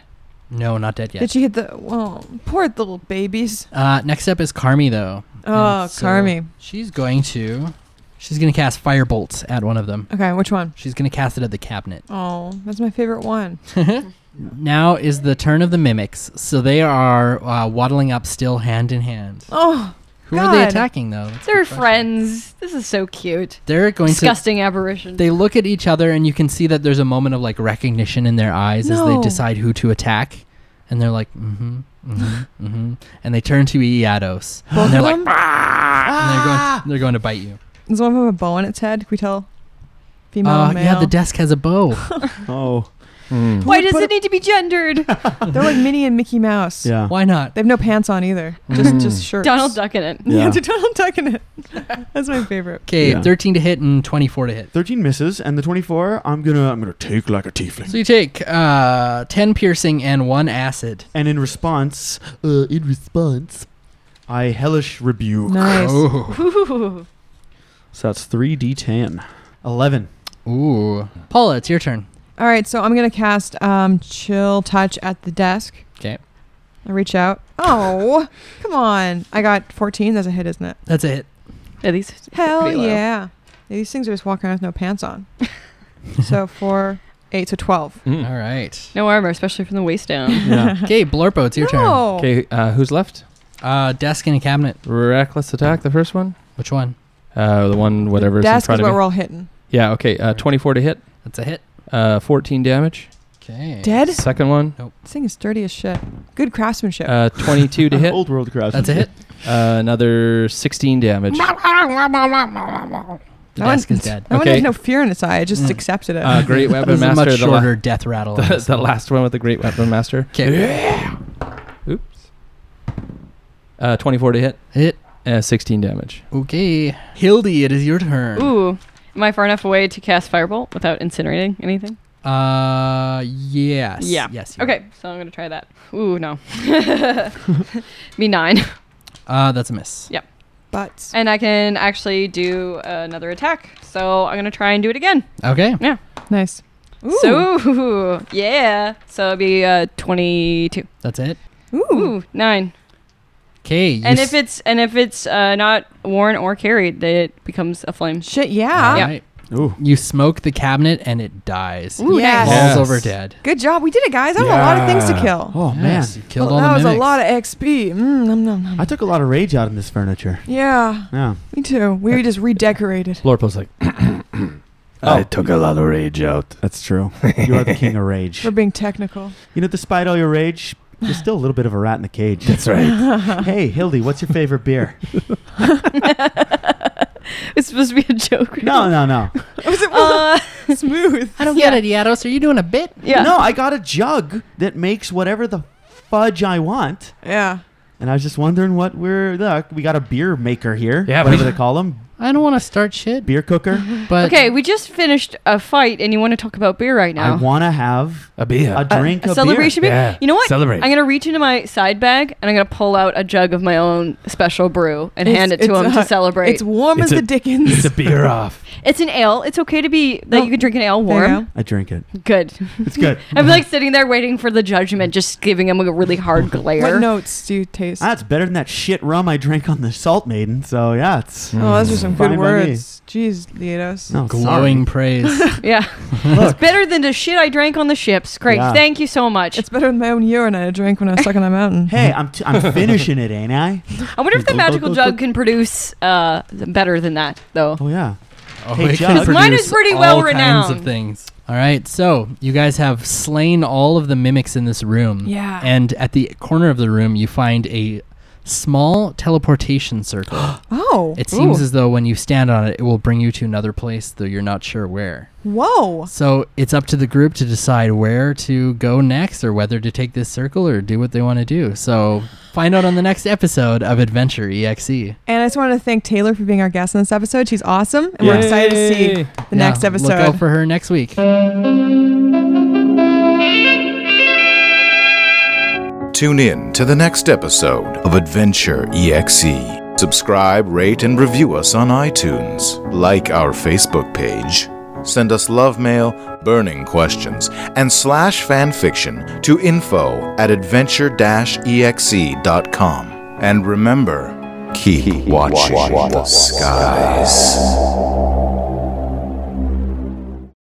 [SPEAKER 4] No, not dead yet.
[SPEAKER 5] Did she hit the? Well, poor little babies.
[SPEAKER 4] uh, next up is Carmi, though.
[SPEAKER 5] Oh,
[SPEAKER 4] so-
[SPEAKER 5] Carmi.
[SPEAKER 4] She's going to. She's going to cast fire bolts at one of them.
[SPEAKER 5] Okay, which one?
[SPEAKER 4] She's going to cast it at the cabinet.
[SPEAKER 5] Oh, that's my favorite one.
[SPEAKER 4] Now is the turn of the mimics. So they are uh, waddling up still hand in hand.
[SPEAKER 5] Oh,
[SPEAKER 4] Who are they
[SPEAKER 5] God.
[SPEAKER 4] attacking though? That's a
[SPEAKER 3] They're
[SPEAKER 4] good question.
[SPEAKER 3] friends. This is so cute.
[SPEAKER 4] They're going
[SPEAKER 3] Disgusting aberration.
[SPEAKER 4] to they look at each other and you can see that there's a moment of like recognition in their eyes as
[SPEAKER 5] No.
[SPEAKER 4] they decide who to attack. And they're like, mm-hmm, mm-hmm, mm-hmm. And they turn to Iados.
[SPEAKER 5] both
[SPEAKER 4] and they're
[SPEAKER 5] of
[SPEAKER 4] like, "Ah!"
[SPEAKER 5] them.
[SPEAKER 4] and they're going they're going to bite you.
[SPEAKER 5] Is one of them a bow on its head? Can we tell? Female,
[SPEAKER 4] Uh,
[SPEAKER 5] male.
[SPEAKER 4] yeah, the desk has a bow.
[SPEAKER 2] Oh.
[SPEAKER 6] Mm.
[SPEAKER 3] Why
[SPEAKER 5] Who
[SPEAKER 3] does
[SPEAKER 5] put
[SPEAKER 3] it need to be gendered?
[SPEAKER 5] a- They're like Minnie and Mickey Mouse.
[SPEAKER 2] Yeah.
[SPEAKER 4] Why not?
[SPEAKER 5] They have no pants on either. Just
[SPEAKER 6] Mm.
[SPEAKER 5] just shirts.
[SPEAKER 3] Donald Duck in it.
[SPEAKER 5] Yeah,
[SPEAKER 2] Yeah.
[SPEAKER 5] Donald Duck in it. That's my favorite.
[SPEAKER 4] Okay,
[SPEAKER 2] Yeah.
[SPEAKER 4] 13 to hit and 24 to hit.
[SPEAKER 2] 13 misses, and the 24, I'm gonna, I'm gonna take like a tiefling.
[SPEAKER 4] So you take uh, 10 piercing and 1 acid.
[SPEAKER 2] And in response, uh, in response, I hellish rebuke.
[SPEAKER 5] Nice.
[SPEAKER 4] Oh.
[SPEAKER 3] Ooh.
[SPEAKER 2] So that's 3d10. 11.
[SPEAKER 4] Ooh. Paula, it's your turn.
[SPEAKER 5] All right, so I'm gonna cast um, chill touch at the desk.
[SPEAKER 4] 'Kay.
[SPEAKER 5] I reach out. Oh, come on! I got 14. That's a hit, isn't it?
[SPEAKER 4] That's a hit.
[SPEAKER 3] At least it's
[SPEAKER 5] Hell
[SPEAKER 3] pretty low.
[SPEAKER 5] yeah! These things are just walking around with no pants on. so four, eight, so 12.
[SPEAKER 6] Hmm.
[SPEAKER 4] All right.
[SPEAKER 3] No armor, especially from the waist down.
[SPEAKER 2] Yeah.
[SPEAKER 4] Okay, Blorpo, it's your turn.
[SPEAKER 5] no.
[SPEAKER 6] Okay, uh, who's left?
[SPEAKER 4] Uh, desk and a cabinet.
[SPEAKER 6] Reckless attack, the first one?
[SPEAKER 4] Which one?
[SPEAKER 6] Uh, the one, whatever's in
[SPEAKER 5] Desk is
[SPEAKER 6] front of
[SPEAKER 5] what
[SPEAKER 6] me.
[SPEAKER 5] we're all hitting.
[SPEAKER 6] Yeah, okay. Uh, 24 to hit,
[SPEAKER 4] That's a hit.
[SPEAKER 6] uh, 14 damage.
[SPEAKER 4] Okay.
[SPEAKER 5] Dead? This
[SPEAKER 6] Second one,
[SPEAKER 5] thing is dirty as shit. Good craftsmanship.
[SPEAKER 6] uh, 22 to hit, uh,
[SPEAKER 2] Old world crowd.
[SPEAKER 4] That's a hit.
[SPEAKER 6] another 16 damage.
[SPEAKER 4] The
[SPEAKER 5] That one-
[SPEAKER 4] desk is dead.
[SPEAKER 5] that one
[SPEAKER 6] okay.
[SPEAKER 5] had no fear in its eye. It just
[SPEAKER 4] Mm.
[SPEAKER 5] accepted it.
[SPEAKER 6] Uh, great
[SPEAKER 4] That
[SPEAKER 6] Weapon
[SPEAKER 4] was a
[SPEAKER 6] Master,
[SPEAKER 4] much
[SPEAKER 6] the, la-
[SPEAKER 4] shorter death rattle.
[SPEAKER 6] the, the last one with the Great Weapon Master.
[SPEAKER 4] Okay.
[SPEAKER 6] Uh, 24 to hit,
[SPEAKER 4] Hit.
[SPEAKER 6] uh, 16 damage.
[SPEAKER 4] Okay. Hildy, it is your turn.
[SPEAKER 3] Ooh. Am I far enough away to cast Firebolt without incinerating anything?
[SPEAKER 4] Uh, yes.
[SPEAKER 3] Yeah.
[SPEAKER 4] Yes. you
[SPEAKER 3] Okay, so I'm gonna try that. Ooh, no. Me nine.
[SPEAKER 4] are. Uh, that's a miss.
[SPEAKER 5] but
[SPEAKER 3] And I can actually do another attack. So I'm gonna try and do it again.
[SPEAKER 4] Okay.
[SPEAKER 5] nice. Ooh.
[SPEAKER 3] So yeah. So it'd be uh, twenty-two.
[SPEAKER 4] That's it.
[SPEAKER 5] Ooh.
[SPEAKER 3] Ooh, nine.
[SPEAKER 4] Okay.
[SPEAKER 3] And if it's and if it's uh, not worn or carried, then it becomes a flame.
[SPEAKER 5] Shit, yeah.
[SPEAKER 3] Yeah.
[SPEAKER 2] Ooh.
[SPEAKER 4] You smoke the cabinet and it dies.
[SPEAKER 3] Ooh,
[SPEAKER 5] Yes.
[SPEAKER 4] Falls
[SPEAKER 5] nice.
[SPEAKER 4] over dead.
[SPEAKER 5] Good job. We did it, guys. I have a lot of things to kill.
[SPEAKER 2] Oh
[SPEAKER 4] Yes,
[SPEAKER 2] man,
[SPEAKER 4] you killed
[SPEAKER 5] Well,
[SPEAKER 4] all
[SPEAKER 5] that
[SPEAKER 4] the
[SPEAKER 5] was a
[SPEAKER 4] mimics.
[SPEAKER 5] lot of XP. Mm, nom, nom, nom.
[SPEAKER 2] I took a lot of rage out in this furniture.
[SPEAKER 5] Yeah,
[SPEAKER 2] Yeah.
[SPEAKER 5] me too. We just redecorated.
[SPEAKER 6] Lorpo's like,
[SPEAKER 8] I took a lot of rage out.
[SPEAKER 2] That's true. You are the king of rage.
[SPEAKER 5] We're being technical.
[SPEAKER 2] You know, despite all your rage, you're still a little bit of a rat in the cage.
[SPEAKER 8] That's right.
[SPEAKER 2] hey, Hildy, what's your favorite beer?
[SPEAKER 3] It's supposed to be a joke. right?
[SPEAKER 2] No, no, no.
[SPEAKER 5] Was it
[SPEAKER 3] Uh,
[SPEAKER 5] smooth?
[SPEAKER 7] I don't
[SPEAKER 3] Yeah.
[SPEAKER 7] get it, Yados. Are you doing a bit?
[SPEAKER 3] yeah.
[SPEAKER 2] No, I got a jug that makes whatever the fudge I want.
[SPEAKER 5] Yeah.
[SPEAKER 2] And I was just wondering what we're. Look, we got a beer maker here.
[SPEAKER 6] Yeah,
[SPEAKER 2] Whatever
[SPEAKER 6] we-
[SPEAKER 2] they call them.
[SPEAKER 7] I don't want to start shit,
[SPEAKER 2] Beer cooker.
[SPEAKER 7] but
[SPEAKER 3] Okay, we just finished a fight, and you want to talk about beer right
[SPEAKER 2] Uh, I
[SPEAKER 3] now?
[SPEAKER 2] want to have
[SPEAKER 6] a beer.
[SPEAKER 2] a drink
[SPEAKER 3] a
[SPEAKER 2] of
[SPEAKER 3] celebration beer.
[SPEAKER 6] Yeah.
[SPEAKER 3] You know what?
[SPEAKER 6] Celebrate.
[SPEAKER 3] I'm gonna reach into my side bag and I'm gonna pull out a jug of my own special brew and
[SPEAKER 5] It's-
[SPEAKER 3] hand it to
[SPEAKER 5] it's
[SPEAKER 3] him
[SPEAKER 5] a-
[SPEAKER 3] to celebrate.
[SPEAKER 5] It's
[SPEAKER 3] It's,
[SPEAKER 5] warm
[SPEAKER 6] It's
[SPEAKER 5] as the
[SPEAKER 6] a-
[SPEAKER 5] Dickens.
[SPEAKER 6] it's a beer off.
[SPEAKER 3] an ale. It's okay to be that
[SPEAKER 5] Oh,
[SPEAKER 3] you can drink an ale
[SPEAKER 5] There you
[SPEAKER 3] warm.
[SPEAKER 5] go.
[SPEAKER 2] beer. I drink it.
[SPEAKER 3] Good.
[SPEAKER 2] It's good.
[SPEAKER 3] I'm like sitting there waiting for the judgment, just giving him a really hard glare.
[SPEAKER 5] What notes do you taste?
[SPEAKER 2] That's better than that shit rum I drank on the Salt Maiden. So yeah, it's
[SPEAKER 5] oh, those are some
[SPEAKER 2] Fine
[SPEAKER 5] good
[SPEAKER 2] by me.
[SPEAKER 5] words. Jeez, Lietos.
[SPEAKER 2] no,
[SPEAKER 4] Glowing praise.
[SPEAKER 3] Yeah. it's better than the shit I drank on the ships. Great.
[SPEAKER 2] Yeah.
[SPEAKER 3] Thank you so much.
[SPEAKER 5] It's better than my own urine I drank when I was stuck on a mountain.
[SPEAKER 2] Sorry. Hey, I'm t- I'm finishing it, ain't I?
[SPEAKER 3] I wonder if the
[SPEAKER 2] Go, go,
[SPEAKER 3] magical
[SPEAKER 2] go,
[SPEAKER 3] jug
[SPEAKER 2] go.
[SPEAKER 3] can produce uh, better than that, though.
[SPEAKER 2] Oh yeah.
[SPEAKER 4] Oh,
[SPEAKER 2] Hey,
[SPEAKER 4] it
[SPEAKER 2] Jug.
[SPEAKER 4] can
[SPEAKER 2] Because
[SPEAKER 3] mine
[SPEAKER 4] produce
[SPEAKER 3] is pretty
[SPEAKER 4] all
[SPEAKER 3] well
[SPEAKER 4] kinds
[SPEAKER 3] renowned.
[SPEAKER 4] Of things. All right, so you guys have slain all of the mimics in this room.
[SPEAKER 5] Yeah.
[SPEAKER 4] And at the corner of the room, you find a small teleportation circle.
[SPEAKER 5] Oh.
[SPEAKER 4] it seems
[SPEAKER 3] Ooh.
[SPEAKER 4] as though when you stand on it, it will bring you to another place, though you're not sure where.
[SPEAKER 5] Whoa.
[SPEAKER 4] So it's up to the group to decide where to go next, or whether to take this circle or do what they want to do. So find out on the next episode of Adventure E EXE.
[SPEAKER 5] And I just want to thank Taylor for being our guest in this episode. She's awesome, and we're excited to see the next episode.
[SPEAKER 4] Look out for her next week.
[SPEAKER 1] Tune in to the next episode of Adventure EXE. Subscribe, rate, and review us on iTunes. Like our Facebook page. Send us love mail, burning questions, and slash fanfiction to info at E adventure exe.com. And remember, keep watching the skies.